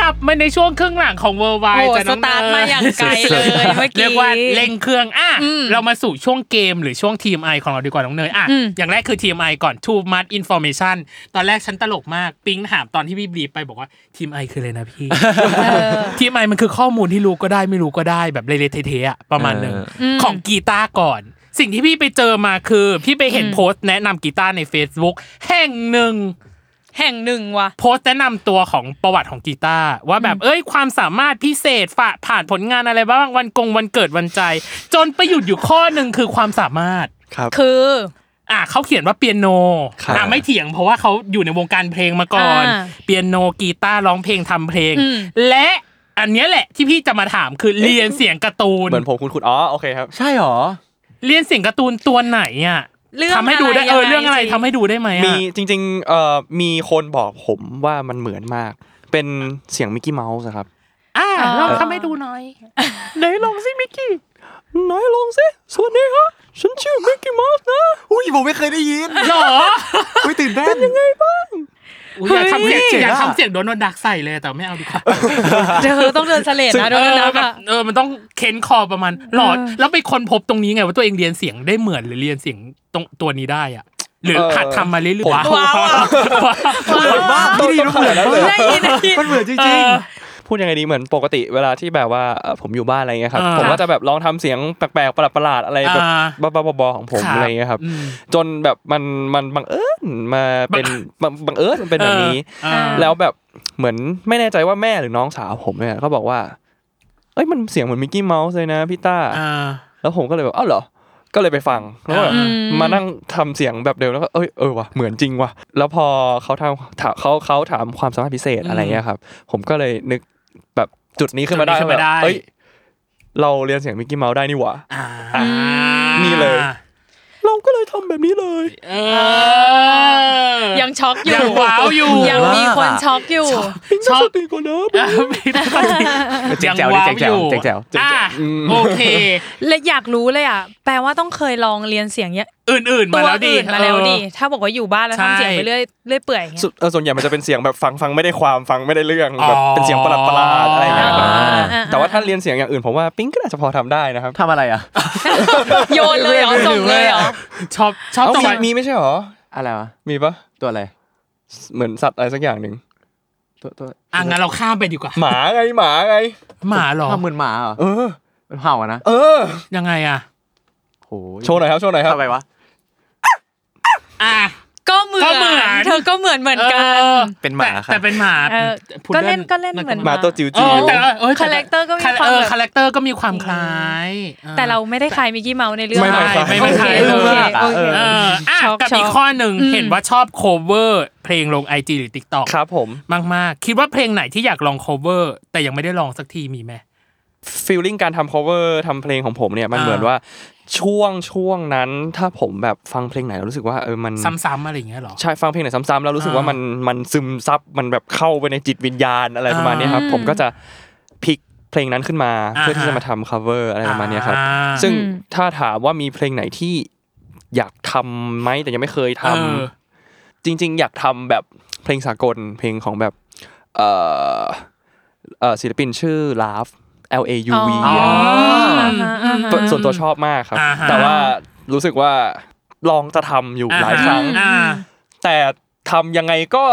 [SPEAKER 3] กลับมาในช่วงครึ่งหลังของเวอร์ไว
[SPEAKER 2] โอ้โห
[SPEAKER 3] จะน้อง
[SPEAKER 2] สตาร์ทมาอย่างไกลเลยเมื่อกี้
[SPEAKER 3] เรียกว่าเร่งเครื่องอ่ะเรามาสู่ช่วงเกมหรือช่วง TMI ของเราดีกว่าน้องเนยอ่ะ
[SPEAKER 2] อืม
[SPEAKER 3] อย่างแรกคือ TMI ก่อน too much information ตอนแรกฉันตลกมากปิ๊งถามตอนที่พี่บีบไปบอกว่า TMI คืออะไรนะพี่ TMI มันคือข้อมูลที่รู้ก็ได้ไม่รู้ก็ได้แบบเละๆเทะๆอะประมาณหนึง
[SPEAKER 4] เออ
[SPEAKER 3] ของกีตาร์ก่อน สิ่งที่พี่ไปเจอมาคือ พี่ไปเห็นโพสต์แนะนำกีตาร์ใน Facebook แห่งหนึ่ง
[SPEAKER 2] แห่งหนึ่งว่ะ
[SPEAKER 3] โพสต์แนะนำตัวของประวัติของกีตาร์ว่าแบบเอ้ยความสามารถพิเศษฝ่าผ่านผลงานอะไรบ้างวันกงวันเกิดวันใจ จนไปหยุดอยู่ข้อหนึ่งคือความสามารถ
[SPEAKER 5] ครับ
[SPEAKER 2] คือ
[SPEAKER 3] อ่ะเขาเขียนว่าเปียโน
[SPEAKER 5] ครับ
[SPEAKER 3] อ่ะไม่เถียงเพราะว่าเขาอยู่ในวงการเพลงมาก่อน
[SPEAKER 2] อ่า
[SPEAKER 3] เปียโนกีตาร์ร้องเพลงทำเพลง
[SPEAKER 2] อืม
[SPEAKER 3] และอันเนี้ยแหละที่พี่จะมาถามคือเรียนเสียงการ์ตูน
[SPEAKER 5] เหมือนผมคุณคุณอ๋อโอเคครับ
[SPEAKER 4] ใช่หรอ
[SPEAKER 3] เรียนเสียงการ์ตูนตัวไหนอ่ะ
[SPEAKER 2] เรื่อง
[SPEAKER 3] ทำให้ดูได้เออ
[SPEAKER 2] ยังง
[SPEAKER 3] เรื่องอะไร
[SPEAKER 2] สิ
[SPEAKER 3] ทำให้ดูได้ไหม
[SPEAKER 5] มี
[SPEAKER 3] อ่ะ
[SPEAKER 5] จริงๆเอ่อมีคนบอกผมว่ามันเหมือนมาก เป็นเสียงมิกกี้เมาส์ครับ
[SPEAKER 3] อ่ะ
[SPEAKER 2] อ๋อ
[SPEAKER 3] ลองทำให้ดูหน่อย
[SPEAKER 5] ไหนลองสิมิกกี้ไหนลองสิสวัสดีครับฉันชื่อมิกกี้เมาส์นะ
[SPEAKER 7] อุ้ยผมไม่เคยได้ยิน
[SPEAKER 3] หรอ
[SPEAKER 7] อุ้ยตื่นเต้น
[SPEAKER 3] อุ๊ยอยากทำเสียงอยากทำเสียงโดนลด์ดักใส่เลยแต่ไม่เอาดีกว่า
[SPEAKER 2] เธอต้องเดินเสลดนะโดน
[SPEAKER 3] เอ
[SPEAKER 2] นั
[SPEAKER 3] อบ แบบ
[SPEAKER 2] อะ
[SPEAKER 3] เออมันต้องเค้นคอประมาณหลอดแล้วไปคนพบตรงนี้ไงว่าตัวเองเรียนเสียงได้เหมือนหรือเรียนเสียงตรงตัวนี้ได้อะหรือหัดทำมาเรื่อยๆว้าว
[SPEAKER 7] เหมือนมากพี่ดีรู้เหมือนมาก
[SPEAKER 2] ได้ยินได้ ยิน
[SPEAKER 7] มันเหมือนจ
[SPEAKER 3] เอ
[SPEAKER 7] ริง
[SPEAKER 3] อ
[SPEAKER 5] พูดยังไงดีเหมือนปกติเวลาที่แบบว่าเอ่อผมอยู่บ้านอะไรเงี้ยครับ
[SPEAKER 3] อ่า
[SPEAKER 5] ผมก็จะแบบลองทำเสียงแปลกๆประหลาดๆอะไรแบบ
[SPEAKER 3] อ่า
[SPEAKER 5] บ้าๆบอๆของผมอะไรเงี้ยครับ
[SPEAKER 3] อืม
[SPEAKER 5] จนแบบมันมันบังเอิญมาเป็นบังบังเอิญมันเป็นแบบนี้
[SPEAKER 3] เออเออ
[SPEAKER 5] แล้วแบบเหมือนไม่แน่ใจว่าแม่หรือน้องสาวผมเนี่ยเขาบอกว่า เอ้ยมันเสียงเหมือนมิกกี้เมาส์เลยนะพี่ต้า
[SPEAKER 3] อ่า
[SPEAKER 5] แล้วผมก็เลยแบบอ้าวเหรอ ก็เลยไปฟังแล้วก็แบบ
[SPEAKER 3] อื
[SPEAKER 2] ม
[SPEAKER 5] มานั่งทำเสียงแบบเดิมแล้วก็เอ้ยเออว่ะเหมือนจริงว่ะแล้วพอเขาทำถามเขาเขาถามความสามารถพิเศษอะไรเงี้ยครับ ผมก็เลยนึกแบบจุดนี้ขึ้นมาได้
[SPEAKER 3] จุดนี้ขึ้นมา
[SPEAKER 5] แบบ
[SPEAKER 3] ได้
[SPEAKER 5] เอ้ยเราเรียนเสียงมิกกี้เมาส์ได้นี่หว่า
[SPEAKER 3] อ่า
[SPEAKER 5] นี่เลย เราก็เลยทำแบบนี้เลย
[SPEAKER 3] เออ
[SPEAKER 2] ยังช็อกอยู่
[SPEAKER 3] ยังว้าวอยู่
[SPEAKER 2] ยังมีคนช็อกอยู่
[SPEAKER 3] ชอบ
[SPEAKER 5] สติก่อนนะ
[SPEAKER 3] อ่ะไม่ได้
[SPEAKER 4] เจ๋งแจ๋ว
[SPEAKER 3] ยังว้า
[SPEAKER 4] เจ๋งแจ๋ว
[SPEAKER 3] อยู่
[SPEAKER 4] เจ๋งแจ๋วเจ๋งแจ๋ว
[SPEAKER 3] อ่ะโอเค
[SPEAKER 2] และอยากรู้เลยอ่ะ แปลว่าต้องเคยลองเรียนเสียงเยอะ
[SPEAKER 3] อื่นๆ
[SPEAKER 2] ตั
[SPEAKER 3] มาว แล้วดิ
[SPEAKER 2] อื่นมาแล้วดิ
[SPEAKER 3] เออ
[SPEAKER 2] ถ้าบอกว่าอยู่บ้านแล้วทำเสียง
[SPEAKER 3] ใช่
[SPEAKER 2] ไปเรื่อยเรื่อยเปื่อยอย่างเงี้ย
[SPEAKER 5] สวนเออส่วนใหญ่มันจะเป็นเสียงแบบฟังฟังไม่ได้ความฟังไม่ได้เรื่อง
[SPEAKER 3] อ๋อ
[SPEAKER 5] แบบเป็นเสียงประหลาดประหลาดอะไรอย่างเงี้ยครับ
[SPEAKER 4] อ่า
[SPEAKER 2] อ่
[SPEAKER 5] แต่ว่าถ้าเรียนเสียงอย่างอื่นผมว่าปิ๊งก็น่าจะพอทำได้นะครับ
[SPEAKER 4] ทำอะไรอ่ะ
[SPEAKER 2] โยนเลยเหรอส่งเลยเหรอ
[SPEAKER 3] ชอบชอบ
[SPEAKER 5] เอ้า
[SPEAKER 3] ตรง
[SPEAKER 5] มี
[SPEAKER 3] ไหน
[SPEAKER 5] มีไม่ใช่หรอ
[SPEAKER 4] อะไรวะ
[SPEAKER 5] มีปะ
[SPEAKER 4] ตัวอะไร
[SPEAKER 5] เหมือนสัตว์อะไรสักอย่างหนึ่ง
[SPEAKER 4] ตัวตัว
[SPEAKER 3] อ่ะงั้นเราข้ามไปดีกว่า
[SPEAKER 5] หมาไงหมาไง
[SPEAKER 3] หมาเหรอ
[SPEAKER 4] ทำเหมือนหมาเหรอ
[SPEAKER 5] เออ
[SPEAKER 4] มันเห่าอะนะ
[SPEAKER 5] เออ
[SPEAKER 3] ยังไงอ่ะ
[SPEAKER 4] โห
[SPEAKER 5] โชว์หน่อยครับโชว์หน่อยครับ
[SPEAKER 4] ทำไมวะ
[SPEAKER 3] อ่ะ
[SPEAKER 2] ก็เหมือน
[SPEAKER 3] ก็เหมือน
[SPEAKER 2] เธอก็เหมือนเหมือนกัน
[SPEAKER 3] เออ
[SPEAKER 4] เป็นหมา
[SPEAKER 3] แต่
[SPEAKER 4] ค่ะ
[SPEAKER 3] แต่เป็นหมา
[SPEAKER 2] เออ
[SPEAKER 3] พุด
[SPEAKER 2] ก็
[SPEAKER 3] ดิ้
[SPEAKER 2] เล่นก็เล่นเหมือน
[SPEAKER 5] หมาตัวจิ๋ว
[SPEAKER 3] เอ
[SPEAKER 5] จิ๋ว
[SPEAKER 3] อแต่ว่าเออแต่
[SPEAKER 2] คาแรคเตอร์ก็มี
[SPEAKER 3] คา
[SPEAKER 2] ความ
[SPEAKER 3] เออ
[SPEAKER 2] แบบ
[SPEAKER 3] คาแรคเตอร์ก็มีความคล้ายออ
[SPEAKER 2] แต่เราไม่ได้คลายมิกกี้เมาส์ในเรื่อง
[SPEAKER 5] ไม่ไม่
[SPEAKER 2] นะ
[SPEAKER 5] ไม่ไม่
[SPEAKER 2] โอเคโอเคโอเค
[SPEAKER 3] เอออ่ะ
[SPEAKER 2] ชอบ
[SPEAKER 3] กับ
[SPEAKER 2] ชอบ
[SPEAKER 3] อีกข้อหนึ่งเห็นว่าชอบ cover เพลงลง IG หรือ TikTok
[SPEAKER 5] ครับผม
[SPEAKER 3] มากๆ คิดว่าเพลงไหนที่อยากลอง cover แต่ยังไม่ได้ลองสักทีมีไหม
[SPEAKER 5] ฟีลลิ่งการทำ cover ทำเพลงของผมเนี่ยมัน
[SPEAKER 3] อ่า
[SPEAKER 5] เหมือนว่าช่วงช่วงนั้นถ้าผมแบบฟังเพลงไหนแล้วรู้สึกว่าเออมัน
[SPEAKER 3] ซ้ำๆอะไรอย่างเงี้ยเหรอ
[SPEAKER 5] ใช่ฟังเพลงไหนซ้ำๆแล้วรู้สึกว่า
[SPEAKER 3] อ่ามั
[SPEAKER 5] มันมันซึมซับมันแบบเข้าไปในจิตวิญญาณอะไรประมาณเนี้ยครับ ผมก็จะพลิกเพลงนั้นขึ้นมา
[SPEAKER 3] อ่าฮะ
[SPEAKER 5] เพื่อที่จะมาทำ cover อะไรประมาณเนี้ยครับ
[SPEAKER 3] อ่า
[SPEAKER 5] ซึ่งถ้าถามว่ามีเพลงไหนที่อยากทำไหมแต่ยังไม่เคยท
[SPEAKER 3] เออ
[SPEAKER 5] ำจริง ๆ อยากทำแบบเพลงสากลเพลงของแบบเอ่อ เอ่อศิลปินชื่อ Love L A U V
[SPEAKER 3] อ๋อ
[SPEAKER 6] อ่าฮะ
[SPEAKER 5] ส่วนตัวชอบมากครับ
[SPEAKER 3] อ่าฮะ
[SPEAKER 5] แต่ว่ารู้สึกว่าลองจะทำอยู่หลายครั้ง
[SPEAKER 3] อ่า
[SPEAKER 5] แต่ทำยังไงก็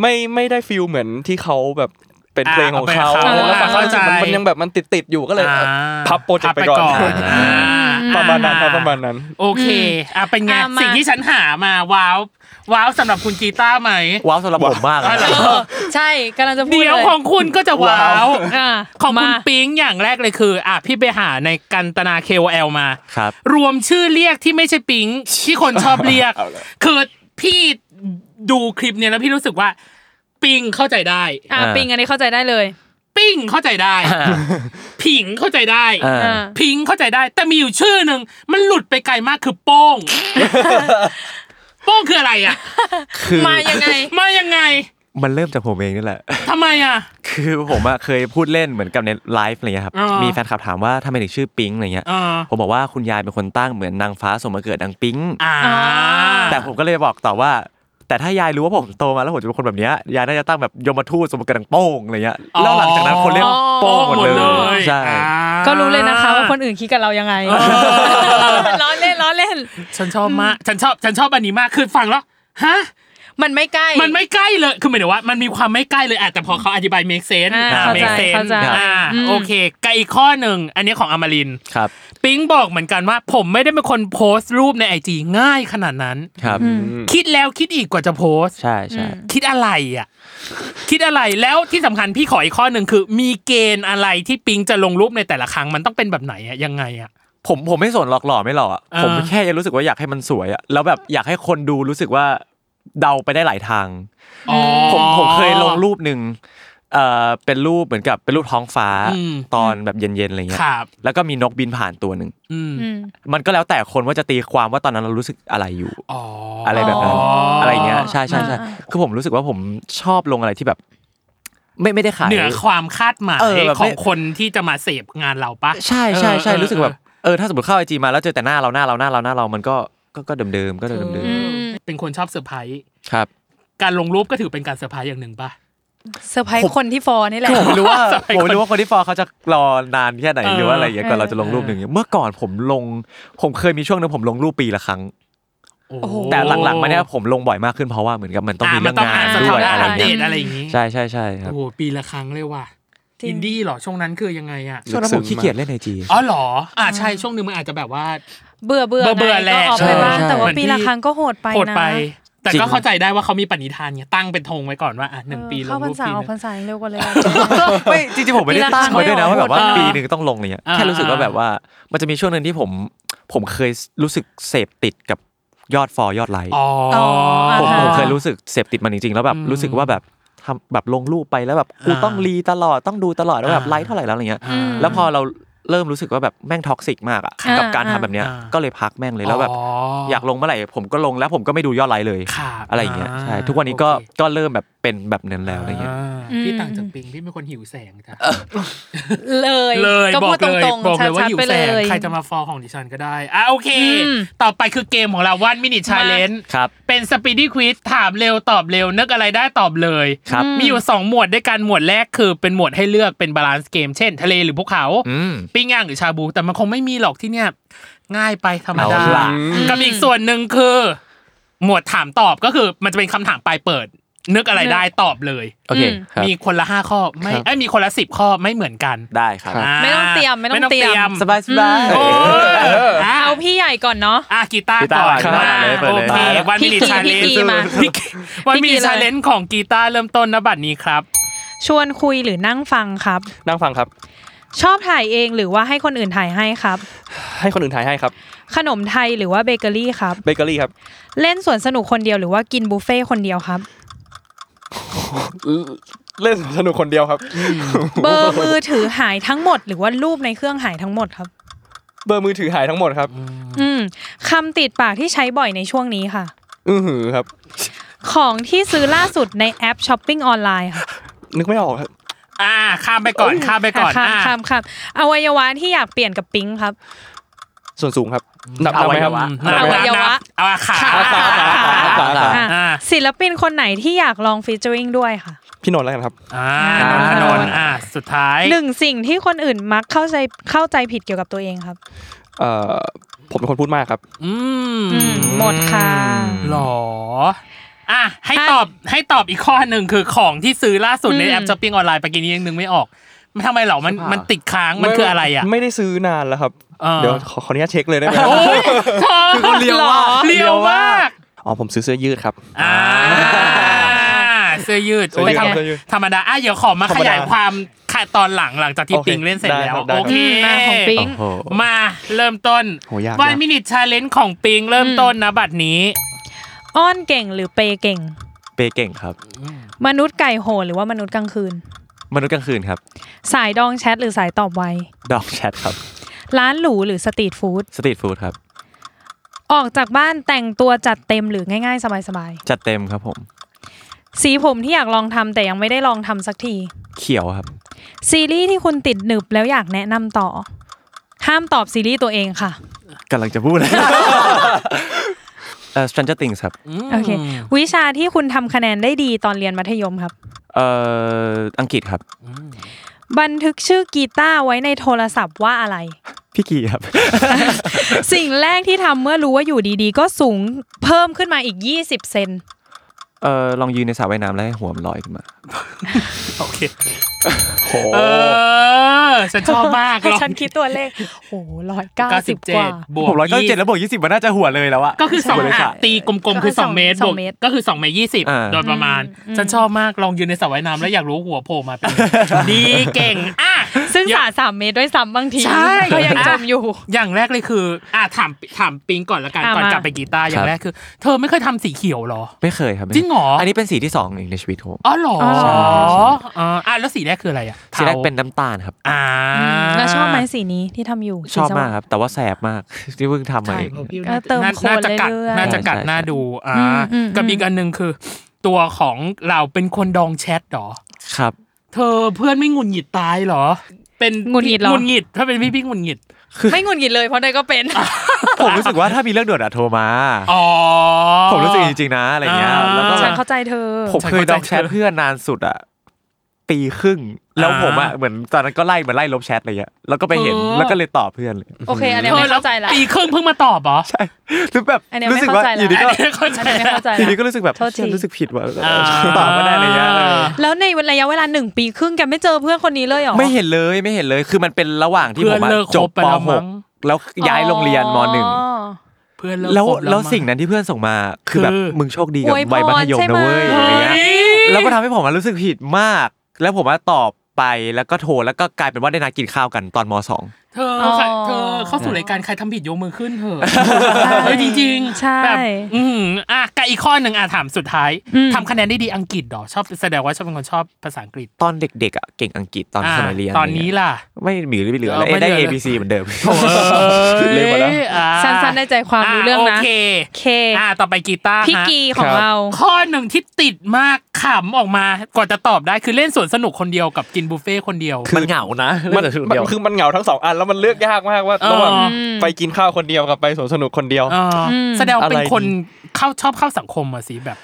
[SPEAKER 5] ไม่ไม่ได้ฟิลเหมือนที่เขาแบบเป็น
[SPEAKER 3] อ่า
[SPEAKER 5] เพลงของเขา
[SPEAKER 3] เอาไป
[SPEAKER 5] แล้วฟัง
[SPEAKER 3] เข้าใจ
[SPEAKER 5] มันมันยังแบบมันติดติดๆอยู่ก็เลย
[SPEAKER 3] อ่า
[SPEAKER 5] พับโปรเจกต์ไปก่อน
[SPEAKER 3] อ่า
[SPEAKER 5] ประมาณนั้นครับประมาณนั้น
[SPEAKER 3] โอเคอ่ะเป็นไง
[SPEAKER 2] อ่ะมา
[SPEAKER 3] สิ่งที่ฉันหามาว้าวว้าวสำหรับคุณกีต้าร์ไหม
[SPEAKER 4] ว้าวสำหรับผมมากอะ
[SPEAKER 3] อะไร
[SPEAKER 2] ใช่กำลังจะพูด
[SPEAKER 3] เดี๋ยว
[SPEAKER 2] ล
[SPEAKER 3] ของคุณก็จะว้าว
[SPEAKER 2] อ่า
[SPEAKER 3] ของคุณ
[SPEAKER 2] มา
[SPEAKER 3] ปิ๊งอย่างแรกเลยคืออ่ะพี่ไปหาในกันตนา KOL มา
[SPEAKER 4] ครับ
[SPEAKER 3] รวมชื่อเรียกที่ไม่ใช่ปิ๊งที่คนชอบเรียก คือพี่ดูคลิปเนี่ยแล้วพี่รู้สึกว่า ปิ๊งเข้าใจได้
[SPEAKER 2] อ่า
[SPEAKER 4] อ่า
[SPEAKER 2] ปิงอันนี้เข้าใจได้เลย
[SPEAKER 3] ปิ้งเข้าใจได้ ผิงเข้าใจได้
[SPEAKER 4] อ่า
[SPEAKER 2] อ่า
[SPEAKER 3] พิงเข้าใจได้ แต่มีอยู่ชื่อหนึ่งมันหลุดไปไกลมากคือโป้ง โป้งคืออะไรอ่ะ
[SPEAKER 4] คือ
[SPEAKER 2] มายังไง
[SPEAKER 3] มายังไง
[SPEAKER 4] มันเริ่มจากผมเองนี่แหละ
[SPEAKER 3] ทำไมอ่ะ
[SPEAKER 4] คือผมอะเคยพูดเล่นเหมือนกับในไลฟ์อะไรเงี้ยครับ
[SPEAKER 3] อ่ามี
[SPEAKER 4] มีแฟนคลับถามว่าทำไมถึงชื่อปิ๊งอะไรเงี้ย
[SPEAKER 3] อ่า
[SPEAKER 4] ผมบอกว่าคุณยายเป็นคนตั้งเหมือนนางฟ้าสมมาเกิดนางปิ๊ง
[SPEAKER 3] อ่า
[SPEAKER 4] แต่ผมก็เลยบอกต่อว่า แต่ถ้ายายรู้ว่าผมโตมาแล้วผมจะเป็นคนแบบเนี้ยยายน่าจะตั้งแบบยมทูตสมมาเกิดนางโป้งอะไรเงี้ย แล้วหลังจากนั้นคนเรียกโป้งหมดเลย ใช่
[SPEAKER 3] อ่า
[SPEAKER 2] ก็รู้เลยนะคะว่าคนอื่นคิดกับเรายังไง
[SPEAKER 3] เออ
[SPEAKER 2] ล้อ เล่นล้อเล่น
[SPEAKER 3] ฉันชอบมากฉันชอบฉันชอบอันนี้มากคือฟังแล้วฮะ
[SPEAKER 2] มันไม่ใกล้
[SPEAKER 3] มันไม่ใกล้เลย คือหมายถึงว่ามันมีความไม่ใกล้เลยอ่ะแต่พอเขาอธิบาย make sense
[SPEAKER 2] อ่า
[SPEAKER 3] อ่า
[SPEAKER 2] เข้าใจ
[SPEAKER 3] make sense
[SPEAKER 2] เข้าใจ
[SPEAKER 3] อ่า
[SPEAKER 2] อืม
[SPEAKER 3] โอเคกับอีกข้อหนึ่ง อันนี้ของอมรินทร์
[SPEAKER 4] ครับ
[SPEAKER 3] ปิ๊งบอกเหมือนกันว่า ผมไม่ได้เป็นคนโพสต์รูปในไอจีง่ายขนาดนั้น
[SPEAKER 4] ครับ
[SPEAKER 3] คิดแล้วคิดอีกกว่าจะโพสต์
[SPEAKER 4] ใช่ใช่
[SPEAKER 3] คิดอะไรอ่ะ คิดอะไรแล้วที่สำคัญพี่ขออีกข้อหนึ่งคือ มีเกณฑ์อะไรที่ปิงจะลงรูปในแต่ละครั้งมันต้องเป็นแบบไหนอ่ะยังไงอ่ะ
[SPEAKER 4] ผมผมไม่สนหลอกหล่อไม่หล่ออะ
[SPEAKER 3] อ่า
[SPEAKER 4] ผมแค่ยังรู้สึกว่าอยากให้มันสวยอะแล้วแบบอยากให้คนดูรู้สึกว่าเดาไปได้หลายทาง
[SPEAKER 3] อ๋อ
[SPEAKER 4] ผมผมเคยลงรูปหนึ่งเอ่อเป็นรูปเหมือนกับเป็นรูปท้องฟ้า
[SPEAKER 3] อืม
[SPEAKER 4] ตอนแบบเย็นๆอะไรเงี้
[SPEAKER 3] ค
[SPEAKER 4] ย
[SPEAKER 3] รับ
[SPEAKER 4] แล้วก็มีนกบินผ่านตัวหนึ่ง
[SPEAKER 3] อืม
[SPEAKER 2] อืม
[SPEAKER 4] มันก็แล้วแต่คนว่าจะตีความว่าตอนนั้นเรารู้สึกอะไรอยู่
[SPEAKER 3] อ๋ออ
[SPEAKER 4] อะไรแบบนั้น
[SPEAKER 3] อ๋ออ
[SPEAKER 4] อะไรเงี้ยใช่ใช่ใช่คือผมรู้สึกว่าผมชอบลงอะไรที่แบบ ไม่ไม่ได้ขาย
[SPEAKER 3] เหนือความคาดหมาย
[SPEAKER 4] เออแบบ
[SPEAKER 3] ขอ
[SPEAKER 4] ไม่
[SPEAKER 3] งคนที่จะมาเสพงานเราปะ
[SPEAKER 4] ใช่ใช่ใช่
[SPEAKER 3] เออเออ
[SPEAKER 4] รู้สึกแบบเออถ้าสมมติเข้าไอจีมาแล้วเจอแต่หน้าเราหน้าเราหน้าเราหน้าเรามันก็ก็ก็เดิมๆก็เดิม
[SPEAKER 2] อืม
[SPEAKER 3] เป็นคนชอบเซอร์ไพรส์
[SPEAKER 4] ๆครับ
[SPEAKER 3] การลงรูปก็ถือเป็นการเซอร์ไพรส์อย่างหนึ่งปะ
[SPEAKER 2] เซอร์ไพรส์คนที่ฟอร์นี่แหละ
[SPEAKER 4] คือผมไม่รู้ว่า
[SPEAKER 3] สมัยก่อน
[SPEAKER 4] ผมไม่รู้ว่าคนที่ฟอลเขาจะรอนานแค่ไหน
[SPEAKER 3] เออ
[SPEAKER 4] หรือว่าอะไรอย่างเงี้ยก่อนเราจะลงรูปหนึ่งเมื่อก่อนผมลง ผมเคยมีช่วงหนึงผมลงรูปปีละครั้ง
[SPEAKER 3] โอ้โ
[SPEAKER 4] แต่หลังๆมาเนี้ยผมลงบ่อยมากขึ้นเพราะว่าเหมือนกับมันต้องมี
[SPEAKER 3] อ่ะ
[SPEAKER 4] เรื่องงาน
[SPEAKER 3] มัต้อ
[SPEAKER 4] ด้วย
[SPEAKER 3] ทำ
[SPEAKER 4] อะไร
[SPEAKER 3] อัปเด
[SPEAKER 4] เงี้
[SPEAKER 3] ต
[SPEAKER 4] ย
[SPEAKER 3] อะไรอย่างงี้
[SPEAKER 4] ใช่ใช่ใช่ครับ
[SPEAKER 3] โอ้โหปีละครั้งเลยว่ะ
[SPEAKER 2] จริง
[SPEAKER 3] อินดี้เหรอช่วงนั้นคือยังไงอ่ะ
[SPEAKER 4] ช่วงนั้นผมขี้เกียจเล่นไอจี
[SPEAKER 3] อ๋อเหรอ อ่าใช่ ช่วงหนึ่งมันอาจจะแบบว่า
[SPEAKER 2] เบื่อเบื่อ
[SPEAKER 3] เบื่อ
[SPEAKER 2] ไง
[SPEAKER 3] แหละ
[SPEAKER 2] ก็ออกไปบ้าง
[SPEAKER 4] ใช่
[SPEAKER 2] แต่ว่าปีละ
[SPEAKER 3] ใช่
[SPEAKER 2] ครั้งก็โหดไปนะ
[SPEAKER 3] โหดไป แต่
[SPEAKER 4] จริ
[SPEAKER 3] ก็
[SPEAKER 4] ง
[SPEAKER 3] เข้าใจได้ว่าเขามีปณิธานไงตั้งเป็นธงไว้ก่อนว่าอ่ะหนึ่งปีล
[SPEAKER 2] เข้าง พร
[SPEAKER 3] รู
[SPEAKER 2] ร
[SPEAKER 3] ป
[SPEAKER 2] ษา
[SPEAKER 3] ปี
[SPEAKER 2] ออก
[SPEAKER 3] นะ
[SPEAKER 2] พรรษาอย่างเร็วกว่าเลยอะ
[SPEAKER 4] ไม่จริงๆผมไม่ได้ตั้งไว้ด้วยนะว่าแบบว่า
[SPEAKER 3] อ่า
[SPEAKER 4] ปีหนึ่งต้องลงอะไรเงี้ย
[SPEAKER 3] อ่า
[SPEAKER 4] แค่รู้สึกว่าแบบว่ามันจะมีช่วงหนึ่งที่ผมผมเคยรู้สึกเสพติดกับยอดฟอลยอดไลค์
[SPEAKER 3] อ๋อ
[SPEAKER 2] อ่า
[SPEAKER 4] ผม
[SPEAKER 2] ฮะ
[SPEAKER 4] ผมเคยรู้สึกเสพติดมันจริงๆ แล้วแบบรู้สึกว่าแบบทำแบบลงรูปไปแล้วแบบกู
[SPEAKER 3] อ่า
[SPEAKER 4] ต้องรีตลอดต้องดูตลอดแล้วแบบ
[SPEAKER 3] อ่า
[SPEAKER 4] ไลค์เท่าไหร่แล้วอะไรเงี้ย
[SPEAKER 3] อ่า
[SPEAKER 4] แล้วพอเราเริ่มรู้สึกว่าแบบแม่งท็อกซิกมากอะ
[SPEAKER 2] อ่า
[SPEAKER 4] กับการ
[SPEAKER 2] อ่า
[SPEAKER 4] ทำแบบเนี้ย
[SPEAKER 3] อ่า
[SPEAKER 4] ก็เลยพักแม่งเลยแล้วแบบอยากลงเมื่อไหร่ผมก็ลงแล้วผมก็ไม่ดูยอดไลค์เลย
[SPEAKER 3] ขาด
[SPEAKER 4] อะไรอย่างเงี้ยใช่ทุกวันนี้ก็ก็เริ่มแบบเป็นแบบนั้นแล้วอะไรเงี้ย
[SPEAKER 3] พี่ต่างจากปิงพี่เป็นคนหิวแสงจ้ะ
[SPEAKER 2] เลย
[SPEAKER 3] เลย
[SPEAKER 2] ก็
[SPEAKER 3] บอ
[SPEAKER 2] พูด
[SPEAKER 3] ก
[SPEAKER 2] ต
[SPEAKER 3] เลย
[SPEAKER 2] รง
[SPEAKER 3] บอก
[SPEAKER 2] ๆ
[SPEAKER 3] เลยว่า
[SPEAKER 2] ชัด
[SPEAKER 3] หิว
[SPEAKER 2] ๆไป
[SPEAKER 3] แส
[SPEAKER 2] เล
[SPEAKER 3] ง
[SPEAKER 2] ย
[SPEAKER 3] ใครจะมาฟอลของดิฉันก็ได้อ่ะโอเค
[SPEAKER 2] อืม
[SPEAKER 3] ต่อไปคือเกมของเราวันมินิชาเลนจ์
[SPEAKER 4] ครับ
[SPEAKER 3] เป็นสปีดดี้ควิสถามเร็วตอบเร็วนึกอะไรได้ตอบเลย
[SPEAKER 4] ครับ
[SPEAKER 3] มีอยู่ 2 หมวดด้วยกันหมวดแรกคือเป็นหมวดให้เลือกเป็นบาลานซ์เกมเช่น ทะเลหรือภูเขา
[SPEAKER 4] อืม
[SPEAKER 3] ปิ้งย่างหรือชาบู แต่มันคงไม่มีหรอกที่เนี่ย ง่ายไปธรรมดา
[SPEAKER 4] เอาล่ะ
[SPEAKER 3] กับอีกส่วนหนึ่งคือ หมวดถามตอบก็คือมันจะเป็นคำถามปลายเปิด นึกอะไรได้ตอบเลย
[SPEAKER 4] โอเคครับ
[SPEAKER 3] มีคนละห้าข้อไม่เอ้ยมีคนละสิบข้อไม่เหมือนกัน
[SPEAKER 4] ได้ครับ
[SPEAKER 3] า
[SPEAKER 2] ไม่ต้องเตรียมไม่ต้องเตรียม
[SPEAKER 4] สบายสบาย
[SPEAKER 3] โอ้ยอ่ะ
[SPEAKER 2] เอาพี่ใหญ่ก่อนเนาะ
[SPEAKER 3] อ่ะกีตาร์
[SPEAKER 4] กีตาร์
[SPEAKER 3] ก่อน
[SPEAKER 4] ครับ
[SPEAKER 3] มา
[SPEAKER 4] เลยเปิด
[SPEAKER 3] โอ
[SPEAKER 4] เลย
[SPEAKER 3] เควัน
[SPEAKER 2] พี่
[SPEAKER 3] มินิ
[SPEAKER 2] กี
[SPEAKER 3] ชาเลน
[SPEAKER 2] พี่กีมา
[SPEAKER 3] วัน
[SPEAKER 2] พี่
[SPEAKER 3] มิ
[SPEAKER 2] กี
[SPEAKER 3] นิ
[SPEAKER 2] เลย
[SPEAKER 3] ชาเลนของกีตาร์เริ่มต้นนบัดนี้ครับ
[SPEAKER 2] ชวนคุยหรือนั่งฟังครับ
[SPEAKER 5] นั่งฟังครับ
[SPEAKER 2] ชอบถ่ายเองหรือว่าให้คนอื่นถ่ายให้ครับ
[SPEAKER 5] ให้คนอื่นถ่ายให้ครับ
[SPEAKER 2] ขนมไทยหรือว่าเบเกอรี่ครับ
[SPEAKER 5] เบเกอรี่ครับ
[SPEAKER 2] เล่นสวนสนุกคนเดียวหรือว่ากินบุฟเฟ่ต์คนเดียวครับ
[SPEAKER 5] เล่นสนุกคนเดียวครับ
[SPEAKER 2] เบอร์มือถือหายทั้งหมด หรือว่ารูปในเครื่องหายทั้งหมดครับ
[SPEAKER 5] เบอร์มือถือหายทั้งหมดครับ
[SPEAKER 2] อืมคำติดปากที่ใช้บ่อยในช่วงนี้ค่ะ
[SPEAKER 5] อื้อหือครับ
[SPEAKER 2] ของที่ซื้อล่าสุดในแอปช้อปปิ้งออนไลน์ค่ะ
[SPEAKER 5] นึกไม่ออกครับ
[SPEAKER 3] อ่าข้ามไปก่อนข้ามไปก่อน
[SPEAKER 2] ค่ะ
[SPEAKER 3] อ่ะ
[SPEAKER 2] คำคำอวัยวะที่อยากเปลี่ยนกับปิ๊งครับ
[SPEAKER 5] ส่วนสูงครับนับนับไหมครับ
[SPEAKER 3] อ
[SPEAKER 5] นับ
[SPEAKER 3] วั
[SPEAKER 5] ไหม
[SPEAKER 3] ยวะ
[SPEAKER 5] ครับ
[SPEAKER 2] อวัยวะ
[SPEAKER 3] นับเอาขา
[SPEAKER 5] ขาขาขาขาขา
[SPEAKER 2] อ่ะ
[SPEAKER 3] อ่า
[SPEAKER 2] ศิลปินคนไหนที่อยากลองฟีเจอริงด้วยค่ะ
[SPEAKER 5] พี่นนท์แล้วกันครับ
[SPEAKER 3] อ่านนทนนท์อ่ะสุดท้าย
[SPEAKER 2] หนึ่งสิ่งที่คนอื่นมักเข้าใจเข้าใจผิดเกี่ยวกับตัวเองครับ
[SPEAKER 5] เอ่อผมเป็นคนพูดมากครับ
[SPEAKER 3] อืม
[SPEAKER 2] อืมหมดค่ะ
[SPEAKER 3] หรอ อ่ะ ให้ตอบให้ตอบอีกข้อหนึ่งคือของที่ซื้อล่าสุดใน
[SPEAKER 2] อืม
[SPEAKER 3] แอปช้อปปิ้งออนไลน์ปากินนี้ยังนึกไม่ออก มันทำไมเหรอมัน
[SPEAKER 5] เสื้อผ้ามั
[SPEAKER 3] มันติดค้างมันคืออะไรอ่ะ
[SPEAKER 5] ไม่ได้ซื้อนานแล้วครับ
[SPEAKER 3] เออ
[SPEAKER 5] เดี๋ยวขอขออนุญาตเช็คเลยได้ไหมครับ
[SPEAKER 3] โอ้ยเธอเลียวมากเลียวมาก
[SPEAKER 5] อ๋อผมซื้อเสื้อยืดครับ
[SPEAKER 3] อ่าเสื้อยืด
[SPEAKER 5] เสื้อ
[SPEAKER 3] โอ้ยธ
[SPEAKER 5] ยืด
[SPEAKER 3] รรม
[SPEAKER 5] เสื้อยืด
[SPEAKER 3] ธรรมดาอ่ะเดี๋ยวขอมา
[SPEAKER 5] ธรรมดาย
[SPEAKER 3] ขายความค่ะตอนหลังหลังจากที่
[SPEAKER 5] โอเค
[SPEAKER 3] ปิงเล่นเสร็จแล้ว
[SPEAKER 5] ได้ครับได้ครับ
[SPEAKER 3] โอเค
[SPEAKER 2] อืมมาของปิ๊ง
[SPEAKER 4] โอ้โห
[SPEAKER 3] มาเริ่มต้น
[SPEAKER 5] โหยาก
[SPEAKER 3] วัน
[SPEAKER 5] ยาก
[SPEAKER 3] มินิชาเลนจ์ของปิงเริ่มต้นนะบัดนี้
[SPEAKER 2] อ้อนเก่งหรือเปย์เก่ง
[SPEAKER 4] เปย์เก่งครับ
[SPEAKER 2] มนุษย์ไก่โหดหรือว่ามนุษย์กลางคืน
[SPEAKER 4] มนุษย์กลางคืนครับ
[SPEAKER 2] สายดองแชทหรือสายตอบไว
[SPEAKER 4] ดอกแชทครับ
[SPEAKER 2] ร้านหรูหรือสตรีทฟู้ด
[SPEAKER 4] สตรีทฟู้ดครับ
[SPEAKER 2] ออกจากบ้านแต่งตัวจัดเต็มหรือง่ายๆ สบาย
[SPEAKER 4] จัดเต็มครับผม
[SPEAKER 2] ๆสีผมที่อยากลองทำแต่ยังไม่ได้ลองทำสักที
[SPEAKER 4] เขียวครับ
[SPEAKER 2] ซีรีส์ที่คุณติดหนึบแล้วอยากแนะนำต่อ ห้ามตอบซีรีส์ตัวเองค่ะ
[SPEAKER 4] กำลังจะพูด เลย เอ่อ Stranger Things ครับ
[SPEAKER 2] โอเควิชาที่คุณทำคะแนนได้ดีตอนเรียนมัธยมครับ
[SPEAKER 4] เอ่อ อังกฤษครับ
[SPEAKER 2] บันทึกชื่อกีตาร์ไว้ในโทรศัพท์ว่าอะไร
[SPEAKER 4] พี่กีครับ
[SPEAKER 2] สิ่งแรกที่ทำเมื่อรู้ว่าอยู่ดีๆ ก็สูงเพิ่มขึ้นมาอีก 20 เซน
[SPEAKER 4] เอ่อ ลองยืนในสระว่ายน้ำแล้วให้หัวมันลอยขึ้นมา
[SPEAKER 3] โอเคเออฉันชอบมาก
[SPEAKER 2] ให้
[SPEAKER 3] ลอง
[SPEAKER 2] ฉันคิดตัวเลข โอ้ร้อยเก้า
[SPEAKER 3] เก้า
[SPEAKER 2] สิ
[SPEAKER 3] สิ
[SPEAKER 2] บบ ก
[SPEAKER 3] เจ็ด
[SPEAKER 2] ว่า
[SPEAKER 3] บวก
[SPEAKER 4] ผมร้อยเก้าเจ็ดแล้วบวกยี่สิบมันน่าจะหัวเลยแล้วอะ
[SPEAKER 3] ก็คือสอง
[SPEAKER 4] บวกเลย
[SPEAKER 3] อ่ะ
[SPEAKER 4] ค่ะ
[SPEAKER 3] ตีกลมๆคือสองเมตรบ
[SPEAKER 2] สอ
[SPEAKER 3] ว
[SPEAKER 2] ง
[SPEAKER 3] ก
[SPEAKER 2] เมตร
[SPEAKER 3] ก็คือสองเมตรยี่สิบ
[SPEAKER 4] อ่า
[SPEAKER 3] โดยประมาณ ฉันชอบมากลองยืนในสระว่ายน้ำแล้วอยากรู้หัวโผล่มาเป็นไง ดีเก่งอ่ะ
[SPEAKER 2] ซึ่งสาสามเมตรด้วยซ้ำบางที
[SPEAKER 3] ใช่
[SPEAKER 2] ก็ยังจมอยู่
[SPEAKER 3] อย่างแรกเลยคือ อ่ะถามถามปิงก่อนละกัน
[SPEAKER 2] อ่ะ
[SPEAKER 3] ก่อน
[SPEAKER 2] มา
[SPEAKER 3] กลับไปกีตาร์อย่างแรกคือ เธอไม่เคยทำสีเขียวเหรอ
[SPEAKER 4] ไม่เคยครับไม่
[SPEAKER 3] จริงเหรออั
[SPEAKER 4] นนี้เป็นสีที่สองเองในชีวิตผม
[SPEAKER 3] อ๋อเหรอ
[SPEAKER 2] อ๋อ
[SPEAKER 3] อ่าอ่ะแล้วสีแรกคืออะไรอ่ะ
[SPEAKER 4] สีแรก
[SPEAKER 3] ทา
[SPEAKER 4] เป็นน้ำตาลครับ
[SPEAKER 3] อ่า
[SPEAKER 2] แล้วชอบไหมสีนี้ที่ทำอยู่
[SPEAKER 4] ชอบ
[SPEAKER 2] สีส
[SPEAKER 4] มา
[SPEAKER 2] ว่
[SPEAKER 4] ก
[SPEAKER 2] ง
[SPEAKER 4] ครับ แต่ว่าแสบมาก ที่เพิ่งทำมา
[SPEAKER 3] ใช่
[SPEAKER 4] เอง
[SPEAKER 3] ของพี่
[SPEAKER 2] ก็เติม
[SPEAKER 3] น่า
[SPEAKER 2] โค
[SPEAKER 3] น่า
[SPEAKER 2] ล
[SPEAKER 3] จะกัด
[SPEAKER 2] เรื่อยๆ
[SPEAKER 3] น่าจะกัด
[SPEAKER 4] ใช่ใช่
[SPEAKER 3] น่าดูอ่า
[SPEAKER 2] อืมอืม
[SPEAKER 3] กับอีกอันหนึ่งคือ ตัวของเราเป็นคนดองแชทเหรอ
[SPEAKER 4] ครับ
[SPEAKER 3] เธอเพื่อนไม่หงุนหงิดตายเหรอ เป็น
[SPEAKER 2] หงุดหงิดเหรอ
[SPEAKER 3] งุนหงิดถ้าเป็นพี่พี่หงุนหงิด
[SPEAKER 2] ไม่หงุดหงิดเลยเพราะเนยก็เป็น
[SPEAKER 4] ผมรู้สึกว่าถ้ามีเรื่องด่วนอะโทรมา
[SPEAKER 3] อ๋อ
[SPEAKER 4] ผมรู้สึกจริงๆนะอะไรเงี้ย
[SPEAKER 3] อ่า
[SPEAKER 4] แล้วก็แบ
[SPEAKER 2] ฉัน
[SPEAKER 4] บ
[SPEAKER 2] เข้าใจเธอ
[SPEAKER 4] ผมเคยดองแชทเพื่อนนานสุดอะตีครึ่ง แล้วผมอะ
[SPEAKER 3] อ่า
[SPEAKER 4] เหมือนตอนนั้นก็ไล่เหมือนไล่ลบแชทอะไรเงี้ยแล้วก็ไปเห็นแล้วก็เลยตอบเพื่อนเลย
[SPEAKER 2] โอเค อันเนี้ย
[SPEAKER 3] เธอ
[SPEAKER 2] ไม่
[SPEAKER 3] แล้ว
[SPEAKER 2] เข้าใจละ
[SPEAKER 3] ปีครึ่งเพิ่งมาตอบเหรอ
[SPEAKER 4] ใช่คือแบบ
[SPEAKER 2] อันเนี้ย
[SPEAKER 4] รู้
[SPEAKER 2] ไม่
[SPEAKER 4] สึก
[SPEAKER 2] เข้า
[SPEAKER 4] ว่า
[SPEAKER 2] ใจ
[SPEAKER 4] อ
[SPEAKER 2] ละ
[SPEAKER 4] ยู่ดีก็
[SPEAKER 3] อันนี้เข้าใจ
[SPEAKER 2] อันเนี้ยไม่เข้าใจ
[SPEAKER 4] อยู่ดี
[SPEAKER 2] ละ
[SPEAKER 4] ก็รู้สึกแบบ
[SPEAKER 2] โทษที
[SPEAKER 4] ฉันรู้สึกผิดว่ะ
[SPEAKER 3] อ่า
[SPEAKER 4] ตอบไม่ได้อะไรเงี้ยเออ
[SPEAKER 2] แล้วในระยะเวลาหนึ่งปีครึ่งแกไม่เจอเพื่อนคนนี้เลยเหรอ
[SPEAKER 4] ไม่เห็นเลยไม่เห็นเลยคือมันเป็นระหว่างที่
[SPEAKER 3] เพื่
[SPEAKER 4] ผ
[SPEAKER 3] อน
[SPEAKER 4] มอะ
[SPEAKER 3] เลิกคบ
[SPEAKER 4] จบ
[SPEAKER 3] ไป
[SPEAKER 4] ป
[SPEAKER 3] แล้วมั้ง
[SPEAKER 4] .6 แล้วย้ายโรงเรียนม .1
[SPEAKER 3] เพื่อนเลิก
[SPEAKER 4] แล้ว
[SPEAKER 3] คบ
[SPEAKER 4] แล้ว
[SPEAKER 3] มั้
[SPEAKER 4] สิ่งนั้นที่เพื่อนส่งมาคือแบบ
[SPEAKER 3] คือ
[SPEAKER 4] มึงโชคดีกั
[SPEAKER 2] อ
[SPEAKER 4] บ
[SPEAKER 2] วยพร
[SPEAKER 4] วัยมัธยม
[SPEAKER 2] ใช่ไหม
[SPEAKER 4] นะเว้ยอะไรเงี้ย
[SPEAKER 3] เฮ้ย
[SPEAKER 4] แล้วก็ทำให้ผมอะรู้สึกผิดมาก แล้วผมว่าตอบไปแล้วก็โทรแล้วก็กลายเป็นว่าได้นัดกินข้าวกันตอนมสอง
[SPEAKER 3] เธอ
[SPEAKER 2] อ๋อ
[SPEAKER 3] ค่ะเธอเข้าสู่รายการใครทำผิดยกมือขึ้นเถอะ
[SPEAKER 2] ใช่
[SPEAKER 3] เฮ้ยจริงๆ
[SPEAKER 2] ใช่
[SPEAKER 3] แบบอืมอ่ะกับอีกข้อหนึ่งอ่ะถามสุดท้าย
[SPEAKER 2] อืม
[SPEAKER 3] ทำคะแนนได้ดีอังกฤษเหรอชอบแสดงว่าชอบเป็นคนชอบภาษาอังกฤษ
[SPEAKER 4] ตอนเด็กๆอ่ะเก่งอังกฤษตอนสมัยเรียน
[SPEAKER 3] อ่ะตอนนี้ล่ะ
[SPEAKER 4] ไม่มีหรือไม่เหลือ
[SPEAKER 3] เออย
[SPEAKER 4] เล
[SPEAKER 3] ไม่
[SPEAKER 4] ได้
[SPEAKER 3] เหลือ
[SPEAKER 4] A B C เหมือนเดิม
[SPEAKER 3] อ้
[SPEAKER 4] ลืมหมดแล้ว
[SPEAKER 3] อ่ะ
[SPEAKER 2] สั้นๆในใจความรู้เรื่องนะ
[SPEAKER 3] โอเค
[SPEAKER 2] โอเค
[SPEAKER 3] อ่ะต่อไปกีตาร์
[SPEAKER 2] พี่
[SPEAKER 3] ฮะ
[SPEAKER 2] กีของเรา
[SPEAKER 3] ข้อหนึ่งที่ติดมากขำออกมากว่าจะตอบได้คือเล่นสวนสนุกคนเดียวกับกินบุฟเฟ่ต์คนเดียว
[SPEAKER 4] มันเหงานะ
[SPEAKER 5] มันมันคือมันเหงาทั้งสองอันแล้วมันเลือกยากมากว่าระหว่าง
[SPEAKER 3] เออ
[SPEAKER 5] ไปกินข้าวคนเดียวกับไปสวนสนุกคนเดียว
[SPEAKER 3] เอออแสดงว่าเป็น
[SPEAKER 5] อะไรดี
[SPEAKER 3] คนเข้าชอบเข้าสังคมอะสิแบบ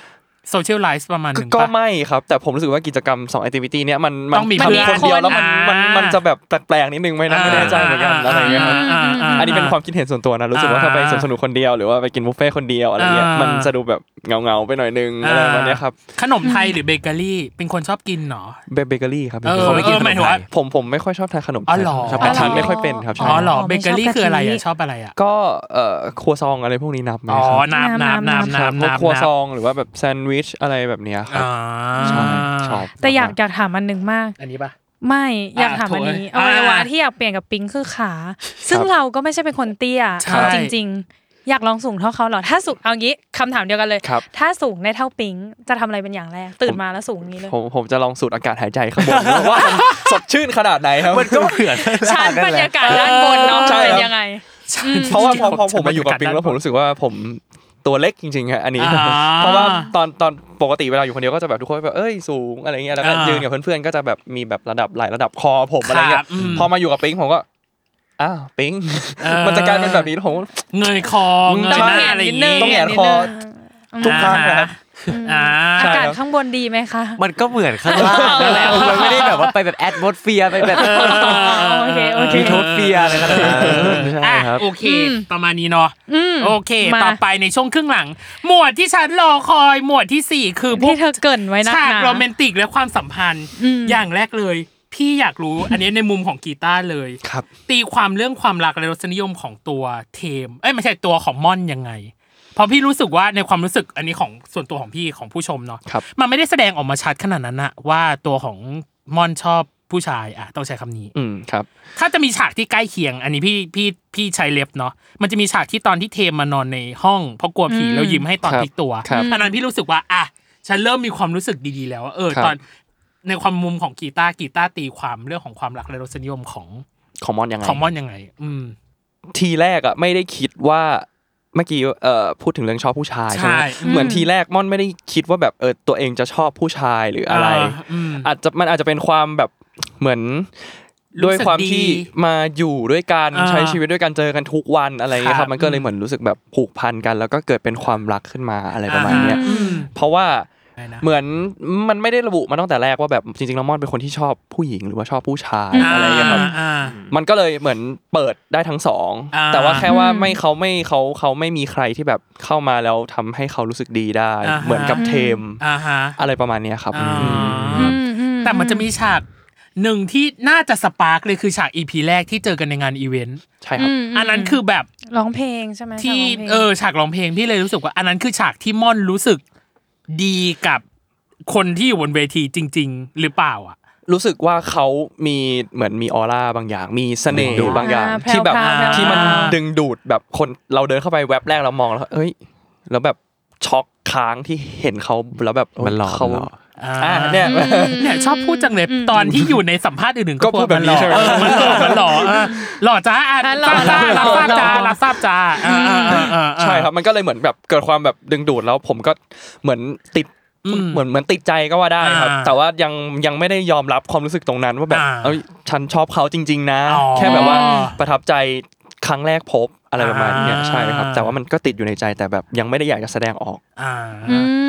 [SPEAKER 3] โซเชียลไลฟ์ประมาณห
[SPEAKER 5] ก็
[SPEAKER 3] นึ่ง
[SPEAKER 5] ก็
[SPEAKER 3] ปะ
[SPEAKER 5] ไม่ครับ แต่ผมรู้สึกว่ากิจกรรม2 activity เนี้ยมันมัน
[SPEAKER 3] ต้องมี
[SPEAKER 5] ทำ
[SPEAKER 3] เพื่อน
[SPEAKER 5] คนเดียวแล้วมัน
[SPEAKER 3] อ่ามั
[SPEAKER 5] มันมันจะแบบแปลกๆนิดนึงไหมนะไม่แน่ใจเหมือนกันอะไรเงี้ยครับ
[SPEAKER 3] อ่าา
[SPEAKER 5] อันนี้เป็นความคิดเห็นส่วนตัวนะรู้สึกว่าถ้าไปสวนสนุกคนเดียวหรือว่าไปกินบุฟเฟ่ต์คนเดียวอะไรเงี้ย
[SPEAKER 3] อ่ามั
[SPEAKER 5] มันจะดูแบบเงาๆไปหน่อยนึงอะไรประมาณเนี้ยครับ
[SPEAKER 3] ขนมไทยหรือเบเกอรี่ เป็นคนชอบกินเหรอ
[SPEAKER 5] เบเกอรี่ครับ
[SPEAKER 3] เออ
[SPEAKER 5] เขาไม่กิน
[SPEAKER 3] เออหมายถึงว่า
[SPEAKER 5] ผมผมไม่ค่อยชอบทานขนม
[SPEAKER 3] อ๋อเหรอ
[SPEAKER 5] ชอบทานไม่ค่อยเป็นครับ
[SPEAKER 2] อ๋
[SPEAKER 5] ใช่
[SPEAKER 3] อ๋อ
[SPEAKER 2] อ
[SPEAKER 3] เหรอ
[SPEAKER 2] อ๋อ
[SPEAKER 3] เบเกอรี่
[SPEAKER 2] ไม่ชอบ
[SPEAKER 3] คืออะไร
[SPEAKER 2] กะทิ
[SPEAKER 3] อะชอบอะไรอะ
[SPEAKER 5] ก็เอ่อครัวซองอะไรพวกนี้นับไหม
[SPEAKER 3] อ๋อ
[SPEAKER 5] ครับ
[SPEAKER 3] น้ำน้ำน้ำ
[SPEAKER 5] ครั
[SPEAKER 3] น้ำ
[SPEAKER 5] พวก
[SPEAKER 3] น้ำ
[SPEAKER 5] ครัวซ
[SPEAKER 3] น้
[SPEAKER 5] องหรือว่าแบบแซนด์วิชอะไรแบบเนี้ย
[SPEAKER 3] ำ
[SPEAKER 5] ครับ
[SPEAKER 3] อ่า
[SPEAKER 5] ใช่ชอบ
[SPEAKER 2] แต่อยากอยากถามอันหนึ่งมาก
[SPEAKER 3] อันนี้ปะ
[SPEAKER 2] ไม่อยาก
[SPEAKER 3] อ่ะ
[SPEAKER 2] ถามอันนี้
[SPEAKER 3] โถ
[SPEAKER 2] อ
[SPEAKER 3] เอ้
[SPEAKER 2] วั
[SPEAKER 3] ย
[SPEAKER 2] ยวะ
[SPEAKER 3] อ่ะ
[SPEAKER 2] ที่อยากเปลี่ยนกับปิงคือขา ซึ่งเราก็ไม่ใช่เป็นคนเตี้ย
[SPEAKER 3] ใช่
[SPEAKER 2] เอาจริง ๆ อยากลองสูงเท่าเขาเหรอถ้าสูงเอางี้คำถามเดียวกันเลย
[SPEAKER 5] ครับ
[SPEAKER 2] ถ้าสูงได้เท่าปิงจะทำอะไรเป็นอย่างแรกตื่นมาแล้วสูงอย่างนี้เลย
[SPEAKER 5] ผมผมจะลองสูดอากาศหายใจ ข้างบนดูว่ามันสดชื่นขนาดไหนครับ
[SPEAKER 4] มันก็เหมือน
[SPEAKER 2] ชั้นบรรยากาศด้านบนเนาะ
[SPEAKER 5] ใช่ครับ
[SPEAKER 2] เป็นยังไง
[SPEAKER 5] เพราะว่าพอพอผมมาอยู่กับปิงแล้วผมรู้สึกว่าผมตัวเล็กจริงๆฮะอันนี้
[SPEAKER 3] อ่า
[SPEAKER 5] เพราะว่าตอนตอนปกติเวลาอยู่คนเดียวก็จะแบบทุกคนแบบเอ้ยสูงอะไรเงี้ยแล้วก็
[SPEAKER 3] อ่ายื
[SPEAKER 5] ยืนกับเพื่อนๆก็จะแบบมีแบบระดับหลายระดับคอผมอะไรเงี้
[SPEAKER 3] ครั
[SPEAKER 5] ย
[SPEAKER 3] บอืม
[SPEAKER 5] พอมาอยู่กับปิงผมก็อ้าวปิง
[SPEAKER 3] เออ
[SPEAKER 5] มันจะกลายเป็นแบบนี้แล้วผม
[SPEAKER 3] เงยคอเงยหน้าอะไรอย่างงี้
[SPEAKER 2] ต้องแหงนนิดนึง
[SPEAKER 5] ต้องแหงนคอ ทุกครั้งนะครับ
[SPEAKER 3] อ่า
[SPEAKER 2] อากาศ านข้างบนดีไหมคะ
[SPEAKER 8] มันก็เหมือนข้างล่างนั่นแหละมันไม่ได้แบบว่าไปแบบแอดมอสเฟียไปแบบ
[SPEAKER 2] โอเคโอเค
[SPEAKER 8] มีโทสเฟียอะไรขนาดนั้น
[SPEAKER 4] ใช่ครับ
[SPEAKER 3] โอเค ประมาณนี้เนาะ
[SPEAKER 2] อืม
[SPEAKER 3] โอเค
[SPEAKER 2] มา
[SPEAKER 3] ต่อไปในช่วงครึ่งหลัง หมวดที่ฉันรอคอย หมวดที่สี่คือพว
[SPEAKER 2] ที่
[SPEAKER 3] ก
[SPEAKER 2] เธอเกรินไว้นะ
[SPEAKER 3] ฉาก
[SPEAKER 2] นะ
[SPEAKER 3] โรแมนติกและความสัมพันธ์
[SPEAKER 2] อืม
[SPEAKER 3] อย่างแรกเลย พี่อยากรู้ อันนี้ในมุมของกีตาร์เลย
[SPEAKER 5] ครับ
[SPEAKER 3] ตีความเรื่องความรักและรสนิยมของตัวเทม เอ้ยไม่ใช่ตัวของม่อนยังไง เพราะพี่รู้สึกว่าในความรู้สึกอันนี้ของส่วนตัวของพี่ของผู้ชมเนาะ
[SPEAKER 5] ครับ
[SPEAKER 3] มันไม่ได้แสดงออกมาชัดขนาดนั้นนะว่าตัวของม่อนชอบผู้ชายอ่ะต้องใช้คำนี้
[SPEAKER 5] อืมครับ
[SPEAKER 3] ถ้าจะมีฉากที่ใกล้เคียง อันนี้พี่พี่พี่ใช้เล็บเนาะมันจะมีฉากที่ตอนที่เทมมานอนในห้องเพราะกลัวผีแล้วยิ้มให้ตอน
[SPEAKER 5] ครับ
[SPEAKER 3] พลิกตัว
[SPEAKER 5] ครับ
[SPEAKER 3] อันนั้นพี่รู้สึกว่าอ่ะฉันเริ่มมีความรู้สึกดีๆแล้วว่าเออ
[SPEAKER 5] ครับ
[SPEAKER 3] ตอนในความมุมของกีตาร์กีตาร์ตีความเรื่องของความรักและรสนิยมของ
[SPEAKER 5] ของมอนยังไง
[SPEAKER 3] ของมอนยังไง อืม
[SPEAKER 5] ทีแรกอ่ะไม่ได้คิดว่าเมื่อกี้เอ่อพูดถึงเรื่องชอบผู้ชายใช่ไหม
[SPEAKER 3] ใช่
[SPEAKER 5] เหมือนทีแรกม่อนไม่ได้คิดว่าแบบเออตัวเองจะชอบผู้ชายหรืออะไร
[SPEAKER 3] าอืม
[SPEAKER 5] อาจจะมันอาจจะเป็นความแบบเหมือน
[SPEAKER 3] รู้
[SPEAKER 5] ด้วย
[SPEAKER 3] สึก
[SPEAKER 5] ความ
[SPEAKER 3] ดี
[SPEAKER 5] ที่มาอยู่ด้วยกัน
[SPEAKER 3] อ่า
[SPEAKER 5] ใช้ชีวิตด้วยกันเจอกันทุกวันอะไรอย่างเงี้ย
[SPEAKER 3] ค
[SPEAKER 5] ค
[SPEAKER 3] รั
[SPEAKER 5] รั
[SPEAKER 3] บบ
[SPEAKER 5] มันก็เล
[SPEAKER 3] อื
[SPEAKER 5] ย
[SPEAKER 3] ม
[SPEAKER 5] เหมือนรู้สึกแบบผูกพันกัน แล้วก็เกิดเป็นความรักขึ้นมาอะไรประมาณเนี้ย
[SPEAKER 3] อืม
[SPEAKER 5] เพราะว่า
[SPEAKER 3] ไม่นะ
[SPEAKER 5] เหมือนมันไม่ได้ระบุมาตั้งแต่แรกว่าแบบจริงๆแล้วมอนเป็นคนที่ชอบผู้หญิงหรือว่าชอบผู้ชายอะไรอย่างเงี้ยครับ
[SPEAKER 3] อ่า
[SPEAKER 5] มันก็เลยเหมือนเปิดได้ทั้งสอง
[SPEAKER 3] อ่า
[SPEAKER 5] แต่ว่าแค่ว่าไม่เขาไม่เขาเขาไม่มีใครที่แบบเข้ามาแล้วทำให้เขารู้สึกดีได้ เหมือนกับเทม
[SPEAKER 3] อ่าฮะ
[SPEAKER 5] อะไรประมาณเนี้ยครับ
[SPEAKER 3] อ่า
[SPEAKER 5] อืม
[SPEAKER 3] แต่มันจะมีฉากหนึ่งที่น่าจะสปาร์กเลยคือฉากอีพีแรกที่เจอกันในงานอีเวนต์
[SPEAKER 5] ใช่ครับ
[SPEAKER 3] อันนั้นคือแบบ
[SPEAKER 2] ร้องเพลงใช่ไหม
[SPEAKER 3] ที่
[SPEAKER 2] ฉากร้งพลง
[SPEAKER 3] เออฉากร้องเพลงพี่เลยรู้สึกว่าอันนั้นคือฉากที่ม่อนรู้สึกดีกับคนที่อยู่บนเวทีจริง ๆ หรือเปล่าอ่ะ
[SPEAKER 5] รู้สึกว่าเขามีเหมือนมีออร่าบางอย่าง มีเสน่ห์บางอย่าง
[SPEAKER 2] อ่าแพรวๆ
[SPEAKER 5] ที่แบบ
[SPEAKER 2] แพรวๆ
[SPEAKER 5] ที่มันดึงดูดแบบคนเราเดินเข้าไปแว็บแรกเรามองแล้วเอ้ยแล้วแบบช็อกค้างที่เห็นเขาแล้วแบบ
[SPEAKER 4] มันหล่อ
[SPEAKER 5] เขา
[SPEAKER 4] มันหล่อ
[SPEAKER 5] อ่าเนี่ย
[SPEAKER 3] เนี่ยชอบพูดจังเลยตอนที่อยู่ในสัมภาษณ์อื่นๆ
[SPEAKER 5] ก็พูดแบบนี้ใช่ไหม
[SPEAKER 3] เออมันหล่อมันหล่อเออหล่อจ้าอ่ะ
[SPEAKER 2] อ่ะหล่
[SPEAKER 3] รั
[SPEAKER 2] อบ
[SPEAKER 3] จ้ารัทราบ
[SPEAKER 2] หล่อบ
[SPEAKER 3] จ้า
[SPEAKER 2] หล่อ
[SPEAKER 3] รับทราบจ้าอ่าอ่าอ่าอ่า
[SPEAKER 5] ใช่ครับมันก็เลยเหมือนแบบเกิดความแบบดึงดูดแล้วผมก็เหมือนติดเหมือนเหมือนติดใจก็ว่าได้ครับ
[SPEAKER 3] อ่า
[SPEAKER 5] แต่ว่ายังยังไม่ได้ยอมรับความรู้สึกตรงนั้นว่าแบบ
[SPEAKER 3] อ่า
[SPEAKER 5] เอ้ยฉันชอบเขาจริง ๆ นะ
[SPEAKER 3] อ๋อ
[SPEAKER 5] แค่แบบว่าประทับใจครั้งแรกพบอะไรประมาณเนี้ย
[SPEAKER 3] อ่า
[SPEAKER 5] ใช่ครับ แต่ว่ามันก็ติดอยู่ในใจแต่แบบยังไม่ได้อยากจะแสดงออก
[SPEAKER 3] อ่า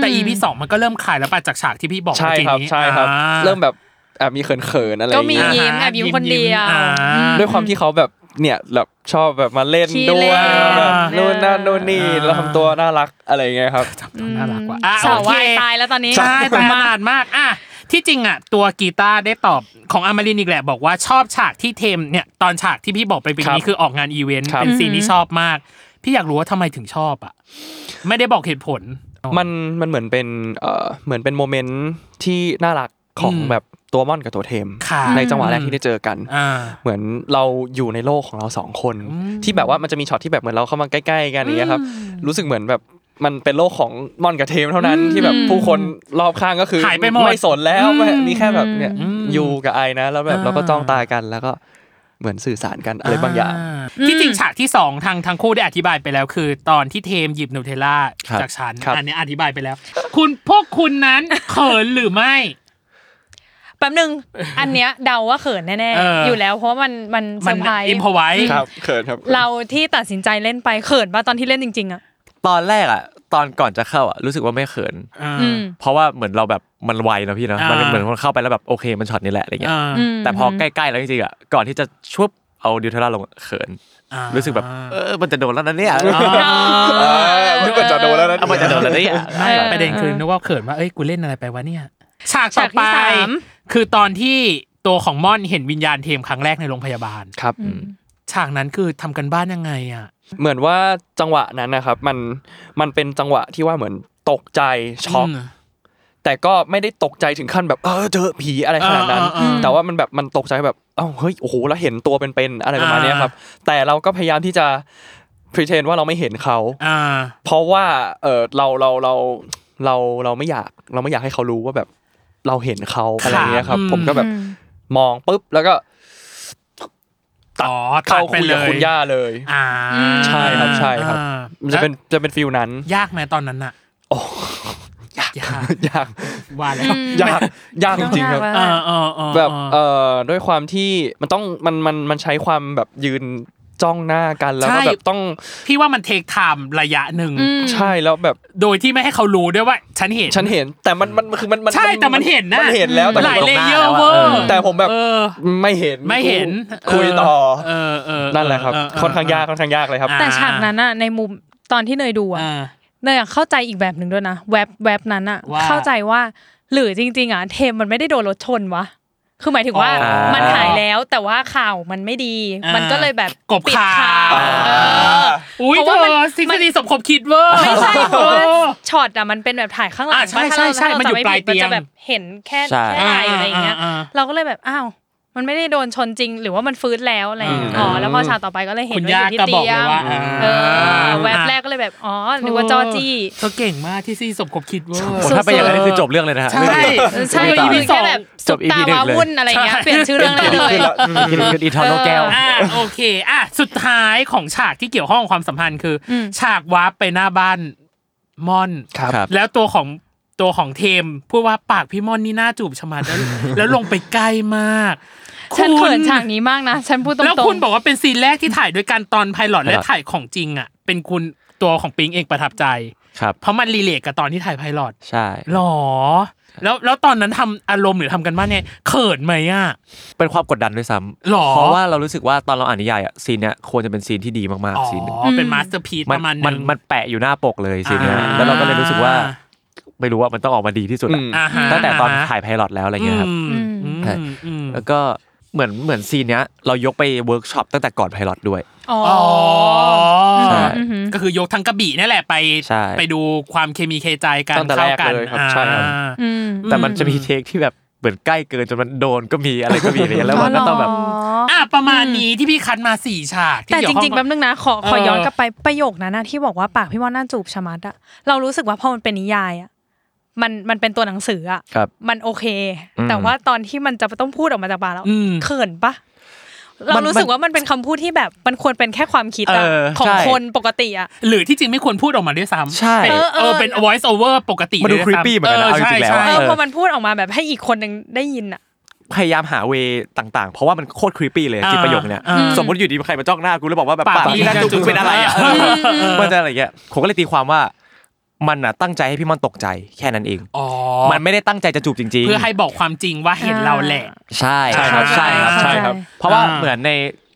[SPEAKER 3] แต่อีพีสองมันก็เริ่มขายแล้วป่ะจากฉากที่พี่บอก
[SPEAKER 5] ใช่
[SPEAKER 3] เมื่อกี้
[SPEAKER 5] ครับ
[SPEAKER 3] นี้
[SPEAKER 5] ใช่ครับ
[SPEAKER 3] อ่า
[SPEAKER 5] เริ่มแบบแอบมีเขินๆอะไรอ
[SPEAKER 2] ก็
[SPEAKER 5] ย่าง
[SPEAKER 2] มี
[SPEAKER 5] เงี้ย
[SPEAKER 2] ยิ้มแอบยิ้มคนเดียว
[SPEAKER 3] อ่า
[SPEAKER 5] ด้วยความที่เขาแบบเนี่ยแบบชอบแบบมาเล่น
[SPEAKER 2] ขี้
[SPEAKER 5] ด้
[SPEAKER 2] เล่
[SPEAKER 5] วย
[SPEAKER 2] น
[SPEAKER 5] แบบนู่นนั่นนู่นนี่
[SPEAKER 3] อ่า
[SPEAKER 5] แล้วทำตัวน่ารักอะไรอย่างเงี้ยครับ
[SPEAKER 3] น่ารักว่ะอ่ะ
[SPEAKER 2] สาว
[SPEAKER 3] โอเค
[SPEAKER 2] วายตายแล้วตอนนี้
[SPEAKER 3] ใช่แต่ขนาดมากอ่ะที่จริงอ่ะตัวกีตาร์ได้ตอบของอมรินทร์อีกแหละบอกว่าชอบฉากที่เทมเนี่ยตอนฉากที่พี่บอกไปปีนี้
[SPEAKER 5] ครับ
[SPEAKER 3] คือออกงานอีเวนต์
[SPEAKER 5] ครับ
[SPEAKER 3] เป็นซีนที่ชอบมาก พี่อยากรู้ว่าทำไมถึงชอบอ่ะไม่ได้บอกเหตุผล
[SPEAKER 5] มันมันเหมือนเป็นเอ่อเหมือนเป็นโมเมนต์ที่น่ารักของ
[SPEAKER 3] อืม
[SPEAKER 5] แบบตัวม่อนกับตัวเทม
[SPEAKER 3] ค่ะ
[SPEAKER 5] ในจังหวะแรก
[SPEAKER 3] อืม
[SPEAKER 5] ที่ได้เจอกัน
[SPEAKER 3] อ่า
[SPEAKER 5] เหมือนเราอยู่ในโลกของเราสองคน ที่แบบว่ามันจะมีช็อตที่แบบเหมือนเราเข้ามาใกล้ๆกันอย่างเงี้ยครับ รู้สึกเหมือนแบบมันเป็นโลกของม่อนกับเทมเท่านั้นที่แบบผู้คนรอบข้างก็คือ
[SPEAKER 3] หายไปหมด
[SPEAKER 5] สนแล้ว
[SPEAKER 3] อืม
[SPEAKER 5] ไม่มีแค่แบบเนี่ย
[SPEAKER 3] อืม
[SPEAKER 5] ยูกับไอนะ แล้วแบบ
[SPEAKER 3] อ่า
[SPEAKER 5] เราก็จ้องตากันแล้วก็เหมือนสื่อสารกันอะไรบางอย่าง
[SPEAKER 3] ที่จริงฉากที่สองทางทางคู่ได้อธิบายไปแล้ว คือ ตอนที่เทมหยิบนูเทลล่า
[SPEAKER 4] ครับ
[SPEAKER 3] จากฉัน
[SPEAKER 5] ครับ
[SPEAKER 3] อันนี้อธิบายไปแล้ว คุณพวกคุณนั้นเขินหรือไม่
[SPEAKER 2] แป๊บนึง อันเนี้ยเดาว่าเขินแน่
[SPEAKER 3] เออ
[SPEAKER 2] ๆ
[SPEAKER 3] อ
[SPEAKER 2] อยู่แล้วเพราะว่ามันมันเซ
[SPEAKER 3] มั
[SPEAKER 2] อร์ไพรส์
[SPEAKER 3] อิมพอไว้
[SPEAKER 5] ครับเขินครับ
[SPEAKER 2] เราที่ตัดสินใจเล่นไปเขินป่ะตอนที่เล่นจริง ๆ อ่ะ
[SPEAKER 8] ตอนแรกอ่ะ ตอนก่อนจะเข้าอ่ะรู้สึกว่าไม่เขิน
[SPEAKER 2] อืม
[SPEAKER 8] เพราะว่าเหมือนเราแบบมันไวนะพี่เนอะ
[SPEAKER 3] อ่ามั
[SPEAKER 8] มันเหมือนคนเข้าไปแล้วแบบโอเคมันช็อตนี้แหละอะไรเงี้ย
[SPEAKER 3] อ่า
[SPEAKER 8] แต่พอใกล้ๆแล้วจริงๆอ่ะก่อนที่จะชวบเอาดิวเทล่าลงอะเขิน
[SPEAKER 3] อ่ารู้
[SPEAKER 8] รู้สึกแบบเออมันจะโดนแล้วนะเนี่ย
[SPEAKER 5] นึกว่าจะโดนแล้วนะ
[SPEAKER 8] เอามันจะโดนแล้วเนี่ย
[SPEAKER 3] ไม่
[SPEAKER 2] เออ
[SPEAKER 3] ประเด็นคือนึกว่าเขินว่าเอ้ยกูเล่นอะไรไปวะเนี่ยฉากต่อ
[SPEAKER 2] ฉากที่
[SPEAKER 3] ไป
[SPEAKER 2] สาม
[SPEAKER 3] คือตอนที่ตัวของม่อนเห็นวิญญาณเทมครั้งแรกในโรงพยาบาล
[SPEAKER 5] ครับ
[SPEAKER 3] ฉากนั้นคือทำกันบ้านยังไงอ่ะ
[SPEAKER 5] เหมือนว่าจังหวะนั้นนะครับมันมันเป็นจังหวะที่ว่าเหมือนตกใจช็อก
[SPEAKER 3] อืม
[SPEAKER 5] แต่ก็ไม่ได้ตกใจถึงขั้นแบบเออเจอผีอะไรขนาดนั้น
[SPEAKER 3] อ่าอ่าอ่า
[SPEAKER 5] แต่ว่ามันแบบมันตกใจแบบเอ้าเฮ้ยโอ้โหแล้วเห็นตัวเป็นๆอะไรประมาณเนี้ยครับ แต่เราก็พยายามที่จะพรีเทนว่าเราไม่เห็นเขา
[SPEAKER 3] อ่า
[SPEAKER 5] เพราะว่าเออเราเราเราเราเราไม่อยากเราไม่อยากให้เขารู้ว่าแบบเราเห็นเขาอะไรอย่างเงี้ยครับ
[SPEAKER 3] อืม
[SPEAKER 5] ผมก็แบบมองปุ๊บแล้วก็
[SPEAKER 3] ต่อตั
[SPEAKER 5] เข้า
[SPEAKER 3] ดไป
[SPEAKER 5] คุย
[SPEAKER 3] เล
[SPEAKER 5] กับ
[SPEAKER 3] ย
[SPEAKER 5] คุณย่าเลย
[SPEAKER 3] อ่า
[SPEAKER 5] ใช่ครับใช่ครับ
[SPEAKER 3] อ่า
[SPEAKER 5] มันจะเป็นจะเป็นฟิลนั้น
[SPEAKER 3] ยากไหมตอนนั้นอ่ะ
[SPEAKER 5] โอ้
[SPEAKER 3] ยากยาก
[SPEAKER 5] ยาก
[SPEAKER 3] ว่าแล้ว
[SPEAKER 5] ยากยากจริงๆครับ
[SPEAKER 3] เออเออเออ
[SPEAKER 5] แบบ
[SPEAKER 3] เออ
[SPEAKER 5] เอ่อด้วยความที่มันต้องมันมันมันใช้ความแบบยืน จ้องหน้ากันแล้ว
[SPEAKER 3] ใช่
[SPEAKER 5] ก็แบบต้อง
[SPEAKER 3] พี่ว่ามันเทคไทม์ระยะหนึ่ง
[SPEAKER 5] ใช่แล้วแบบ
[SPEAKER 3] โดยที่ไม่ให้เขารู้ด้วยว่า ฉันเห็น
[SPEAKER 5] ฉันเห็น แต่มันมันคือมันมัน
[SPEAKER 3] ใช่แต่มันเห็นนะ
[SPEAKER 5] มันเห็นแล้วแต่
[SPEAKER 3] หลาย
[SPEAKER 5] ผม
[SPEAKER 3] เล
[SPEAKER 5] ตบน้
[SPEAKER 3] เยอร์เวอร์
[SPEAKER 5] แต่ผมแบบ
[SPEAKER 3] เออ
[SPEAKER 5] ไม่เห็น
[SPEAKER 3] ไม่เห็น
[SPEAKER 5] คุยต่อ
[SPEAKER 3] เออเออ
[SPEAKER 5] นั่นแหละครับ
[SPEAKER 3] เเ
[SPEAKER 5] ค่อนข้างยากค่อนข้างยากเลยครับ
[SPEAKER 2] แต่ฉากนั้นอะในมุมตอนที่เนยดูอะ
[SPEAKER 3] อ่า
[SPEAKER 2] เนยอะเข้าใจอีกแบบหนึ่งด้วยนะแวบแวบนั้นอะ
[SPEAKER 3] ว่า
[SPEAKER 2] เข้าใจว่าหรือจริง ๆอะเทมมันไม่ได้โดนรถชนวะคือหมายถึงว่า
[SPEAKER 3] อ๋อ
[SPEAKER 2] มันหายแล้วแต่ว่าข่าวมันไม่ดี
[SPEAKER 3] อ่ามั
[SPEAKER 2] มันก็เลยแบบ
[SPEAKER 3] กบ
[SPEAKER 2] ปิด
[SPEAKER 3] ข่าว
[SPEAKER 2] ข่าวเออ
[SPEAKER 3] อุ้ย
[SPEAKER 2] เพราะ
[SPEAKER 3] เธอ
[SPEAKER 2] ว่ามัน
[SPEAKER 3] ทฤษ
[SPEAKER 2] มัน
[SPEAKER 3] ฎีสมคบคิดเวอร์
[SPEAKER 2] ไม่ใช่เพราะว่าช็อตอะมันเป็นแบบถ่ายข้างหลัง
[SPEAKER 3] อ่าใช่ใช่ใช่
[SPEAKER 2] ถ้าเรา
[SPEAKER 3] มันอยู่
[SPEAKER 2] ถ้รจำไผิด
[SPEAKER 3] ปลายเตียง
[SPEAKER 2] มันจะแบบเห็นแค่
[SPEAKER 4] ใช่
[SPEAKER 2] แค่ไหล่อะไรอย่างเงี้ย
[SPEAKER 3] อ่าๆ
[SPEAKER 2] เราก็เลยแบบอ้าวมันไม่ได้โดนชนจริง หรือว่ามันฟื้นแล้วอะไรอย่างเงี้ย
[SPEAKER 3] อืม
[SPEAKER 2] อ๋อแล้วพอฉากต่อไปก็เลย
[SPEAKER 3] ๆ
[SPEAKER 2] เห็
[SPEAKER 3] คุ
[SPEAKER 2] นว่าอย่
[SPEAKER 3] ณา
[SPEAKER 2] ยู่ที่
[SPEAKER 3] ก็บอก
[SPEAKER 2] เตีย
[SPEAKER 3] เลย
[SPEAKER 2] ง
[SPEAKER 3] ว่า
[SPEAKER 2] เออแวบ
[SPEAKER 3] อ่า
[SPEAKER 2] แรกก็เลยแบบอ๋อหรือว่าจอจี้
[SPEAKER 3] เธอเก่งมากที่ซีสมคบคิดเวอร์
[SPEAKER 4] ถ้าไปนอย่างนั้นนี่คือจบเรื่องเลยนะฮะ
[SPEAKER 3] ใช่
[SPEAKER 4] ไม่มี
[SPEAKER 2] ใช่
[SPEAKER 3] เออ
[SPEAKER 2] ก็
[SPEAKER 3] EP
[SPEAKER 2] คือ
[SPEAKER 3] สอ
[SPEAKER 2] แค่
[SPEAKER 3] ง
[SPEAKER 2] แบบ
[SPEAKER 4] จ
[SPEAKER 2] สุ
[SPEAKER 4] บ
[SPEAKER 2] ดตา
[SPEAKER 4] EP หนึ่
[SPEAKER 2] วาง
[SPEAKER 4] เลย
[SPEAKER 2] วุ่นอะไรอย่างเงี้ยเปลี่ยนชื่อเรื่องได้เลย
[SPEAKER 4] คืออีทอนโลแก้ว
[SPEAKER 3] อ่าโอเคอ่ะสุดท้ายของฉากที่เกี่ยวข้องกับความสัมพันธ์คืออ
[SPEAKER 2] ม
[SPEAKER 3] ฉากวาร์ปไปหน้าบ้านมอน
[SPEAKER 5] ครับ
[SPEAKER 3] แล้วตัวของตัวของเทมพูดว่าปากพี่มอนนี่น่าจูบชะมัดแล้ว แล้วลงไปใกล้มาก
[SPEAKER 2] ฉันเขิน
[SPEAKER 3] คุณ
[SPEAKER 2] ฉากนี้มากนะ ฉันพูดตร
[SPEAKER 3] แล้วคุณ
[SPEAKER 2] ง
[SPEAKER 3] บอกว่าเป็นซีนแรกที่ถ่ายด้วยกันตอนไพลอตและ
[SPEAKER 4] ครับ
[SPEAKER 3] ถ่ายของจริงอ่ะ เป็นคุณตัวของปิงเองประทับใจ
[SPEAKER 4] ครับ
[SPEAKER 3] เพราะมันรีเลทกับตอนที่ถ่ายไพลอต
[SPEAKER 4] ใช่
[SPEAKER 3] หรอ แล้วแล้วตอนนั้นทำอารมณ์หรือทำกันบ้านเนี่ยเขินไหมอ่ะ
[SPEAKER 4] เป็นความกดดันด้วยซ้
[SPEAKER 3] หรอ
[SPEAKER 4] ำเพราะว่าเรารู้สึกว่าตอนเราอ่านนิยายอะซีนเนี้ยควรจะเป็นซีนที่ดีมาก
[SPEAKER 3] อ๋อ
[SPEAKER 4] ๆซีนหนึ่ง
[SPEAKER 3] เป็นมาสเตอร์พีซ
[SPEAKER 4] มั
[SPEAKER 3] ป
[SPEAKER 4] น
[SPEAKER 3] ระมาณห
[SPEAKER 4] มัน
[SPEAKER 3] ง
[SPEAKER 4] มันแปะอยู่หน้าปกเลยซีนเนี้ย
[SPEAKER 3] อ่า
[SPEAKER 4] แล้วเราก็เลยรู้สึกว่า ไม่รู้ว่ามันต้องออกมาดีที่สุดอะ
[SPEAKER 5] อืม
[SPEAKER 3] อ่าฮะ
[SPEAKER 4] ตั้งแต่ตอนถ่ายไพลอตแล้วอะไรเงี้ยครับ
[SPEAKER 3] อืมอืม
[SPEAKER 4] ใช่
[SPEAKER 3] อืม
[SPEAKER 4] แล้วก็เหมือนเหมือนซีนเนี้ยเรายกไปเวิร์กช็อปตั้งแต่ก่อนไพลอตด้วย
[SPEAKER 2] ๆอ๋อ
[SPEAKER 4] ใช่
[SPEAKER 2] อือหือ
[SPEAKER 3] ก็คือยกทั้งกระบี่นั่นแหละไป
[SPEAKER 4] ใช่
[SPEAKER 3] ไปดูความเคมีเคใจกัน
[SPEAKER 5] ตั้งแต่
[SPEAKER 3] เข้ากัน
[SPEAKER 5] แรกเลยครับ
[SPEAKER 3] อ่า
[SPEAKER 5] ใช่ครับ
[SPEAKER 2] อืม
[SPEAKER 4] แต่มันจะมีเทคที่แบบเหมือนใกล้เกินจนมันโดนก็มีอะไรก็มีอะไรเงี้ยแล้วมันก็ต้องแบบ
[SPEAKER 2] อ๋อ
[SPEAKER 3] อ่ะประมาณนี้ที่พี่คัดมาสี่ฉากที่
[SPEAKER 2] แต่
[SPEAKER 3] เกี่ย
[SPEAKER 2] จ
[SPEAKER 3] วข้อ
[SPEAKER 2] ริงๆ
[SPEAKER 3] กั
[SPEAKER 2] แป๊
[SPEAKER 3] บ
[SPEAKER 2] บนึงนะขอ
[SPEAKER 3] เออ
[SPEAKER 2] ขอย้อนกลับไปประโยคนั้นนะที่บอกว่าปากพี่มอนน่าจูบชะมัดอะเรารู้สึกว่าพอมันเป็นนิยายอะมันมันเป็นตัวหนังสืออะ
[SPEAKER 4] ครับ
[SPEAKER 2] มันโอเค
[SPEAKER 4] อืม
[SPEAKER 2] แต่ว่าตอนที่มันจะต้องพูดออกมาจากปากแล้ว
[SPEAKER 3] อืม
[SPEAKER 2] เขินปะเรารู้สึกว่ามันเป็นคำพูดที่แบบมันควรเป็นแค่ความคิดอะ
[SPEAKER 4] เออ
[SPEAKER 2] ของ
[SPEAKER 4] ใช่
[SPEAKER 2] คนปกติอะ
[SPEAKER 3] หรือที่จริงไม่ควรพูดออกมาด้วยซ้ำ
[SPEAKER 4] ใช่
[SPEAKER 3] เออเออเป็น voice over ปกติ
[SPEAKER 4] มันดู
[SPEAKER 3] ด้วยซ้ำ
[SPEAKER 4] creepy เหมือนกันนะเอาจริงๆแล้
[SPEAKER 2] เอ
[SPEAKER 4] วะ
[SPEAKER 3] ใช่
[SPEAKER 2] อ
[SPEAKER 3] ใช่
[SPEAKER 2] พอมันพูดออกมาแบบให้อีกคนหนึ่งได้ยินอะ
[SPEAKER 4] พยายามหาเวต่างๆ เพราะว่ามันโคตรครีปปี้เลยที่ประโยคเนี้ย
[SPEAKER 3] อ่า
[SPEAKER 4] สมมติอยู่ดีใครมาจ้องหน้ากูแล้วบอกว่าแบบ
[SPEAKER 3] ปาก
[SPEAKER 4] ปาก
[SPEAKER 3] พี่
[SPEAKER 4] พี่น่า
[SPEAKER 3] น่า
[SPEAKER 4] จุก
[SPEAKER 3] จุก
[SPEAKER 4] เป็นอะไรอ่ะ
[SPEAKER 3] เออเออ
[SPEAKER 4] มันจะอะไรเงี้ยผมก็เลยตีความว่า มันอ่ะตั้งใจให้พี่มอนตกใจแค่นั้นเอง
[SPEAKER 3] อ๋อ
[SPEAKER 4] มันไม่ได้ตั้งใจจะจูบจริงๆ
[SPEAKER 3] เพื่อให้บอกความจริงว่าเห็นเราแหละ
[SPEAKER 4] ใช่
[SPEAKER 5] ใช่ครับ
[SPEAKER 4] ใช่ครับ
[SPEAKER 2] ใช่
[SPEAKER 4] ใช่
[SPEAKER 2] ค
[SPEAKER 4] ค
[SPEAKER 2] รั
[SPEAKER 4] รับ บ เพราะว่า
[SPEAKER 3] อ่า
[SPEAKER 4] เหมือนใน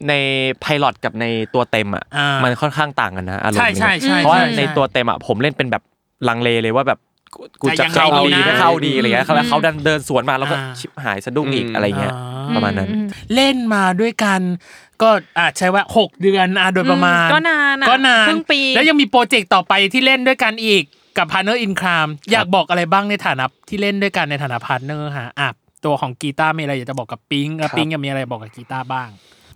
[SPEAKER 4] ในไพลอตกับในตัวเต็มอ่ะ
[SPEAKER 3] อ่ามั
[SPEAKER 4] มันค่อนข้างต่างกันนะอารมณ์
[SPEAKER 3] ใช่
[SPEAKER 4] นี้
[SPEAKER 3] ใช่ใช่
[SPEAKER 4] เพราะว่า
[SPEAKER 3] ใช่ใช่
[SPEAKER 4] ในตัวเต็มอ่ะผมเล่นเป็นแบบลังเลเลยว่าแบบกูกู
[SPEAKER 3] จะ
[SPEAKER 4] จะ
[SPEAKER 3] ยังไง
[SPEAKER 4] เข้า
[SPEAKER 3] ดี
[SPEAKER 4] ดี
[SPEAKER 3] นะ
[SPEAKER 4] ไม่เข้าดีอะไรเงี้ยแล้วเขาดันเดินสวนมาแล้วก็
[SPEAKER 3] อ่า
[SPEAKER 4] ชิบหายสะดุ้งอีกอะไรเงี้ย
[SPEAKER 3] อ๋อ
[SPEAKER 4] ประมาณนั้น
[SPEAKER 3] เล่นมาด้วยกัน ก็อาจใช้ว่า 6 เดือนอ่ะโดยประมาณ
[SPEAKER 2] อืมก็นานอะ
[SPEAKER 3] ก็นาน
[SPEAKER 2] ครึ่งปี
[SPEAKER 3] แล้วยังมีโปรเจกต์ต่อไปที่เล่นด้วยกันอีกกับพาร์เนอร์อินครามอยากบอกอะไรบ้างในฐานะที่เล่นด้วยกันในฐานะพาร์เนอร์ฮะอ่ะตัวของกีตาร์มีอะไรอยากจะบอกกับปิงกับ
[SPEAKER 5] ครับ
[SPEAKER 3] ปิงยังมีอะไรบอกกับกีตาร์บ้าง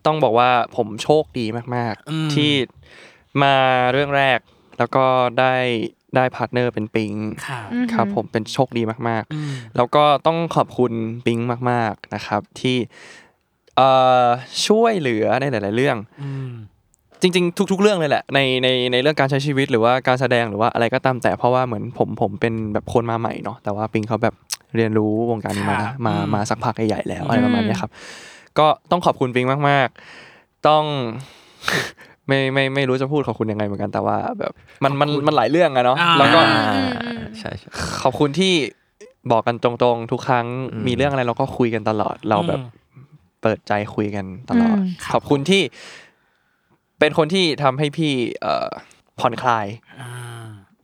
[SPEAKER 5] ต้องบอกว่าผมโชคดีมาก
[SPEAKER 3] อืม
[SPEAKER 5] ๆ ที่มาเรื่องแรก แล้วก็ได้ได้พาร์ทเนอร์เป็นปิง
[SPEAKER 3] ค่ะ
[SPEAKER 5] ครับ ผมเป็นโชคดีมากๆ แล้วก็ต้องขอบคุณปิงมาก ๆนะครับ ที่เอ่อช่วยเหลือในหลาย ๆ เรื่อง
[SPEAKER 3] อืม
[SPEAKER 5] จริง ๆ ทุก ๆ เรื่องเลยแหละในในในเรื่องการใช้ชีวิตหรือว่าการแสดงหรือว่าอะไรก็ตามแต่เพราะว่าเหมือนผมผมเป็นแบบคนมาใหม่เนาะแต่ว่าปิงเขาแบบเรียนรู้วงการนี้มา
[SPEAKER 3] ครับ
[SPEAKER 5] มา
[SPEAKER 3] อืม
[SPEAKER 5] มาสักพักใหญ่ๆแล้วอะไรประมาณเนี้ยครับ ก็ต้องขอบคุณปิงมาก ๆ ต้อง ไม่ไม่ไม่รู้จะพูดขอบคุณยังไงเหมือนกันแต่ว่า แบบมันมันมันหลายเรื่องอะเนาะแล้วก็
[SPEAKER 3] อ่า
[SPEAKER 4] ใช่ใช่
[SPEAKER 5] ขอบคุณที่บอกกันตรงๆ ทุกครั้ง
[SPEAKER 4] อืม
[SPEAKER 5] มีเรื่องอะไรเราก็คุยกันตลอดเราแบบ
[SPEAKER 3] อืม
[SPEAKER 5] เปิดใจคุยกันตลอด
[SPEAKER 2] อืม
[SPEAKER 5] ขอบคุณที่ เป็นคนที่ทำให้พี่เอ่อผ่อนคลาย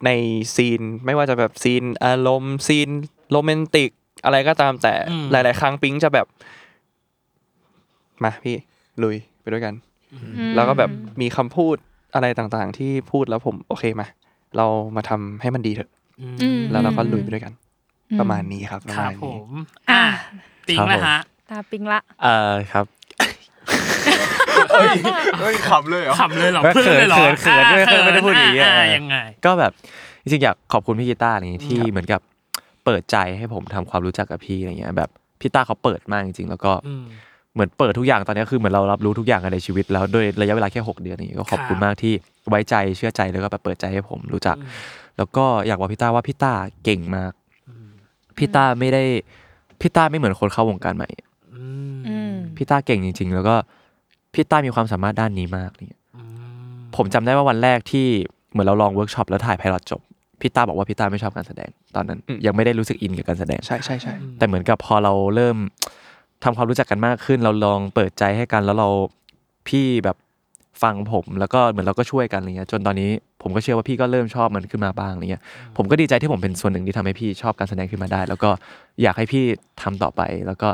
[SPEAKER 5] ในซีน ไม่ว่าจะแบบซีนอารมณ์ซีนโรแมนติก อะไรก็ตามแต่
[SPEAKER 3] อืม
[SPEAKER 5] หลาย ๆ ครั้งปิ๊งจะแบบ มาพี่ลุยไปด้วยกัน แล้วก็แบบมีคำพูดอะไรต่างๆ ที่พูดแล้วผม โอเคมาเรามาทำให้มันดีเถอะ
[SPEAKER 2] อืม
[SPEAKER 5] แล้วเราก็ลุยไปด้วยกัน
[SPEAKER 2] อืม
[SPEAKER 5] ประมาณนี้ครับป
[SPEAKER 3] ครั
[SPEAKER 5] ระมา
[SPEAKER 3] บ
[SPEAKER 5] ณ
[SPEAKER 3] ผ
[SPEAKER 5] นี้
[SPEAKER 3] มอ่ะปิง
[SPEAKER 4] ครับ
[SPEAKER 3] นะฮะ
[SPEAKER 2] ตาปิงละ
[SPEAKER 4] เอ่อครับ
[SPEAKER 7] เฮ้ยขำเลยเหรอ
[SPEAKER 3] ขำเลยเหรอ
[SPEAKER 4] เออ
[SPEAKER 3] เพื่อนเลยเหรอ
[SPEAKER 4] เขินๆเขินๆไม่ได้พูดอย่างเงี้ย
[SPEAKER 3] ะยังไง
[SPEAKER 4] ก็แบบจริงๆอยากขอบคุณพี่กีตาร์อะไรอย่างงี้ที่เหมือนกับเปิดใจให้ผมทำความรู้จักกับพี่อะไรเงี้ยแบบพี่ต้าเขาเปิดมากจริงๆ แล้วก็
[SPEAKER 3] อืม
[SPEAKER 4] เหมือนเปิดทุกอย่างตอนนี้คือเหมือนเรารับรู้ทุกอย่างกันในชีวิตแล้วด้วยระยะเวลาแค่ 6 เดือนอย่างเงี้ยก็ขอบคุ
[SPEAKER 3] ค
[SPEAKER 4] ณ
[SPEAKER 3] รับ
[SPEAKER 4] มากที่ไว้ใจเชื่อใจแล้วก็แบบเปิดใจให้ผมรู้จัก
[SPEAKER 3] อืม
[SPEAKER 4] แล้วก็อยากบอกพี่ต้าว่าพี่ต้าเก่งมากพี่ต้าไม่ได้พี่ต้าไม่เหมือนคนเข้าวงการใหม่
[SPEAKER 3] อืม
[SPEAKER 2] อืม
[SPEAKER 4] พี่ต้าเก่งจริง ๆ แล้วก็ พี่ต้ามีความสามารถด้านนี้มากอะไรเงี้ยผมจำได้ว่าวันแรกที่เหมือนเราลองเวิร์กช็อปแล้วถ่ายไพลอตจบพี่ต้าบอกว่าพี่ต้าไม่ชอบการแสดง ตอนนั้น ยังไม่ได้รู้สึกอินกับการแสดง
[SPEAKER 5] ใช่ใช่ใช่
[SPEAKER 4] แต่เหมือนกับพอเราเริ่มทำความรู้จักกันมากขึ้น เราลองเปิดใจให้กันแล้วเราพี่แบบฟังผม แล้วก็เหมือนเราก็ช่วยกันอะไรเงี้ยจนตอนนี้ผมก็เชื่อว่าพี่ก็เริ่มชอบมันขึ้นมาบ้างอะไรเงี้ยผมก็ดีใจที่ผมเป็นส่วนหนึ่งที่ทำให้พี่ชอบการแสดงขึ้นมาได้ แล้วก็อยากให้พี่ทำต่อไป แล้วก็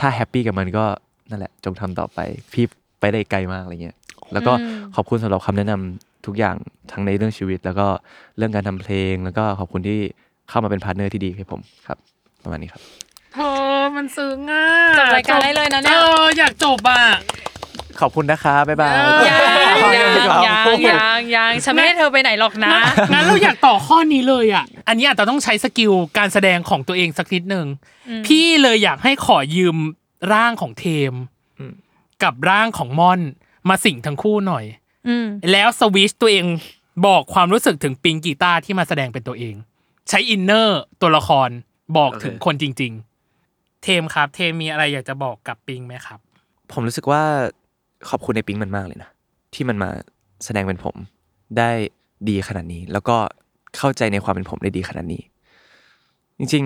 [SPEAKER 4] ถ้าแฮปปี้กับมันก็นั่นแหละจงทำต่อไปพี่ไปได้ไกลมากอะไรเงี้ยแล้วก็
[SPEAKER 2] อืม
[SPEAKER 4] ขอบคุณสำหรับคำแนะนำทุกอย่างทั้งในเรื่องชีวิต แล้วก็เรื่องการทำเพลง แล้วก็ขอบคุณที่เข้ามาเป็นพาร์ทเนอร์ที่ดีให้ผมครับประมาณนี้ครับ
[SPEAKER 3] เธอมันซึ้งอ่ะ
[SPEAKER 2] จบรายการได้เลยนะเนี่ย
[SPEAKER 3] อออยากจบอ่ะ
[SPEAKER 4] ขอบคุณนะคะบ๊ายบาย
[SPEAKER 2] ย
[SPEAKER 4] ข
[SPEAKER 2] ง
[SPEAKER 4] อั บคุณ
[SPEAKER 2] ยัง
[SPEAKER 4] ครับ
[SPEAKER 2] ยังยังฉันไม่ได้เธอไปไหนหรอกนะ
[SPEAKER 3] งั้นเราอยากต่อข้อนี้เลยอ่ะ อันนี้อาจจะต้องใช้สกิลการแสดงของตัวเองสักนิดหนึ่ง พี่เลยอยากให้ขอยืมร่างของเทม กับร่างของมอนมาสิงทั้งคู่หน่อย
[SPEAKER 2] อืม
[SPEAKER 3] แล้วสวิชตัวเองบอกความรู้สึกถึงปิงกีตาร์ที่มาแสดงเป็นตัวเอง ใช้อินเนอร์ตัวละครบอกถึงคนจริง ๆ เทมครับ เทมมีอะไรอยากจะบอกกับปิงไหมครับ
[SPEAKER 4] ผมรู้สึกว่าขอบคุณในปิ๊งมันมากเลยนะ ที่มันมาแสดงเป็นผมได้ดีขนาดนี้ แล้วก็เข้าใจในความเป็นผมได้ดีขนาดนี้ จริง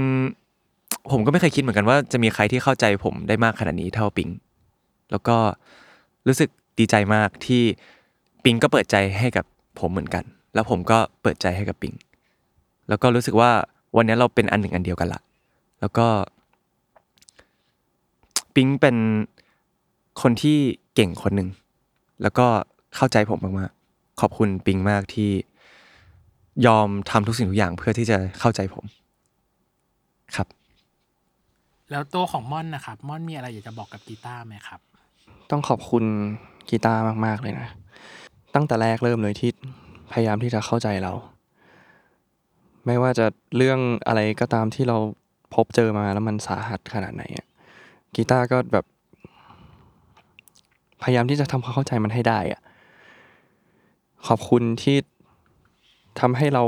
[SPEAKER 4] ๆ ผมก็ไม่เคยคิดเหมือนกันว่าจะมีใครที่เข้าใจผมได้มากขนาดนี้เท่าปิง แล้วก็รู้สึกดีใจมากที่ปิงก็เปิดใจให้กับผมเหมือนกัน แล้วผมก็เปิดใจให้กับปิง แล้วก็รู้สึกว่าวันนี้เราเป็นอันหนึ่งอันเดียวกันละ แล้วก็ ปิงเป็นคนที่เก่งคนหนึ่ง แล้วก็เข้าใจผมมากๆ ขอบคุณปิงมากที่ยอมทำทุกสิ่งทุกอย่างเพื่อที่จะเข้าใจผม ครับ
[SPEAKER 3] แล้วตัวของมอนนะครับ มอนมีอะไรอยากจะบอกกับกีตาร์ไหมครับ
[SPEAKER 5] ต้องขอบคุณกีตาร์มาก ๆ เลยนะ ตั้งแต่แรกเริ่มเลยที่พยายามที่จะเข้าใจเรา ไม่ว่าจะเรื่องอะไรก็ตามที่เราพบเจอมาแล้วมันสาหัสขนาดไหนอะกีตาร์ก็แบบ พยายามที่จะทำความเข้าใจมันให้ได้อะขอบคุณที่ทำให้เรา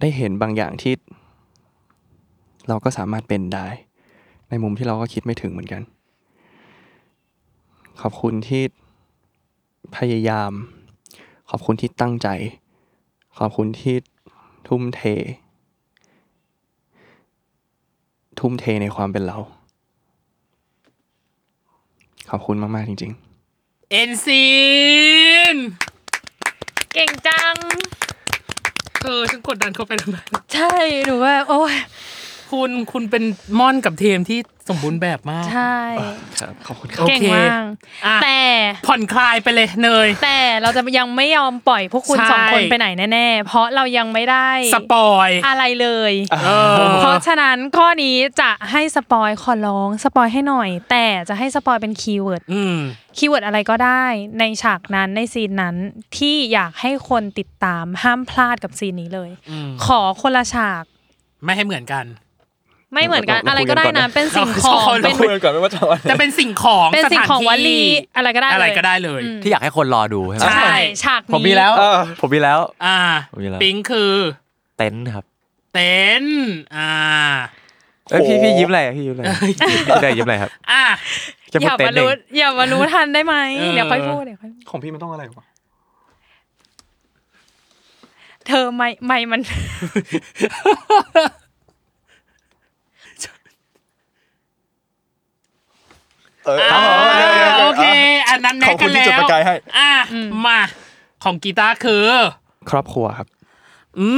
[SPEAKER 5] ได้เห็นบางอย่างที่ เราก็สามารถเป็นได้ ในมุมที่เราก็คิดไม่ถึงเหมือนกัน ขอบคุณที่พยายาม ขอบคุณที่ตั้งใจ ขอบคุณที่ทุ่มเท ทุ่มเทในความเป็นเรา ขอบคุณมาก ๆ จริง ๆ
[SPEAKER 3] เอ็นซีน
[SPEAKER 2] เก่งจัง
[SPEAKER 3] เออฉันกดดันเข้าไปทำไม
[SPEAKER 2] ใช่หนูว่าโอ้ย
[SPEAKER 3] คุณคุณเป็นม่อนกับเทมที่สมบูรณ์แบบมาก
[SPEAKER 2] ใช่
[SPEAKER 5] ขอบคุณครับ
[SPEAKER 3] โอ
[SPEAKER 2] เก่ง
[SPEAKER 3] ค
[SPEAKER 2] มาก
[SPEAKER 3] อ่ะ
[SPEAKER 2] แต่
[SPEAKER 3] ผ่อนคลายไปเลยเนย
[SPEAKER 2] แต่เราจะยังไม่ยอมปล่อยพวกคุณ
[SPEAKER 3] ใช่
[SPEAKER 2] สองคนไปไหนแน่ๆ เพราะเรายังไม่ได้
[SPEAKER 3] สปอย
[SPEAKER 2] อะไรเลย
[SPEAKER 3] เออ
[SPEAKER 2] เพราะฉะนั้นข้อนี้จะให้สปอยขอร้องสปอยให้หน่อย แต่จะให้สปอยเป็นคีย์เวิร์ด
[SPEAKER 3] อืม
[SPEAKER 2] คีย์เวิร์ดอะไรก็ได้ในฉากนั้นในซีนนั้นที่อยากให้คนติดตามห้ามพลาดกับซีนนี้เลย
[SPEAKER 3] อืม
[SPEAKER 2] ขอคนละฉาก
[SPEAKER 3] ไม่ให้เหมือนกัน
[SPEAKER 2] ไม่เหมือนกัน
[SPEAKER 5] เรา
[SPEAKER 2] อะไรก็ได้
[SPEAKER 5] เราคุยกันก่อน
[SPEAKER 2] นะ
[SPEAKER 5] นะ
[SPEAKER 2] เป็นสิ่ง ของ
[SPEAKER 3] เรา
[SPEAKER 2] เป็น
[SPEAKER 3] คุย
[SPEAKER 8] ก่อนไม่ว่าจะเอาอะไร
[SPEAKER 3] จะเป็นสิ่งของ
[SPEAKER 2] เป็นสิ่งของ
[SPEAKER 3] ถานที่
[SPEAKER 2] วลีอะไรก็ได้เลย
[SPEAKER 3] อะไรก็ได้เลย
[SPEAKER 4] ที่อยากให้คนรอดูใช่ไหม
[SPEAKER 2] ใช่ฉากนี้
[SPEAKER 4] ผมมีแล้ว ผมมีแล้ว
[SPEAKER 3] อ่า
[SPEAKER 4] ผมมีแล้ว
[SPEAKER 3] ปิงคือ
[SPEAKER 4] เต็นท์ครับ
[SPEAKER 3] เต็นท์อ่า
[SPEAKER 4] เอ้ยพี่พี่ยิ้มอะไรพี่ยิ้มอะไรได้ยิ้มอะไรครับ
[SPEAKER 3] อ่ะ
[SPEAKER 4] จะ
[SPEAKER 2] อ
[SPEAKER 4] พูด
[SPEAKER 2] ย่า
[SPEAKER 4] เต็น
[SPEAKER 2] มา
[SPEAKER 4] ท์เอ
[SPEAKER 2] รู้
[SPEAKER 4] ง
[SPEAKER 2] อย่ามารู้ทันได้ไหม
[SPEAKER 3] เออ
[SPEAKER 2] เดี๋ยวค่อยพูดเดี๋ยวค่อยพูด
[SPEAKER 5] ของพี่มันต้องอะไรวะ
[SPEAKER 2] เธอไม่ไม่มัน
[SPEAKER 3] อ่าโอเค อันนั้นแน่
[SPEAKER 8] ขอบ
[SPEAKER 3] กั
[SPEAKER 8] คุ
[SPEAKER 3] น
[SPEAKER 8] ณ
[SPEAKER 3] แล้
[SPEAKER 8] ที่จุ
[SPEAKER 3] ว
[SPEAKER 8] ดประกายให้
[SPEAKER 3] อ่ะมาของกีตาร์คือ
[SPEAKER 5] ครอบครัวครับ
[SPEAKER 3] อื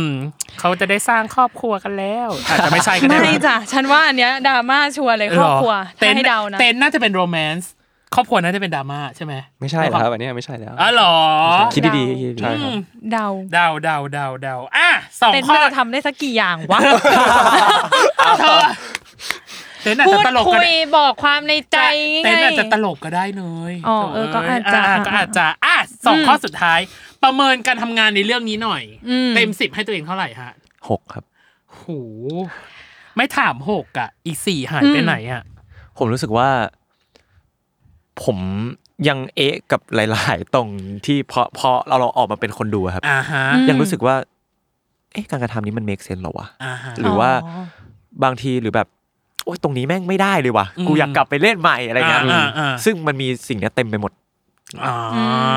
[SPEAKER 3] มเขาจะได้สร้างครอบครัวกันแล้ว อาจจะไม่ใช่ก็ได้
[SPEAKER 2] ไม่จ้ะฉันว่าอันเนี้ยดราม่าชัวร์เลยครอบครัว
[SPEAKER 3] เต็
[SPEAKER 2] ถ้าน ให้เดานะ
[SPEAKER 3] เต็นน่าจะเป็นโรแมนต์ครอบครัวน่าจะเป็นดราม่าใช่ไหม
[SPEAKER 5] ไม่ใช่แล้วครับอันเนี้ยไม่ใช่แล้ว
[SPEAKER 3] อ๋อเหรอ
[SPEAKER 4] คิดดีๆคิดดี
[SPEAKER 5] ใช่ครับ
[SPEAKER 2] เดา
[SPEAKER 3] เดาเดาเดาเดาอ่ะสอง
[SPEAKER 2] เต็นท์
[SPEAKER 3] ข้อ
[SPEAKER 2] มันจะทำได้สักกี่อย่างวะ
[SPEAKER 3] เธอเต็นอาจ
[SPEAKER 2] พู
[SPEAKER 3] จะ
[SPEAKER 2] ด
[SPEAKER 3] ตลก
[SPEAKER 2] คุ
[SPEAKER 3] ก็
[SPEAKER 2] ย
[SPEAKER 3] ได้
[SPEAKER 2] บอกความในใจไง
[SPEAKER 3] เต็นอาจจะตลกก็ได้เลย
[SPEAKER 2] อ๋อเออก็อาจจะ
[SPEAKER 3] อ่ก็อาจจะอ่ะสองข้อสุดท้าย ประเมินการทำงานในเรื่องนี้หน่อย เต็มสิบให้ตัวเองเท่าไหร่ฮะ
[SPEAKER 4] ๆหกครับ
[SPEAKER 3] โหไม่ถามหกอ่ะ อีกสี่หายไปไหนอ่ะ
[SPEAKER 4] ผมรู้สึกว่า ผมยังเอ๊ะกับหลาย ๆ ตรงที่พอพอเราเราออกมาเป็นคนดูอะครับ
[SPEAKER 3] อ่าฮะ
[SPEAKER 4] ยังรู้สึกว่า เอ๊ะ การกระทำนี้มัน make sense เหรอวะ
[SPEAKER 3] อ่าฮะ
[SPEAKER 4] หรือว่าบางทีหรือแบบ โอ๊ยตรงนี้แม่งไม่ได้เลยว่ะกูอยากกลับไปเล่นใหม่อะไรเงี้ย
[SPEAKER 3] อ่าอ่า
[SPEAKER 4] ซึ่งมันมีสิ่งเนี้ยเต็มไปหมด
[SPEAKER 3] อ่า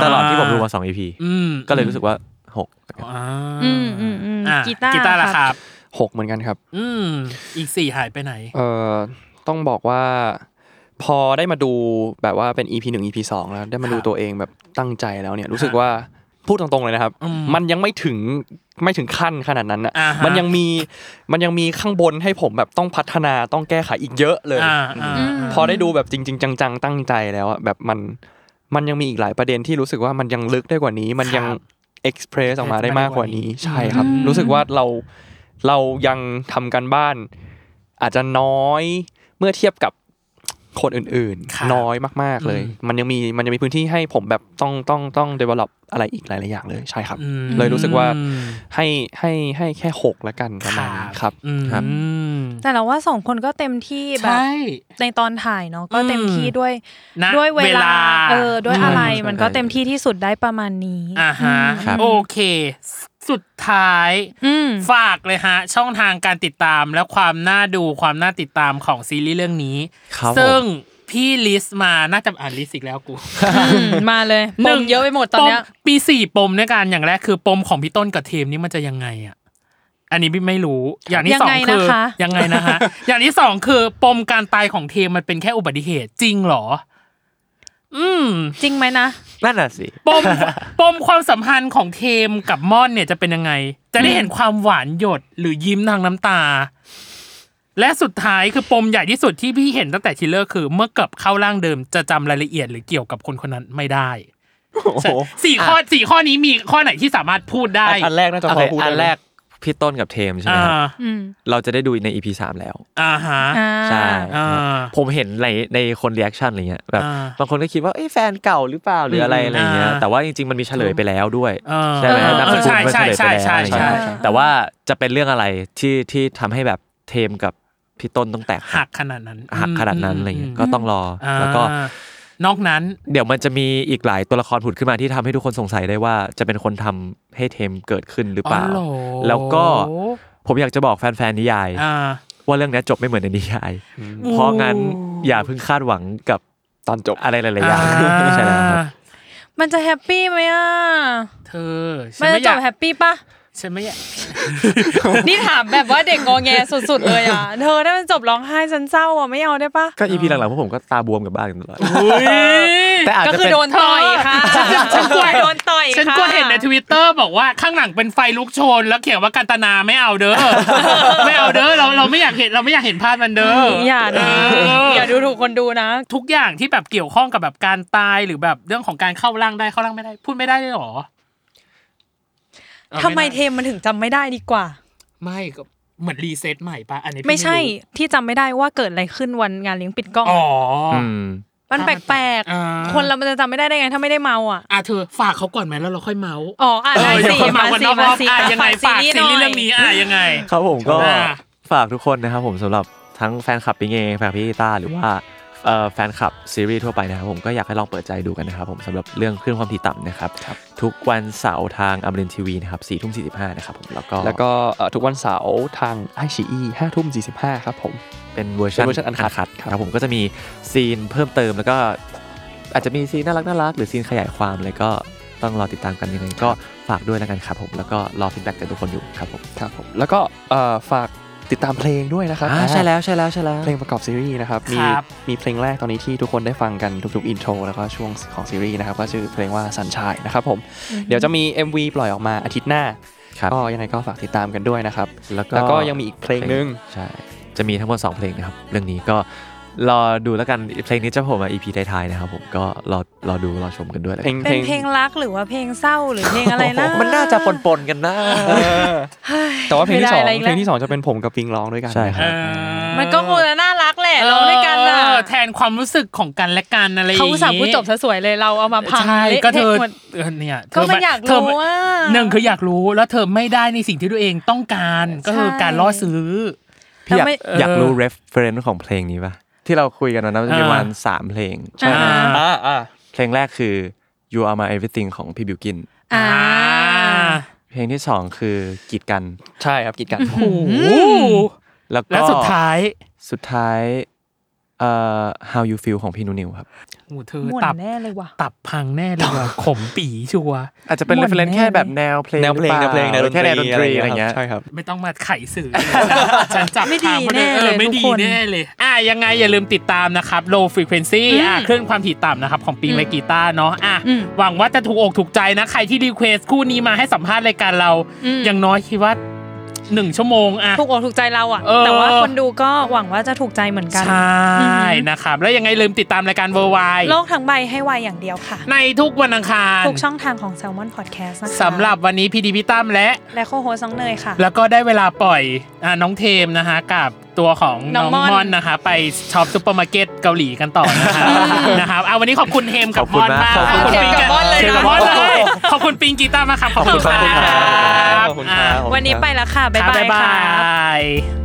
[SPEAKER 4] ตลอดที่ผมดูมาสองอีพี
[SPEAKER 3] อืม
[SPEAKER 4] ก็เลยรู้สึกว่าหก
[SPEAKER 3] อ่า
[SPEAKER 2] อืมอืมอืม
[SPEAKER 3] อ่ะ
[SPEAKER 2] กีตาร์
[SPEAKER 3] กีตาร์ละครับ
[SPEAKER 5] หกเหมือนกันครับ
[SPEAKER 3] อืม อีกสี่หายไปไหน
[SPEAKER 5] เอ่อต้องบอกว่า พอได้มาดูแบบว่าเป็น EP 1 EP 2 แล้วได้มาดู
[SPEAKER 3] ครับ
[SPEAKER 5] ตัวเองแบบตั้งใจแล้วเนี่ยรู้สึกว่าพูดตรงๆเลยนะครับ
[SPEAKER 3] อืม
[SPEAKER 5] มันยังไม่ถึงไม่ถึงขั้นขนาดนั้นอ่ะ
[SPEAKER 3] อ่าฮะ
[SPEAKER 5] มันยังมีมันยังมีข้างบนให้ผมแบบต้องพัฒนาต้องแก้ไขอีกเยอะเลย
[SPEAKER 3] อ่าอ่า
[SPEAKER 5] พอได้ดูแบบจริง ๆ จังๆตั้งใจแล้วอะแบบมันมันยังมีอีกหลายประเด็นที่รู้สึกว่ามันยังลึกได้กว่านี้ มันยังเอ็กซ์เพรสออกมาได้มากกว่านี้ใช่ครับ รู้สึกว่าเราเรายังทำกันบ้าน อาจจะน้อยเมื่อเทียบกับคนอื่น
[SPEAKER 3] ครับ
[SPEAKER 5] ๆ น้อยมากๆเลย มันยังมีมันยังมีพื้นที่ให้ผมแบบต้องต้องต้อง develop อะไรอีกหลายๆอย่างเลยใช่ครับ
[SPEAKER 3] อืม
[SPEAKER 5] เลยรู้สึกว่าให้ให้ให้แค่หกละกันประมาณนี้ครับ
[SPEAKER 3] อืม
[SPEAKER 5] ครับ
[SPEAKER 2] แต่เราว่าสองคนก็เต็มที่แบบ
[SPEAKER 3] ใช่
[SPEAKER 2] ในตอนถ่ายเนาะก็เต็มที่ด้วย
[SPEAKER 3] ณ
[SPEAKER 2] ด้วยเวลา
[SPEAKER 3] เวลา
[SPEAKER 2] เออ ด้วยอะไร
[SPEAKER 4] อืม
[SPEAKER 2] มันก็เต็มที่ที่สุดได้ประมาณนี้
[SPEAKER 3] อ่าฮะ
[SPEAKER 4] ครับ
[SPEAKER 3] โอเค สุดท้าย
[SPEAKER 2] อืม
[SPEAKER 3] ฝากเลยฮะ ช่องทางการติดตามและความน่าดูความน่าติดตามของซีรีส์เรื่องนี้
[SPEAKER 4] ครับผม
[SPEAKER 3] ซึ่งพี่ลิสต์มาน่าจะอ่านลิสต์อีกแล้วกู
[SPEAKER 2] อืมมาเลยปมเยอะไปหมดตอนเนี้ย
[SPEAKER 3] ปมปีสี่ปมด้วยกันอย่างแรกคือปมของพี่ต้นกับเทมนี่มันจะยังไงอ่ะอันนี้พี่ไม่รู้ อย่างที่สอง
[SPEAKER 2] ยังไง
[SPEAKER 3] คือ
[SPEAKER 2] นะคะ
[SPEAKER 3] ยังไงนะฮะ อย่างที่สองคือ ปมการตายของเทมมันเป็นแค่อุบัติเหตุจริงเหรอ อืม
[SPEAKER 2] จริงไหมนะ
[SPEAKER 4] นั่นน่ะสิ
[SPEAKER 3] ปม ปมความสัมพันธ์ของเทมกับม่อนเนี่ยจะเป็นยังไง จะได้เห็นความหวานหยดหรือยิ้มทางน้ำตา และสุดท้ายคือปมใหญ่ที่สุดที่พี่เห็นตั้งแต่ทีเลอร์คือ เมื่อกลับเข้าร่างเดิมจะจำรายละเอียดหรือเกี่ยวกับคนคนนั้นไม่ ได้สี่ข้อสี่ข้อนี้มีข้อไหนที่สามารถพูดได้
[SPEAKER 5] อันอันแรกน่าจะ
[SPEAKER 4] โอ
[SPEAKER 5] พ
[SPEAKER 4] เค
[SPEAKER 5] อพูดได้
[SPEAKER 4] อัน
[SPEAKER 5] ไหม
[SPEAKER 4] แรกพี่ต้นกับเทมใช่ไหม
[SPEAKER 3] อ่า
[SPEAKER 4] ครับ
[SPEAKER 2] อืม
[SPEAKER 4] เราจะได้ดูใน EP สามแล้ว
[SPEAKER 3] อ่าฮะ
[SPEAKER 2] อ่า
[SPEAKER 4] ใช่
[SPEAKER 3] อ่า
[SPEAKER 4] ผมเห็นในในคนรีแอคชั่นอะไรเงี้ยแบบ
[SPEAKER 3] อ่า
[SPEAKER 4] บางคนก็คิดว่าเอ้ยแฟนเก่าหรือเปล่าหรืออะไรอะไรเงี้ย
[SPEAKER 3] อ่า
[SPEAKER 4] แต่ว่าจริงๆมันมีเฉลยไปแล้วด้วย
[SPEAKER 3] อ่า
[SPEAKER 4] ใช่ไหม
[SPEAKER 3] เออน
[SPEAKER 4] ามสกุลมัน
[SPEAKER 3] ใช่
[SPEAKER 4] เฉลย
[SPEAKER 3] ใช่
[SPEAKER 4] ไปแล้ว
[SPEAKER 3] ใช่
[SPEAKER 4] อะไร
[SPEAKER 3] ใช่
[SPEAKER 4] เงี้ย
[SPEAKER 3] ใช่
[SPEAKER 4] แต่ว่าจะเป็นเรื่องอะไรที่ที่ทำให้แบบเทมกับพี่ต้นต้องแตก
[SPEAKER 3] หักขนาดนั้น
[SPEAKER 4] หักขนาดนั้นอะไรเงี้ยก็ต้องรออแล้วก็
[SPEAKER 3] อ่านอกนั้น
[SPEAKER 4] เดี๋ยวมันจะมีอีกหลายตัวละครผุดขึ้นมาที่ทำให้ทุกคนสงสัยได้ว่าจะเป็นคนทำให้เทมเกิดขึ้นหรือเปล่า
[SPEAKER 3] อ๋อเหรอ
[SPEAKER 4] แล้วก็ผมอยากจะบอกแฟนๆนิยาย
[SPEAKER 3] อ่า
[SPEAKER 4] ว่าเรื่องเนี้ยจบไม่เหมือนในนิยาย เพราะงั้นอย่าเพิ่งคาดหวังกับ
[SPEAKER 5] ตอนจบ
[SPEAKER 4] อะไรหลายๆ อย่างใช่แล้วครับ
[SPEAKER 2] มันจะแฮปปี้ไหมอ่ะ
[SPEAKER 3] เธอฉั
[SPEAKER 2] มัน
[SPEAKER 3] น
[SPEAKER 2] จะ
[SPEAKER 3] ไม่อ
[SPEAKER 2] จ
[SPEAKER 3] ยา
[SPEAKER 2] บ
[SPEAKER 3] ก
[SPEAKER 2] แฮปปี้ปะ
[SPEAKER 3] ฉันไม่อยาก
[SPEAKER 2] นี่ถามแบบว่าเด็กงอแงสุดๆเลย อ่ะ เธอถ้ามันจบร้องไห้ฉันเศร้าอ่ะไม่เอาได้ปะ
[SPEAKER 4] ก็อีพีหลังๆพวกผมก็ตาบวมกับบ้านกันตลอด แต่อาจ
[SPEAKER 2] ก็
[SPEAKER 4] จะ
[SPEAKER 2] คือ
[SPEAKER 4] เป็น
[SPEAKER 2] โดนต่อยค่ะฉันกลัวโดนต่อยค่ะ
[SPEAKER 3] ฉันก็เห็นในทวิตเตอร์บอกว่าข้างหลังเป็นไฟลุกโชน แล้วเขียนว่ากันตนาไม่เอาเด้อ ไม่เอาเด้อเราเราไม่อยากเห็นเราไม่อยากเห็นภาพมันเด้อ
[SPEAKER 2] อย่า
[SPEAKER 3] เอ
[SPEAKER 2] นะ
[SPEAKER 3] อ
[SPEAKER 2] อย่าดูถูกคนดูนะ
[SPEAKER 3] ทุกอย่างที่แบบเกี่ยวข้องกับแบบการตายหรือแบบเรื่องของการเข้าร่างได้เข้าร่างไม่ได้ พูดไม่ได้เลยเหรอ
[SPEAKER 2] ทำไมเทมมันถึงจำไม่ได้ดีกว่า
[SPEAKER 3] ไม่ก็เหมือนรีเซ็ตใหม่ปะอันนี้พี่
[SPEAKER 2] ไม่ใช่
[SPEAKER 3] รู้
[SPEAKER 2] ที่จำไม่ได้ว่าเกิดอะไรขึ้นวันงานเลี้ยงปิดกล้อง
[SPEAKER 3] อ๋ออ
[SPEAKER 4] ม
[SPEAKER 2] มันแปลก
[SPEAKER 3] อ่า
[SPEAKER 2] ๆ คนเรามันจะจำไม่ได้ได้ไงถ้าไม่ได้เมาอ่ะ
[SPEAKER 3] อ่ะเธอฝากเขาก่อนไหมแล้วเราค่อยเมาส์
[SPEAKER 2] อ๋ออ่ะ
[SPEAKER 3] เอ
[SPEAKER 2] ได้
[SPEAKER 3] อเดี๋ยว
[SPEAKER 2] สิ
[SPEAKER 3] ค่อย
[SPEAKER 2] มา
[SPEAKER 3] เมาส์กัน
[SPEAKER 2] สิ
[SPEAKER 3] นอกร
[SPEAKER 2] มา
[SPEAKER 3] อบอ่ะยั
[SPEAKER 2] สิ
[SPEAKER 3] งไงฝากซีรีส์
[SPEAKER 2] หน่ย
[SPEAKER 3] เรื่องนี้อ่ะยังไง
[SPEAKER 4] ครับผมก็
[SPEAKER 3] อ่า
[SPEAKER 4] ฝากทุกคนนะครับผมสำหรับทั้งแฟนคลับปิงเองแฟนคลับพี่กีตาร์หรือว่าเอ่อแฟนคลับซีรีส์ทั่วไปนะครับผมก็อยากให้ลองเปิดใจดูกันนะครับผมสำหรับเรื่องคลื่นความถี่ต่ำนะครับทุกวันเสาร์ทางอมรินทีวีนะครับสี่ทุ่มสี่สิบห้านะครับผมแล้วก็
[SPEAKER 5] แล้วก็เอ่อทุกวันเสาร์ทางไอชีอีห้าทุ่มสี่สิบห้าครับผม
[SPEAKER 4] เป็นเวอร์ชัน
[SPEAKER 5] เป็นเวอร์ชัน uncut
[SPEAKER 4] คัด
[SPEAKER 5] ค
[SPEAKER 4] ครับ รับผมก็จะมีซีนเพิ่มเติมแล้วก็อาจจะมีซีนน่ารักน่ารักหรือซีนขยายความอะไรก็ต้องรอติดตามกันยังไงก็ฝากด้วยแล้วกันครับผมแล้วก็รอฟีดแบ็กจากทุกคนอยู่ครับผม
[SPEAKER 5] ครับผมแล้วก็เอ่อฝากติดตามเพลงด้วยนะครับ
[SPEAKER 4] อ่า
[SPEAKER 5] อ่า
[SPEAKER 4] ใช่แล้วใช่แล้วใช่แล้ว
[SPEAKER 5] เพลงประกอบซีรีส์นะครับ มี
[SPEAKER 3] ครับ
[SPEAKER 5] มีเพลงแรกตอนนี้ที่ทุกคนได้ฟังกันทุกๆอินโทรแล้วก็ช่วงของซีรีส์นะครับก็ชื่อเพลงว่าสันชายนะครับผม เดี๋ยวจะมี MV ปล่อยออกมาอาทิตย์หน้า
[SPEAKER 4] ครับ
[SPEAKER 5] ก็ยังไงก็ฝากติดตามกันด้วยนะครับ
[SPEAKER 4] แล้ว
[SPEAKER 5] แล้วก็ยังมีอีกเพลงหนึ่ง
[SPEAKER 4] ใช่จะมีทั้งหมด2เพลงนะครับเรื่องนี้ก็รอดูแล้วกันเพลงนี้จะโผล่มา EP ท้ายๆนะครับผมก็รอรอดูรอชมกันด้วยแล้ว
[SPEAKER 5] เพล
[SPEAKER 4] กัน
[SPEAKER 5] ง
[SPEAKER 2] เป็นเพลงรักหรือว่าเพลงเศร้าหรือเพลงอะไรนะ
[SPEAKER 4] มันน่าจะปนๆกันนะ
[SPEAKER 5] แต่ว่าเพลงที่สอง
[SPEAKER 2] ไม่ได้อะไรอีกแล้ว
[SPEAKER 5] เพลงที่สองจะเป็นผมกับปิงร้องด้วยกัน
[SPEAKER 4] ใช่
[SPEAKER 5] นะ
[SPEAKER 4] ค
[SPEAKER 5] ค
[SPEAKER 4] รั
[SPEAKER 5] รับ บ
[SPEAKER 2] มันก็คงจะน่ารักแหละร้องด้วยกันน่ะ
[SPEAKER 3] เออแทนความรู้สึกของกันและกันอะไรอย่า
[SPEAKER 2] เขา
[SPEAKER 3] ง
[SPEAKER 2] อุตส่าห์พูดจบซะสวยเลยเราเอามาพัง
[SPEAKER 3] ใช่
[SPEAKER 2] เละ
[SPEAKER 3] ก็เธ
[SPEAKER 2] เทะ
[SPEAKER 3] อ
[SPEAKER 2] หมด
[SPEAKER 3] เออเนี่ยเธ
[SPEAKER 2] ก็มันอยาก
[SPEAKER 3] เธ
[SPEAKER 2] รู้ว่า
[SPEAKER 3] หนึ่งคืออยากรู้แล้วเธอไม่ได้ในสิ่งที่ตัวเองต้องการก็คือการล่อซื้อ
[SPEAKER 4] พี่อ
[SPEAKER 2] แล้
[SPEAKER 4] ยาก
[SPEAKER 2] วไม่
[SPEAKER 4] อยากรู้ reference ของเพลงนี้ปะที่เราคุยกันวันนะมันจะมีประมาณ
[SPEAKER 3] อ่า
[SPEAKER 4] สามเพลง
[SPEAKER 3] อ่า
[SPEAKER 5] อ่าอ่า
[SPEAKER 4] เพลงแรกคือ you are my everything ของพี่บิวกิน
[SPEAKER 2] อ่า
[SPEAKER 4] เพลงที่ 2 คือกีดกัน
[SPEAKER 5] ใช่ครับกีดกัน
[SPEAKER 3] โอ้โห
[SPEAKER 4] แล้วก็
[SPEAKER 3] แล้วสุดท้าย
[SPEAKER 4] สุดท้ายเอ่อ how you feel ของพี่นุนิวครับ
[SPEAKER 3] โอ้เธอ
[SPEAKER 2] ม่วน
[SPEAKER 3] ตับ
[SPEAKER 2] แน่เลยว่ะ
[SPEAKER 3] ตับพังแน่เลยว่ะ ขมปีชัวร์
[SPEAKER 4] อาจจะเป็น
[SPEAKER 2] หม
[SPEAKER 4] เร
[SPEAKER 2] ด
[SPEAKER 4] ฟเฟน
[SPEAKER 2] แน่
[SPEAKER 4] แค่แบบแนวเพลง
[SPEAKER 5] แนวเพลง
[SPEAKER 4] ห
[SPEAKER 5] แน
[SPEAKER 4] รือ
[SPEAKER 5] ว
[SPEAKER 4] เป
[SPEAKER 5] เพล
[SPEAKER 4] ล่าง
[SPEAKER 5] แนวดน
[SPEAKER 4] แค่แนวดน
[SPEAKER 5] ต
[SPEAKER 4] ต
[SPEAKER 5] รี
[SPEAKER 4] รี
[SPEAKER 5] อะ
[SPEAKER 4] อะไร ไร
[SPEAKER 5] เงี้
[SPEAKER 4] เงี้
[SPEAKER 5] ย
[SPEAKER 4] ย
[SPEAKER 5] ใช่ครับ
[SPEAKER 3] ไม่ต้องมาไขสื่อ ฉันจับ
[SPEAKER 2] ไม่
[SPEAKER 3] ทา
[SPEAKER 2] ดี
[SPEAKER 3] งาเลย
[SPEAKER 2] แน่
[SPEAKER 3] เอ
[SPEAKER 2] เลย
[SPEAKER 3] อไม่ดี
[SPEAKER 2] ทุกคน
[SPEAKER 3] แน่เลย อ่ะยังไงอย่าลืมติดตามนะครับ low frequency อ่ะคลื่นความถี่ต่ำนะครับ ของปิงและกีตาร์เนาะอ่ะหวังว่าจะถูกอกถูกใจนะ ใครที่รีเควสคู่นี้มาให้สัมภาษณ์รายการเรา อย่างน้อยคิดว่าหนึ่งชั่วโมงอ่ะ
[SPEAKER 2] ถูกอกถูกใจเราอ่ะ
[SPEAKER 3] เออ
[SPEAKER 2] แต่ว่าคนดูก็หวังว่าจะถูกใจเหมือนกัน
[SPEAKER 3] ใช่
[SPEAKER 2] อืม
[SPEAKER 3] นะครับ แล้วยังไงลืมติดตามรายการเวอร์ไว
[SPEAKER 2] โลกทั้งใบให้วายอย่างเดียวค่ะ
[SPEAKER 3] ในทุกวันอังคาร
[SPEAKER 2] ทุกช่องทางของ Salmon Podcast นะคะ
[SPEAKER 3] สำหรับวันนี้พีดีพี่ตั้มและ
[SPEAKER 2] และโคโฮสน้องเนยค่ะ
[SPEAKER 3] แล้วก็ได้เวลาปล่อยอ่าน้องเทมนะฮะกับตัวของน้
[SPEAKER 2] น้อ
[SPEAKER 3] อง ง
[SPEAKER 2] ม่อน
[SPEAKER 3] ม่อนนะคะ ไปช็อปซุปเปอร์มาร์เก็ตเกาหลีกันต่อนะคะนะครับเอาวันนี้ขอบคุณเทมกับม่อนมาก
[SPEAKER 4] ขอบคุณมาก
[SPEAKER 3] ปิง
[SPEAKER 2] ขอบคุณเทมกับม่อนเลยนะ
[SPEAKER 3] เทมกับม่อนเลยขอบคุณปิงกีตาร์มากครับขอบคุณครับ
[SPEAKER 4] ขอบคุณค
[SPEAKER 3] อ่า
[SPEAKER 4] รับ
[SPEAKER 2] วันนี้ไปแล้วค่ะ บ๊าย
[SPEAKER 3] ครับ
[SPEAKER 2] บาย
[SPEAKER 3] บ๊ายบา
[SPEAKER 2] ค่ะ
[SPEAKER 3] ย